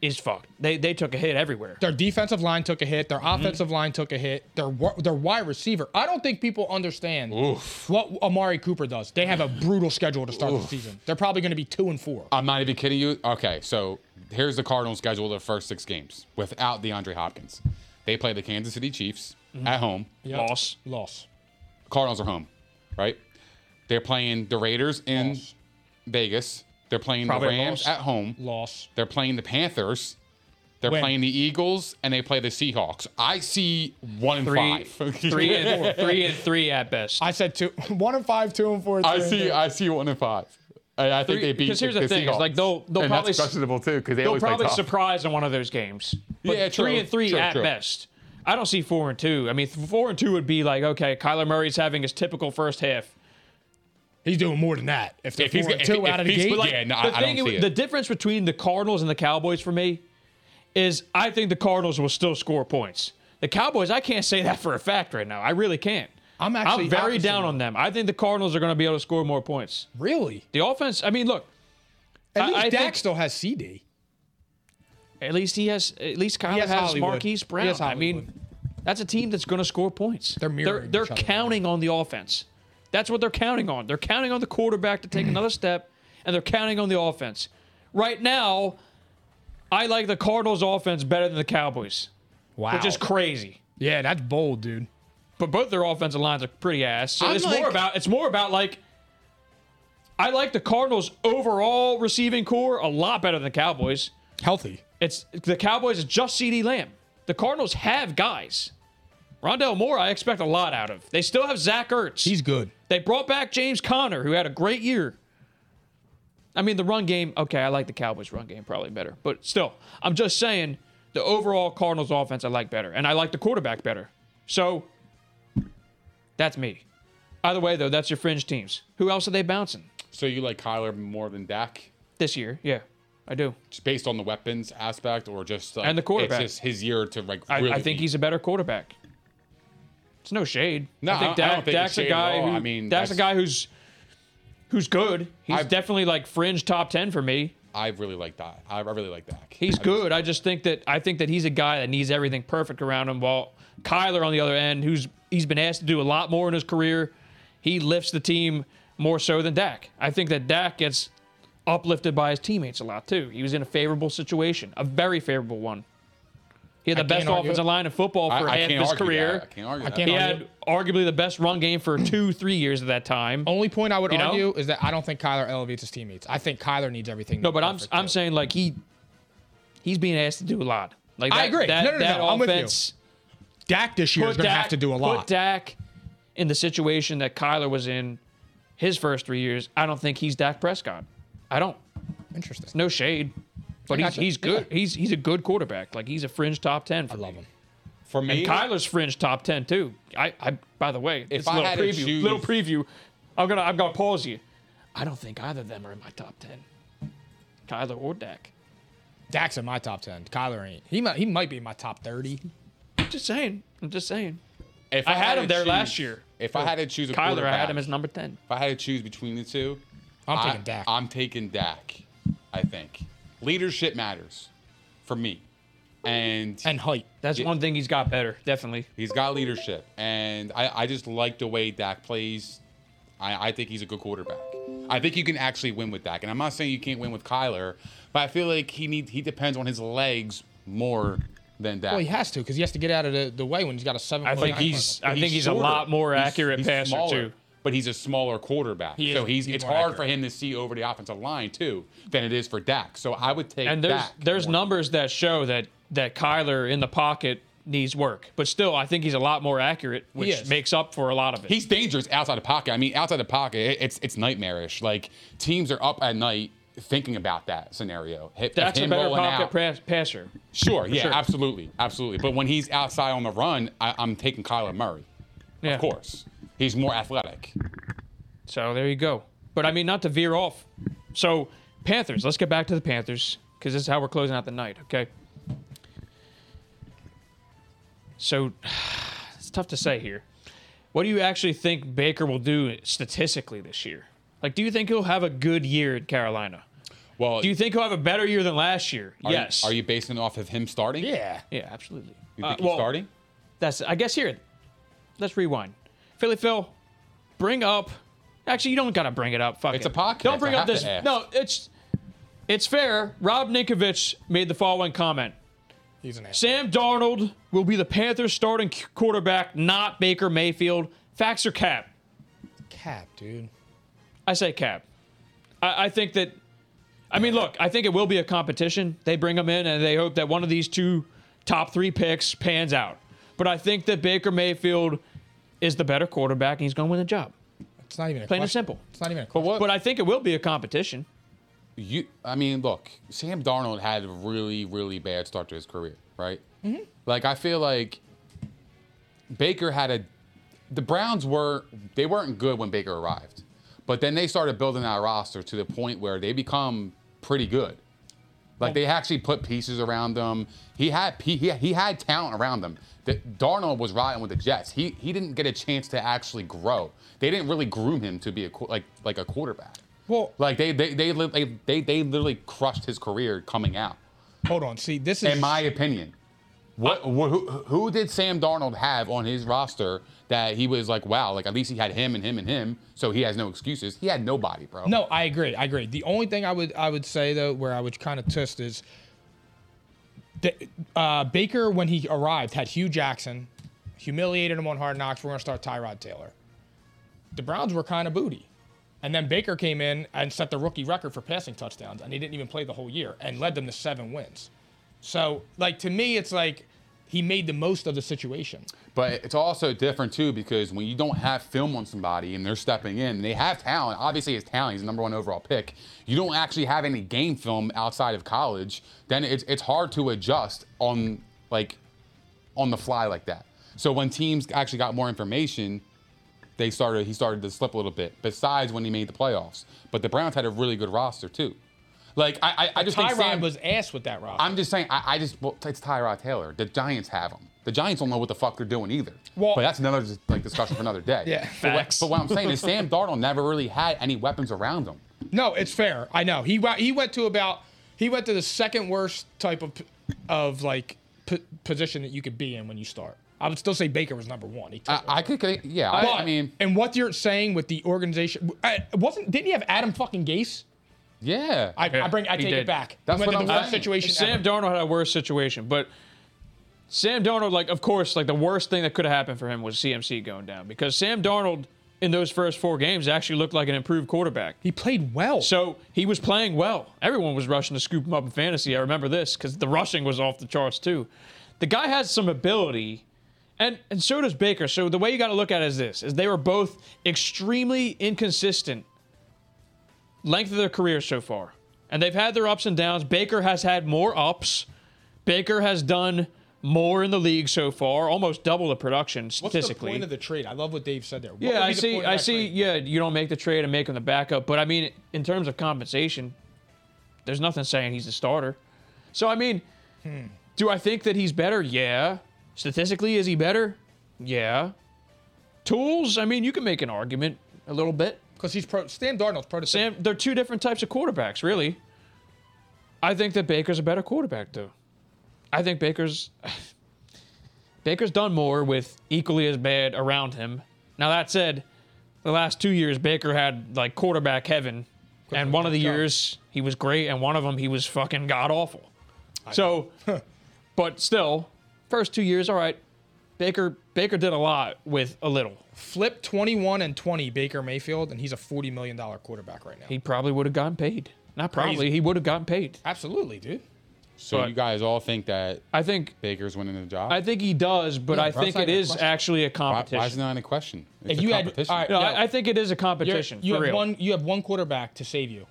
Speaker 3: is fucked. They they took a hit everywhere.
Speaker 1: Their defensive line took a hit. Their
Speaker 2: Mm-hmm.
Speaker 1: offensive line took a hit. Their wi- their wide receiver. I don't think people understand what Amari Cooper does. They have a brutal schedule to start the season. They're probably going to be two and four.
Speaker 2: I'm not even kidding you. Okay, so here's the Cardinals schedule of the first six games without DeAndre Hopkins. They play the Kansas City Chiefs
Speaker 3: Mm-hmm.
Speaker 2: at home.
Speaker 3: Loss.
Speaker 1: Loss.
Speaker 2: Cardinals are home, right? They're playing the Raiders in Vegas. They're playing
Speaker 3: Probably
Speaker 2: the Rams
Speaker 3: loss.
Speaker 2: at home.
Speaker 1: Loss.
Speaker 2: They're playing the Panthers. They're
Speaker 1: Win.
Speaker 2: playing the Eagles and they play the Seahawks. I see one and
Speaker 3: Three,
Speaker 2: five. <laughs>
Speaker 3: three and three and three at best.
Speaker 1: I said two, <laughs> one and five, two and four.
Speaker 2: I
Speaker 1: three and
Speaker 2: see.
Speaker 1: three.
Speaker 2: I see one and five. I, I think
Speaker 3: Three-
Speaker 2: they beat.
Speaker 3: because here's
Speaker 2: the,
Speaker 3: the thing, is,
Speaker 2: Seahawks.
Speaker 3: like, they'll- they'll
Speaker 2: and
Speaker 3: probably s-
Speaker 2: that's questionable too because they
Speaker 3: They'll
Speaker 2: always
Speaker 3: probably
Speaker 2: play tough.
Speaker 3: surprise in one of those games. But
Speaker 2: Yeah, true,
Speaker 3: Three and three
Speaker 2: true,
Speaker 3: at
Speaker 2: true.
Speaker 3: best. I don't see four and two. I mean, th- four and two would be like okay, Kyler Murray's having his typical first half.
Speaker 1: He's doing more than that. If they're
Speaker 2: If he's
Speaker 1: four and
Speaker 2: get- if-
Speaker 1: two
Speaker 2: if
Speaker 1: out of the
Speaker 2: he's-
Speaker 1: gate,
Speaker 2: like- Yeah, no, I- I don't see it.
Speaker 3: The difference between the Cardinals and the Cowboys for me is I think the Cardinals will still score points. The Cowboys, I can't say <laughs> that for a fact right now. I really can't.
Speaker 1: I'm actually
Speaker 3: I'm very
Speaker 1: opposite.
Speaker 3: down on them. I think the Cardinals are going to be able to score more points.
Speaker 1: really,
Speaker 3: The offense, I mean, look,
Speaker 1: at
Speaker 3: I-
Speaker 1: least
Speaker 3: I
Speaker 1: Dak
Speaker 3: think-
Speaker 1: still has CD.
Speaker 3: at least he has, at least Kyler
Speaker 1: has
Speaker 3: has,
Speaker 1: Hollywood.
Speaker 3: Marquise
Speaker 1: He
Speaker 3: Brown.
Speaker 1: has
Speaker 3: I mean, that's a team that's going to score points. They're
Speaker 1: mirroring
Speaker 3: They're,
Speaker 1: each other.
Speaker 3: counting on the offense. That's what they're counting on. They're counting on the quarterback to
Speaker 1: <clears throat>
Speaker 3: take another step, and they're counting on the offense. Right now, I like the Cardinals' offense better than the Cowboys,
Speaker 1: Wow,
Speaker 3: which is crazy.
Speaker 1: yeah, that's bold, dude.
Speaker 3: But both their offensive lines are pretty ass. So
Speaker 2: I'm
Speaker 3: it's more
Speaker 2: like-
Speaker 3: about it's more about like. I like the Cardinals' overall receiving core a lot better than the Cowboys.
Speaker 1: Healthy.
Speaker 3: It's the Cowboys is just CD Lamb. The Cardinals have guys. Rondell Moore, I expect a lot out of. They still have Zach Ertz.
Speaker 1: He's good.
Speaker 3: they brought back James Conner, who had a great year. I mean, the run game, okay, I like the Cowboys' run game probably better. But still, I'm just saying the overall Cardinals offense I like better. And I like the quarterback better. So that's me. Either way, though, that's your fringe teams. Who else are they bouncing
Speaker 2: So you like Kyler more than Dak,
Speaker 3: this year? Yeah, I do.
Speaker 2: just based on the weapons aspect, or just like,
Speaker 3: And the quarterback.
Speaker 2: It's just his year to like.
Speaker 3: I,
Speaker 2: really
Speaker 3: I think
Speaker 2: be-
Speaker 3: he's a better quarterback. It's no shade.
Speaker 2: No,
Speaker 3: I think,
Speaker 2: I- I
Speaker 3: Dak,
Speaker 2: don't think it's
Speaker 3: Dak's a
Speaker 2: shade at
Speaker 3: guy.
Speaker 2: all.
Speaker 3: Who,
Speaker 2: I mean,
Speaker 3: Dak's a
Speaker 2: that's-
Speaker 3: guy who's who's good. He's
Speaker 2: I've-
Speaker 3: definitely like fringe top ten for me.
Speaker 2: I really like that. I I really like Dak.
Speaker 3: He's
Speaker 2: I
Speaker 3: good. I just think that I think that he's a guy that needs everything perfect around him. While Kyler on the other end, who's he's been asked to do a lot more in his career, he lifts the team more so than Dak. I think that Dak gets uplifted by his teammates a lot too. He was in a favorable situation, a very favorable one. He had the
Speaker 1: I
Speaker 3: best
Speaker 1: can't argue.
Speaker 3: offensive line in football
Speaker 2: I,
Speaker 3: for
Speaker 2: I
Speaker 3: half
Speaker 2: can't
Speaker 3: his
Speaker 2: argue
Speaker 3: career.
Speaker 2: That. I can't argue.
Speaker 1: I
Speaker 2: that.
Speaker 1: can't
Speaker 3: He
Speaker 1: argue.
Speaker 3: had arguably the best run game for two, three years at that time.
Speaker 1: Only point I would
Speaker 3: You know?
Speaker 1: argue is that I don't think Kyler elevates his teammates. I think Kyler needs everything.
Speaker 3: No, but I'm
Speaker 1: perfect,
Speaker 3: I'm
Speaker 1: too.
Speaker 3: saying like he he's being asked to do a lot. Like
Speaker 1: I
Speaker 3: that-
Speaker 1: agree.
Speaker 3: That,
Speaker 1: No, no, no,
Speaker 3: that
Speaker 1: no. I'm with you.
Speaker 3: offense
Speaker 1: Dak this year is
Speaker 3: put
Speaker 1: going to have
Speaker 3: Dak-
Speaker 1: to do a lot.
Speaker 3: Put Dak in the situation that Kyler was in his first three years. I don't think he's Dak Prescott. I don't.
Speaker 1: Interesting.
Speaker 3: No shade, but
Speaker 1: I
Speaker 3: he's,
Speaker 1: gotcha.
Speaker 3: he's good.
Speaker 1: Yeah.
Speaker 3: He's he's a good quarterback. Like he's a fringe top ten. For
Speaker 1: I
Speaker 3: me.
Speaker 1: love him.
Speaker 2: For me,
Speaker 3: And Kyler's fringe top ten too. I, I by the way, it's a
Speaker 2: I
Speaker 3: little
Speaker 2: had to
Speaker 3: preview.
Speaker 2: choose-
Speaker 3: Little preview. I'm gonna I'm gonna pause you. I don't think either of them are in my top ten. Kyler or Dak.
Speaker 1: Dak's in my top ten. Kyler ain't. He might. He might be in my top thirty.
Speaker 3: I'm just saying. I'm just saying.
Speaker 2: if
Speaker 3: I had
Speaker 2: to
Speaker 3: him there last
Speaker 2: choose-
Speaker 3: year.
Speaker 2: If I had to choose a
Speaker 3: Kyler, I
Speaker 2: quarterback,
Speaker 3: had him as number ten.
Speaker 2: If I had to choose between the two,
Speaker 1: I'm
Speaker 2: I-
Speaker 1: taking Dak.
Speaker 2: I'm taking Dak. I think leadership matters for me, and
Speaker 1: And height.
Speaker 3: That's
Speaker 2: Yeah.
Speaker 3: one thing he's got better, definitely.
Speaker 2: he's got leadership, and I, I just like the way Dak plays. I, I think he's a good quarterback. I think you can actually win with Dak, and I'm not saying you can't win with Kyler, but I feel like he need he depends on his legs more than Dak.
Speaker 1: Well, he has to because he has to get out of the, the way when he's got a seven.
Speaker 3: I think he's I think he's a lot more accurate passer too.
Speaker 2: but he's a smaller quarterback.
Speaker 3: He is-
Speaker 2: so he's,
Speaker 3: he's
Speaker 2: it's
Speaker 3: more
Speaker 2: hard
Speaker 3: accurate.
Speaker 2: for him to see over the offensive line too than it is for Dak. So I would take
Speaker 3: and there's
Speaker 2: Dak.
Speaker 3: there's numbers that show that that Kyler in the pocket needs work, but still, I think he's a lot more accurate, which
Speaker 2: is.
Speaker 3: makes up for a lot of it.
Speaker 2: He's dangerous outside the pocket. I mean, outside the pocket, it- it's it's nightmarish. Like teams are up at night thinking about that scenario. Hit-
Speaker 3: That's a
Speaker 2: him
Speaker 3: better
Speaker 2: rolling
Speaker 3: pocket
Speaker 2: out.
Speaker 3: pass, passer.
Speaker 2: Sure,
Speaker 3: For
Speaker 2: yeah, absolutely, absolutely. But when he's outside on the run, I, I'm taking Kyler Murray.
Speaker 3: Yeah.
Speaker 2: Of course, he's more athletic.
Speaker 3: So there you go. But I mean, not to veer off. So Panthers. Let's get back to the Panthers because this is how we're closing out the night. Okay. So <sighs> it's tough to say here. What do you actually think Baker will do statistically this year? Like, do you think he'll have a good year at Carolina?
Speaker 2: Well,
Speaker 3: do you think he'll have a better year than last year?
Speaker 2: Are
Speaker 3: yes.
Speaker 2: You, are you basing it off of him starting? Yeah.
Speaker 3: Yeah, absolutely.
Speaker 2: You
Speaker 3: Uh,
Speaker 2: think he's
Speaker 3: well,
Speaker 2: starting?
Speaker 3: That's. I guess here. Let's rewind. Philly Phil, bring up. Actually, you don't gotta bring it up. Fuck
Speaker 2: It's
Speaker 3: it.
Speaker 2: a podcast.
Speaker 3: Don't bring
Speaker 2: I
Speaker 3: up
Speaker 2: have
Speaker 3: this.
Speaker 2: to ask.
Speaker 3: No, it's. It's fair. Rob Ninkovich made the following comment.
Speaker 1: He's an ass.
Speaker 3: Sam Darnold will be the Panthers' starting c- quarterback, not Baker Mayfield. Facts or cap?
Speaker 1: Cap, dude.
Speaker 3: I say cap. I, I think that. I mean, look, I think it will be a competition. They bring them in and they hope that one of these two top three picks pans out. But I think that Baker Mayfield is the better quarterback and he's going to win the job.
Speaker 1: It's not even a
Speaker 3: Plain and
Speaker 1: question.
Speaker 3: simple.
Speaker 1: It's not even a
Speaker 2: But what?
Speaker 3: But I think it will be a competition.
Speaker 2: You, I mean, look, Sam Darnold had a really, really bad start to his career, right? Mm-hmm. Like I feel like Baker had a. The Browns were they weren't good when Baker arrived, but then they started building that roster to the point where they become pretty good. Like they actually put pieces around them. He had pe- he, he had talent around them. That Darnold was riding with the Jets. He he didn't get a chance to actually grow. They didn't really groom him to be a qu- like like a quarterback.
Speaker 1: Well,
Speaker 2: Like they they they li- they they, they literally crushed his career coming out.
Speaker 1: hold on. See, this is
Speaker 2: In my opinion, what wh- who, who did Sam Darnold have on his roster that he was like, wow, like at least he had him and him and him, so he has no excuses. He had nobody, bro.
Speaker 1: No, I agree. I agree. The only thing I would I would say though, where I would kind of twist is, the, uh, Baker when he arrived had Hugh Jackson, humiliated him on Hard Knocks. We're gonna start Tyrod Taylor. The Browns were kind of booty, and then Baker came in and set the rookie record for passing touchdowns, and he didn't even play the whole year and led them to seven wins. So, like to me, it's like he made the most of the situation.
Speaker 2: But it's also different too because when you don't have film on somebody and they're stepping in, and they have talent. Obviously, his talent. He's the number one overall pick. You don't actually have any game film outside of college. Then it's it's hard to adjust on like on the fly like that. So when teams actually got more information, they started he started to slip a little bit. Besides when he made the playoffs, but the Browns had a really good roster too. Like I I, I just think
Speaker 1: Tyrod
Speaker 2: Sam,
Speaker 1: was ass with that roster.
Speaker 2: I'm just saying, I, I just, well, it's Tyrod Taylor. The Giants have him. The Giants don't know what the fuck they're doing either.
Speaker 1: Well-
Speaker 2: but that's another just, like discussion for
Speaker 3: <laughs>
Speaker 2: another day.
Speaker 1: Yeah,
Speaker 2: But what,
Speaker 1: facts.
Speaker 2: but what I'm saying is Sam Darnold never really had any weapons around him.
Speaker 1: No, it's fair. I know he wa- he went to about he went to the second worst type of p- of like p- position that you could be in when you start. I would still say Baker was number one. He took
Speaker 2: I, I could, could- yeah.
Speaker 1: but-
Speaker 2: I, I mean,
Speaker 1: and what you're saying with the organization I, wasn't didn't he have Adam fucking Gase?
Speaker 2: yeah.
Speaker 1: I, I bring I
Speaker 3: He
Speaker 1: take
Speaker 3: did.
Speaker 1: it back.
Speaker 2: That's
Speaker 1: He went
Speaker 2: what
Speaker 1: to the
Speaker 2: I'm
Speaker 1: worst
Speaker 2: saying.
Speaker 1: situation
Speaker 3: Sam
Speaker 1: ever.
Speaker 3: Darnold had a worse situation, but Sam Darnold, like, of course, like the worst thing that could have happened for him was CMC going down because Sam Darnold in those first four games actually looked like an improved quarterback.
Speaker 1: he played well.
Speaker 3: So he was playing well. Everyone was rushing to scoop him up in fantasy. I remember this because the rushing was off the charts too. The guy has some ability, and and so does Baker. So the way you got to look at it is this: is they were both extremely inconsistent length of their career so far, and they've had their ups and downs. Baker has had more ups. Baker has done more in the league so far, almost double the production
Speaker 1: What's
Speaker 3: statistically.
Speaker 1: the point of the trade? I love what Dave said there. What would
Speaker 3: Yeah,
Speaker 1: be
Speaker 3: I
Speaker 1: the
Speaker 3: see.
Speaker 1: point of
Speaker 3: I
Speaker 1: that
Speaker 3: see.
Speaker 1: trade?
Speaker 3: Yeah, you don't make the trade and make him the backup. But I mean, in terms of compensation, there's nothing saying he's the starter. So I mean,
Speaker 1: Hmm.
Speaker 3: do I think that he's better? Yeah. Statistically, is he better? Yeah. Tools? I mean, you can make an argument a little bit.
Speaker 1: Because he's pro, Sam Darnold's prototype.
Speaker 3: Sam, they're two different types of quarterbacks, really. I think that Baker's a better quarterback, though. I think Baker's <sighs> Baker's done more with equally as bad around him. Now that said, the last two years Baker had like quarterback heaven, and one of the years he was great, and one of them he was fucking god awful. So, but still, first two years, all right. Baker Baker did a lot with a little.
Speaker 1: Flip 21 and 20 Baker Mayfield, and he's a $40 million quarterback right now.
Speaker 3: He probably would have gotten paid. Not probably.
Speaker 1: Crazy.
Speaker 3: He would have gotten paid.
Speaker 1: Absolutely, dude.
Speaker 2: So
Speaker 3: But-
Speaker 2: you guys all think that
Speaker 3: I think
Speaker 2: Baker's winning the job?
Speaker 3: I think he does, but
Speaker 2: Yeah,
Speaker 3: I
Speaker 2: bro,
Speaker 3: think
Speaker 2: it's not
Speaker 3: it
Speaker 2: even a
Speaker 3: is
Speaker 2: question.
Speaker 3: actually a
Speaker 2: why,
Speaker 3: competition.
Speaker 2: why is it not in question? It's
Speaker 1: If
Speaker 2: a
Speaker 1: you had-
Speaker 2: competition.
Speaker 1: all right,
Speaker 3: no,
Speaker 1: yo.
Speaker 3: I, I think it is a
Speaker 1: You're-
Speaker 3: competition.
Speaker 1: You
Speaker 3: for
Speaker 1: have
Speaker 3: real.
Speaker 1: one. You have one quarterback to save you,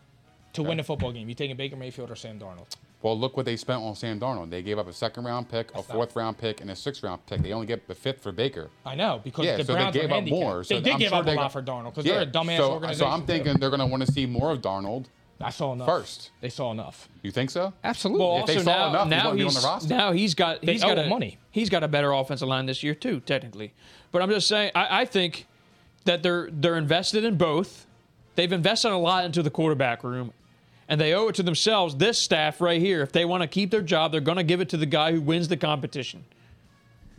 Speaker 1: to win a football game. You taking Baker Mayfield or Sam Darnold?
Speaker 2: Well, look what they spent on Sam Darnold. They gave up a second round pick, a fourth round pick, and a sixth round pick. They only get the fifth for Baker.
Speaker 1: I know because
Speaker 2: Yeah,
Speaker 1: the
Speaker 2: so
Speaker 1: Browns are
Speaker 2: they gave up
Speaker 1: handicapped.
Speaker 2: more. So
Speaker 1: they did
Speaker 2: I'm
Speaker 1: give
Speaker 2: sure
Speaker 1: up a
Speaker 2: they
Speaker 1: lot
Speaker 2: got-
Speaker 1: for Darnold because
Speaker 2: yeah,
Speaker 1: they're a dumbass
Speaker 2: so,
Speaker 1: organization.
Speaker 2: So I'm thinking they're going to want to see more of Darnold
Speaker 1: I saw enough.
Speaker 2: first.
Speaker 1: they saw enough.
Speaker 2: You think so?
Speaker 1: Absolutely.
Speaker 3: Well,
Speaker 2: If they
Speaker 3: also
Speaker 2: saw
Speaker 3: now,
Speaker 2: enough, he's
Speaker 3: now
Speaker 2: gonna be on the
Speaker 3: he's
Speaker 2: roster.
Speaker 3: now he's got
Speaker 1: They
Speaker 3: he's got
Speaker 1: owe
Speaker 3: a,
Speaker 1: money.
Speaker 3: He's got a better offensive line this year too, technically. But I'm just saying, I, I think that they're they're invested in both. They've invested a lot into the quarterback room, and they owe it to themselves, this staff right here. If they want to keep their job, they're going to give it to the guy who wins the competition.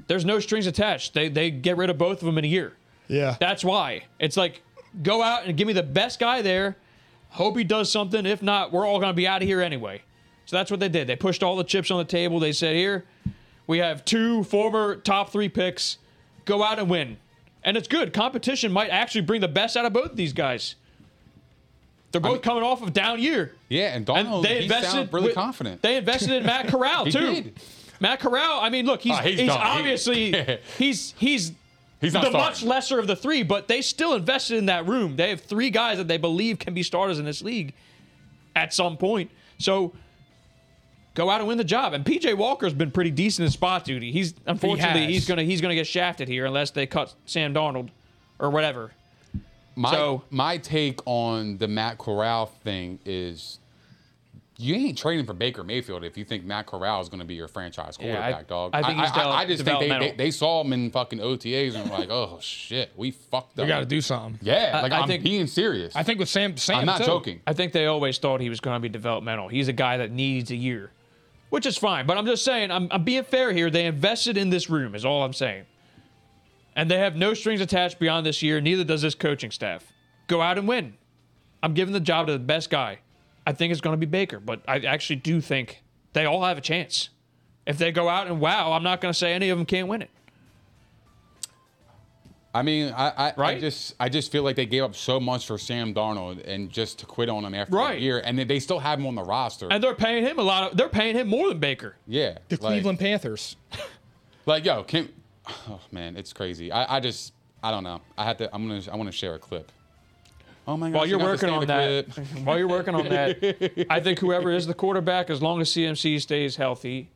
Speaker 3: There's no strings attached. They they get rid of both of them in a year.
Speaker 1: Yeah.
Speaker 3: That's why. It's like, go out and give me the best guy there. Hope he does something. If not, we're all going to be out of here anyway. So that's what they did. They pushed all the chips on the table. They said, here, we have two former top three picks. Go out and win. And it's good. Competition might actually bring the best out of both these guys. They're both coming off of down year.
Speaker 2: Yeah, and
Speaker 3: And
Speaker 2: Darnold,
Speaker 3: they
Speaker 2: he
Speaker 3: invested
Speaker 2: sounded really
Speaker 3: with-
Speaker 2: confident.
Speaker 3: They invested in
Speaker 2: <laughs>
Speaker 3: Matt Corral
Speaker 2: He
Speaker 3: too.
Speaker 2: did.
Speaker 3: Matt Corral. I mean, look, he's
Speaker 2: Oh,
Speaker 3: he's,
Speaker 2: he's done. He-
Speaker 3: obviously
Speaker 2: <laughs>
Speaker 3: he's he's
Speaker 2: He's not
Speaker 3: the
Speaker 2: starting.
Speaker 3: much lesser of the three, but they still invested in that room. They have three guys that they believe can be starters in this league at some point. So go out and win the job. And PJ Walker's been pretty decent in spot duty. He's unfortunately
Speaker 1: has.
Speaker 3: he's gonna he's gonna get shafted here unless they cut Sam Donald or whatever.
Speaker 2: My
Speaker 3: So-
Speaker 2: my take on the Matt Corral thing is you ain't trading for Baker Mayfield if you think Matt Corral is going to be your franchise
Speaker 3: Yeah, I-
Speaker 2: quarterback, dog.
Speaker 3: I think he's
Speaker 2: I, I just think they, they
Speaker 3: developmental.
Speaker 2: they saw him in fucking OTAs and were like, oh shit, we fucked up.
Speaker 1: We got to do something.
Speaker 2: Yeah,
Speaker 3: I-
Speaker 2: like
Speaker 3: I
Speaker 2: I, am
Speaker 3: think-
Speaker 2: being serious.
Speaker 1: I think with Sam, Sam
Speaker 2: I'm not
Speaker 1: too.
Speaker 2: joking.
Speaker 3: I think they always thought he was going to be developmental. He's a guy that needs a year, which is fine. But I'm just saying, I'm, I'm being fair here. They invested in this room, is all I'm saying. And they have no strings attached beyond this year. Neither does this coaching staff. Go out and win. I'm giving the job to the best guy. I think it's going to be Baker, but I actually do think they all have a chance. If they go out and wow, I'm not going to say any of them can't win it.
Speaker 2: I mean, I I,
Speaker 3: Right?
Speaker 2: I just I just feel like they gave up so much for Sam Darnold and just to quit on him after
Speaker 3: Right.
Speaker 2: a year, and then they still have him on the roster.
Speaker 3: And they're paying him a lot of, they're paying him more than Baker.
Speaker 2: yeah,
Speaker 1: The
Speaker 2: like-
Speaker 1: Cleveland Panthers.
Speaker 2: Like yo, can <sighs> oh man, it's crazy. I, I just I don't know. I had to. I'm gonna I want to share a clip. Oh my god!
Speaker 3: While you're working on that, <laughs> while you're working on that, I think whoever is the quarterback, as long as CMC stays healthy,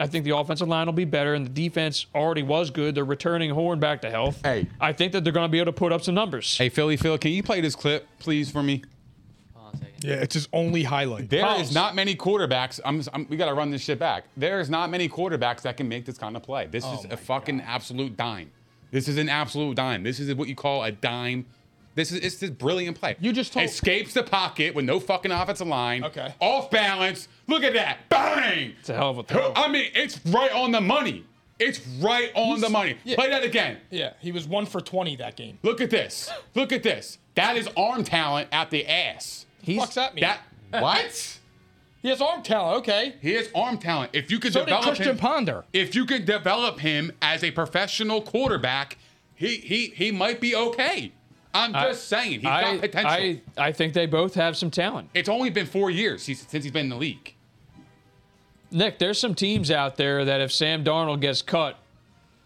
Speaker 3: I think the offensive line will be better, and the defense already was good. They're returning Horn back to health.
Speaker 2: Hey.
Speaker 3: I think that they're going to be able to put up some numbers.
Speaker 2: Hey Philly, Phil, can you play this clip please for me?
Speaker 4: Hold on a second.
Speaker 1: Yeah, it's his only highlight.
Speaker 2: There is
Speaker 3: Pause.
Speaker 2: not many quarterbacks. I'm, I'm, we gotta run this shit back. There is not many quarterbacks that can make this kind of play. This is a fucking absolute dime. This is an absolute dime. This is what you call a dime. This is it's this brilliant play.
Speaker 1: You just told-
Speaker 2: escapes the pocket with no fucking offensive line.
Speaker 1: Okay.
Speaker 2: Off balance. Look at that. Bang.
Speaker 3: It's a hell of a
Speaker 2: Who-
Speaker 3: throw.
Speaker 2: I mean, it's right on the money. It's right on the money.
Speaker 1: yeah.
Speaker 2: Play that again.
Speaker 1: Yeah, he was one for 20 that game.
Speaker 2: Look at this. Look at this. That is arm talent out the ass.
Speaker 3: He's-
Speaker 1: Fucks at me. <laughs>
Speaker 2: That what?
Speaker 1: he has arm talent. Okay.
Speaker 2: He has arm talent. If you could
Speaker 1: So did
Speaker 2: develop
Speaker 1: Christian
Speaker 2: him,
Speaker 1: Ponder.
Speaker 2: if you could develop him as a professional quarterback, he he he might be okay. I'm just saying he's
Speaker 3: I,
Speaker 2: got potential.
Speaker 3: I, I think they both have some talent.
Speaker 2: it's only been four years since since he's been in the league.
Speaker 3: Nick, there's some teams out there that if Sam Darnold gets cut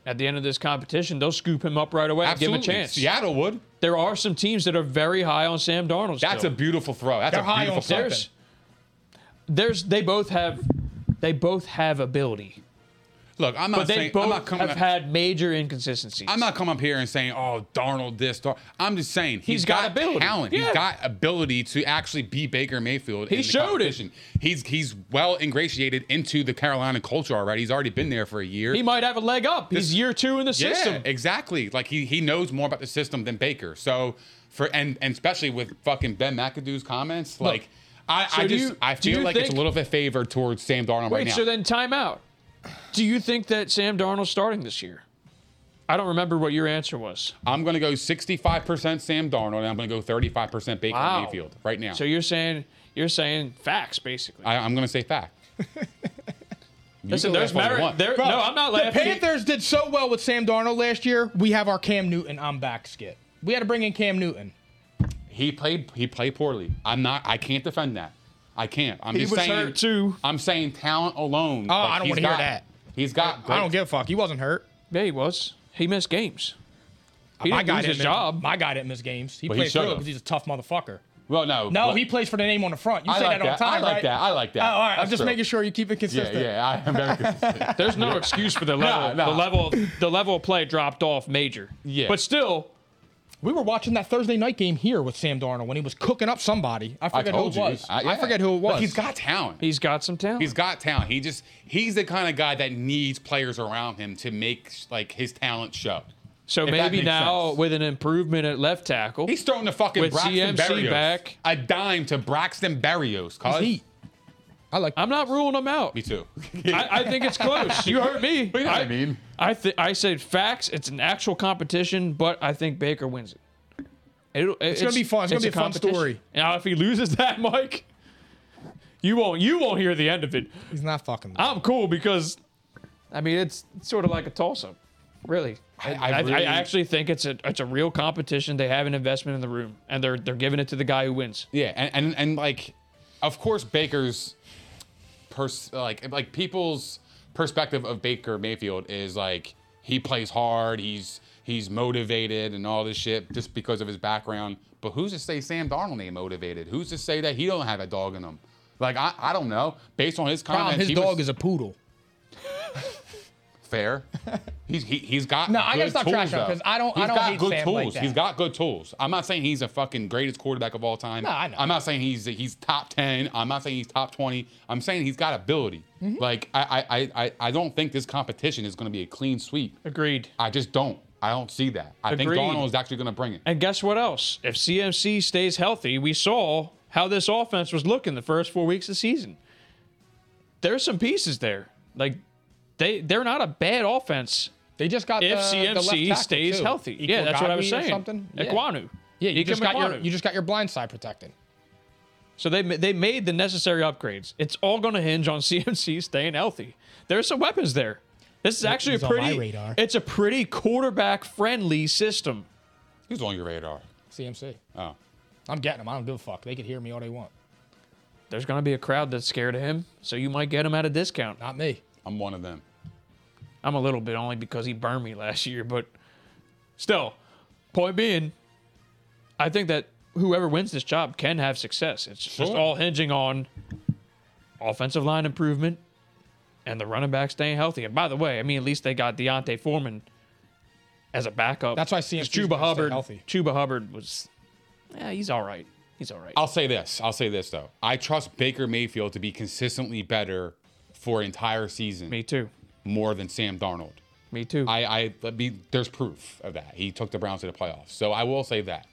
Speaker 3: at the end of this competition, they'll scoop him up right away and give him a chance.
Speaker 2: Seattle would.
Speaker 3: There are some teams that are very high on Sam Darnold.
Speaker 2: That's
Speaker 3: still.
Speaker 2: a beautiful throw. That's
Speaker 1: They're
Speaker 2: a
Speaker 1: high on
Speaker 2: beautiful throw.
Speaker 3: there's there's they both have they both have ability
Speaker 2: Look, I'm not
Speaker 3: but they
Speaker 2: saying I'm not
Speaker 3: both
Speaker 2: coming
Speaker 3: have
Speaker 2: up,
Speaker 3: had major inconsistencies
Speaker 2: I'm not coming up here and saying, "Oh, Darnold this." Dar-. I'm just saying
Speaker 3: He's got ability.
Speaker 2: talent.
Speaker 3: Yeah.
Speaker 2: He's got ability to actually be Baker Mayfield.
Speaker 3: He
Speaker 2: in the
Speaker 3: showed it.
Speaker 2: competition. He's he's well ingratiated into the Carolina culture already. He's already been there for a year.
Speaker 3: he might have a leg up he's
Speaker 2: This-
Speaker 3: year two in the
Speaker 2: yeah,
Speaker 3: system
Speaker 2: exactly. Like he he knows more about the system than Baker. So for and and especially with fucking Ben McAdoo's comments, like I,
Speaker 3: so
Speaker 2: I
Speaker 3: do
Speaker 2: just
Speaker 3: you-
Speaker 2: I
Speaker 3: do
Speaker 2: feel
Speaker 3: you
Speaker 2: like it's a
Speaker 3: think-
Speaker 2: little bit favored towards Sam Darnold right
Speaker 3: wait
Speaker 2: now.
Speaker 3: so then timeout do you think that sam darnold's starting this year i don't remember what your answer was
Speaker 2: I'm gonna go 65% Sam Darnold, and I'm gonna go 35% Baker
Speaker 3: Wow.
Speaker 2: Mayfield right
Speaker 1: <laughs>
Speaker 2: now.
Speaker 3: so you're saying you're saying facts basically
Speaker 2: I, I'm going to say fact. You
Speaker 3: Listen,
Speaker 2: can
Speaker 3: there's
Speaker 2: laugh all you
Speaker 3: merit-
Speaker 2: want.
Speaker 3: there-
Speaker 1: Bro,
Speaker 3: no, I'm not laughing.
Speaker 1: The Panthers did so well with Sam Darnold last year. We have our Cam Newton I'm back skit. We had to bring in Cam Newton.
Speaker 2: He played. He played poorly. I'm not. I can't defend that. I can't. I'm
Speaker 1: He
Speaker 2: just
Speaker 1: was
Speaker 2: saying.
Speaker 1: hurt, too.
Speaker 2: I'm saying talent alone.
Speaker 1: Oh,
Speaker 2: like,
Speaker 1: I don't
Speaker 2: he's
Speaker 1: want to hear
Speaker 2: got-
Speaker 1: that.
Speaker 2: He's got.
Speaker 1: I don't
Speaker 2: great-
Speaker 1: give a fuck. He wasn't hurt.
Speaker 3: Yeah, he was. He missed games. He
Speaker 1: my
Speaker 3: didn't
Speaker 1: guy
Speaker 3: lose his
Speaker 1: miss-
Speaker 3: job.
Speaker 1: My guy didn't miss games. He
Speaker 2: But he
Speaker 1: plays through it
Speaker 2: should've.
Speaker 1: because he's a tough motherfucker.
Speaker 2: Well, no.
Speaker 1: No,
Speaker 2: but-
Speaker 1: he plays for the name on the front. You
Speaker 2: I
Speaker 1: say
Speaker 2: like
Speaker 1: that all the
Speaker 2: that. I
Speaker 1: time,
Speaker 2: like
Speaker 1: right?
Speaker 2: that. I like that.
Speaker 1: Oh, all right. I'm
Speaker 2: That's
Speaker 1: just
Speaker 2: true.
Speaker 1: making sure you keep it consistent.
Speaker 2: Yeah, yeah. I am very consistent.
Speaker 3: There's no excuse for the level.
Speaker 2: nah.
Speaker 3: The level. Of, the level of play dropped off major.
Speaker 2: Yeah.
Speaker 3: But still,
Speaker 1: We were watching that Thursday night game here with Sam Darnold when he was cooking up somebody. I
Speaker 2: I
Speaker 1: forget who
Speaker 2: told
Speaker 1: it
Speaker 2: you.
Speaker 1: was. I,
Speaker 2: yeah.
Speaker 1: forget who it was.
Speaker 2: But he's got talent.
Speaker 3: he's got some talent.
Speaker 2: He's got talent. He just he's the kind of guy that needs players around him to make like his talent show.
Speaker 3: so
Speaker 2: If that
Speaker 3: maybe
Speaker 2: makes
Speaker 3: now
Speaker 2: sense.
Speaker 3: with an improvement at left tackle,
Speaker 2: he's throwing the fucking
Speaker 3: with
Speaker 2: Braxton
Speaker 3: CMC
Speaker 2: Berrios.
Speaker 3: back.
Speaker 2: a dime to Braxton Berrios. Cause
Speaker 1: heat. I like.
Speaker 3: I'm not ruling him out.
Speaker 2: me too.
Speaker 3: I, I think it's close. You heard me.
Speaker 2: But you know what I mean.
Speaker 3: I th- I said facts. It's an actual competition, but I think Baker wins it. It'll, it's,
Speaker 1: gonna be fun. It's gonna be a fun
Speaker 3: competition.
Speaker 1: story.
Speaker 3: Now, if he loses that, <laughs> Mike, you won't you won't hear the end of it.
Speaker 1: He's not fucking.
Speaker 3: I'm cool because, I mean, it's, it's sort of like a toss up, really. I,
Speaker 2: I
Speaker 3: I,
Speaker 2: really-
Speaker 3: I actually think it's a it's a real competition. They have an investment in the room, and they're they're giving it to the guy who wins.
Speaker 2: Yeah, and and, and like, of course, Baker's pers- like like people's perspective of Baker Mayfield is like he plays hard, he's he's motivated and all this shit just because of his background. But who's to say Sam Darnold ain't motivated? Who's to say that he don't have a dog in him? Like I, I don't know. Based on his comments,
Speaker 1: Problem, his
Speaker 2: he
Speaker 1: dog
Speaker 2: was
Speaker 1: is a poodle. <laughs>
Speaker 2: fair. He's he, he's got
Speaker 1: No, I gotta
Speaker 2: good
Speaker 1: stop
Speaker 2: tools,
Speaker 1: trashing him,
Speaker 2: though.
Speaker 1: 'cause I don't- I
Speaker 2: He's
Speaker 1: don't
Speaker 2: got
Speaker 1: hate
Speaker 2: good
Speaker 1: Sam
Speaker 2: tools.
Speaker 1: like that.
Speaker 2: He's got good tools. I'm not saying he's a fucking greatest quarterback of all time.
Speaker 1: No, I know.
Speaker 2: I'm not saying he's he's top ten. I'm not saying he's top twenty. I'm saying he's got ability.
Speaker 1: Mm-hmm.
Speaker 2: Like I I, I- I I don't think this competition is gonna be a clean sweep.
Speaker 3: Agreed.
Speaker 2: I just don't. I don't see that. I
Speaker 3: Agreed.
Speaker 2: think Donald is actually gonna bring it.
Speaker 3: And guess what else? If CMC stays healthy, we saw how this offense was looking the first four weeks of the season. There's some pieces there. Like they they're not a bad offense
Speaker 1: They just got
Speaker 3: if
Speaker 1: Uh, the, the left
Speaker 3: CMC
Speaker 1: tackle,
Speaker 3: stays
Speaker 1: too.
Speaker 3: healthy. yeah, that's what I was
Speaker 1: Ikwagami or
Speaker 3: saying.
Speaker 1: Something. Yeah.
Speaker 3: Iquanu.
Speaker 1: Yeah, you
Speaker 3: Ike
Speaker 1: just got your
Speaker 3: Iquanu.
Speaker 1: you just got your blind side protected.
Speaker 3: So they ma- they made the necessary upgrades. It's all going to hinge on <laughs> CMC staying healthy. There's some weapons there. This is actually
Speaker 1: he's
Speaker 3: a
Speaker 1: on my
Speaker 3: pretty
Speaker 1: radar.
Speaker 3: it's a pretty quarterback friendly system.
Speaker 2: He's on your radar.
Speaker 1: CMC.
Speaker 2: Oh.
Speaker 1: I'm getting them. I don't give a fuck. They could hear me all they want.
Speaker 3: There's going to be a crowd that's scared of him, so you might get him at a discount.
Speaker 1: Not me.
Speaker 2: I'm one of them.
Speaker 3: I'm a little bit only because he burned me last year, but still, point being, I think that whoever wins this job can have success. It's just
Speaker 2: Sure.
Speaker 3: all hinging on offensive line improvement and the running back staying healthy. And by the way, I mean at least they got Deontay Foreman as a backup.
Speaker 1: That's why
Speaker 3: 'Cause
Speaker 1: CMC 's
Speaker 3: Chuba
Speaker 1: gonna stay
Speaker 3: Hubbard.
Speaker 1: healthy.
Speaker 3: Chuba Hubbard was, yeah, he's all right. He's all right.
Speaker 2: I'll say this. I'll say this though. I trust Baker Mayfield to be consistently better for entire season.
Speaker 3: Me too.
Speaker 2: More than Sam Darnold.
Speaker 3: Me too.
Speaker 2: I, I let me, there's proof of that. He took the Browns to the playoffs, so I will say that.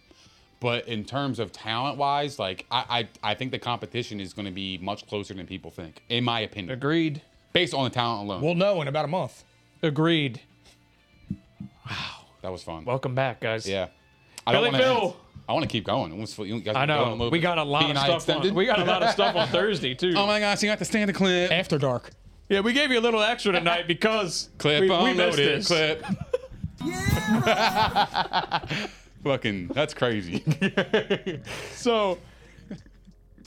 Speaker 2: But in terms of talent wise, like I, I, I think the competition is going to be much closer than people think, in my opinion,
Speaker 3: Agreed.
Speaker 2: based on the talent alone.
Speaker 1: We'll know in about a month.
Speaker 3: Agreed.
Speaker 2: that was fun.
Speaker 3: Welcome back, guys.
Speaker 2: yeah, I
Speaker 3: Billy
Speaker 2: wanna end.
Speaker 3: Bill.
Speaker 2: I want to keep going. It was- you guys
Speaker 3: I
Speaker 2: been going a
Speaker 3: know.
Speaker 2: little
Speaker 3: We
Speaker 2: bit.
Speaker 3: got a lot
Speaker 2: Being
Speaker 3: of
Speaker 2: I
Speaker 3: stuff. On,
Speaker 2: extended.
Speaker 3: we got a lot of stuff on Thursday too.
Speaker 2: Oh my gosh, you got to stand the clip.
Speaker 1: After dark.
Speaker 3: Yeah, we gave you a little extra tonight because
Speaker 2: <laughs> clip
Speaker 3: we, we
Speaker 2: unloaded.
Speaker 3: missed this.
Speaker 2: Clip. <laughs> Fucking, that's crazy.
Speaker 3: So,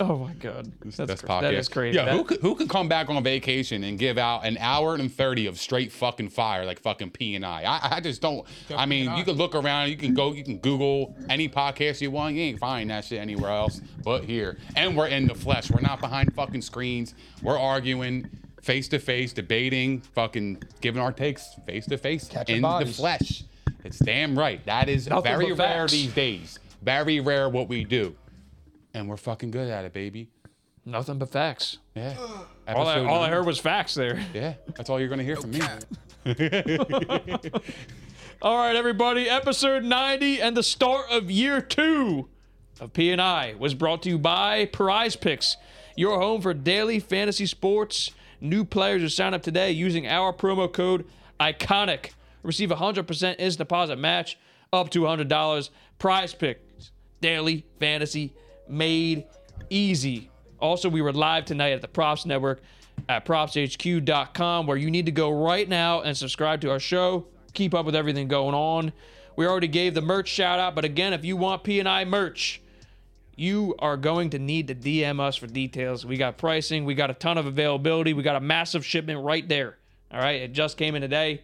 Speaker 3: oh my god, that's,
Speaker 2: That's
Speaker 3: cra- that is crazy.
Speaker 2: Yeah,
Speaker 3: That-
Speaker 2: who, could, who can come back on vacation and give out an hour and 30 of straight fucking fire like fucking P and I? I I just don't. I mean, you can look around, you can go, you can Google any podcast you want. You ain't finding that shit anywhere else but here. And we're in the flesh. We're not behind fucking screens. We're arguing face to face, debating, fucking giving our takes face to face
Speaker 1: Catching
Speaker 2: in the
Speaker 1: bodies.
Speaker 2: flesh. It's damn right. That is
Speaker 3: Nothing
Speaker 2: very
Speaker 3: but
Speaker 2: rare
Speaker 3: facts.
Speaker 2: these days. Very rare what we do. And we're fucking good at it, baby.
Speaker 3: nothing but facts.
Speaker 2: Yeah.
Speaker 3: All I,
Speaker 2: Episode
Speaker 3: all I
Speaker 2: nine.
Speaker 3: heard was facts there. <laughs>
Speaker 2: Yeah, that's all you're gonna hear from me.
Speaker 3: All right, everybody, episode 90 and the start of year two of P&I was brought to you by Prize Picks, your home for daily fantasy sports. New players who sign up today using our promo code ICONIC receive a 100% instant deposit match up to $100. Prize Picks, daily fantasy made easy. Also, we were live tonight at the Props Network. at propshq.com where you need to go right now and subscribe to our show. Keep up with everything going on. We already gave the merch shout out, but again, if you want P&I merch, you are going to need to DM us for details. We got pricing, we got a ton of availability, we got a massive shipment right there. All right, it just came in today.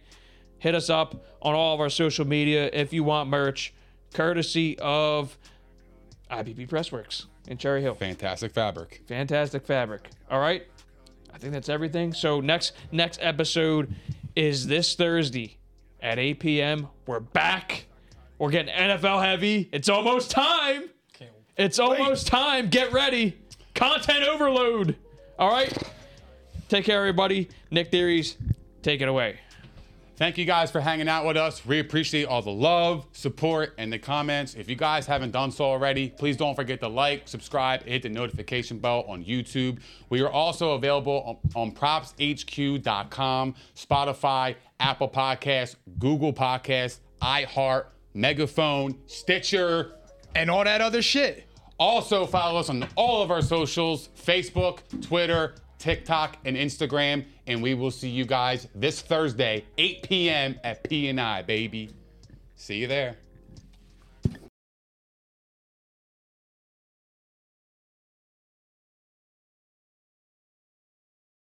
Speaker 3: Hit us up on all of our social media if you want merch, courtesy of IBP Pressworks in Cherry Hill.
Speaker 2: Fantastic fabric.
Speaker 3: Fantastic fabric. All right, I think that's everything. So next next episode is this Thursday at 8 p.m. We're back. We're getting NFL heavy. It's almost time. It's almost time. Get ready. Content overload. All right. Take care, everybody. Nick Theories, take it away.
Speaker 2: Thank you guys for hanging out with us. We appreciate all the love, support, and the comments. If you guys haven't done so already, please don't forget to like, subscribe, hit the notification bell on YouTube. We are also available on, on propshq.com, Spotify, Apple Podcasts, Google Podcasts, iHeart, Megaphone, Stitcher,
Speaker 1: and all that other shit.
Speaker 2: Also, follow us on all of our socials Facebook, Twitter, TikTok, and Instagram. And we will see you guys this Thursday, 8 p.m. at P and I, baby. See you there.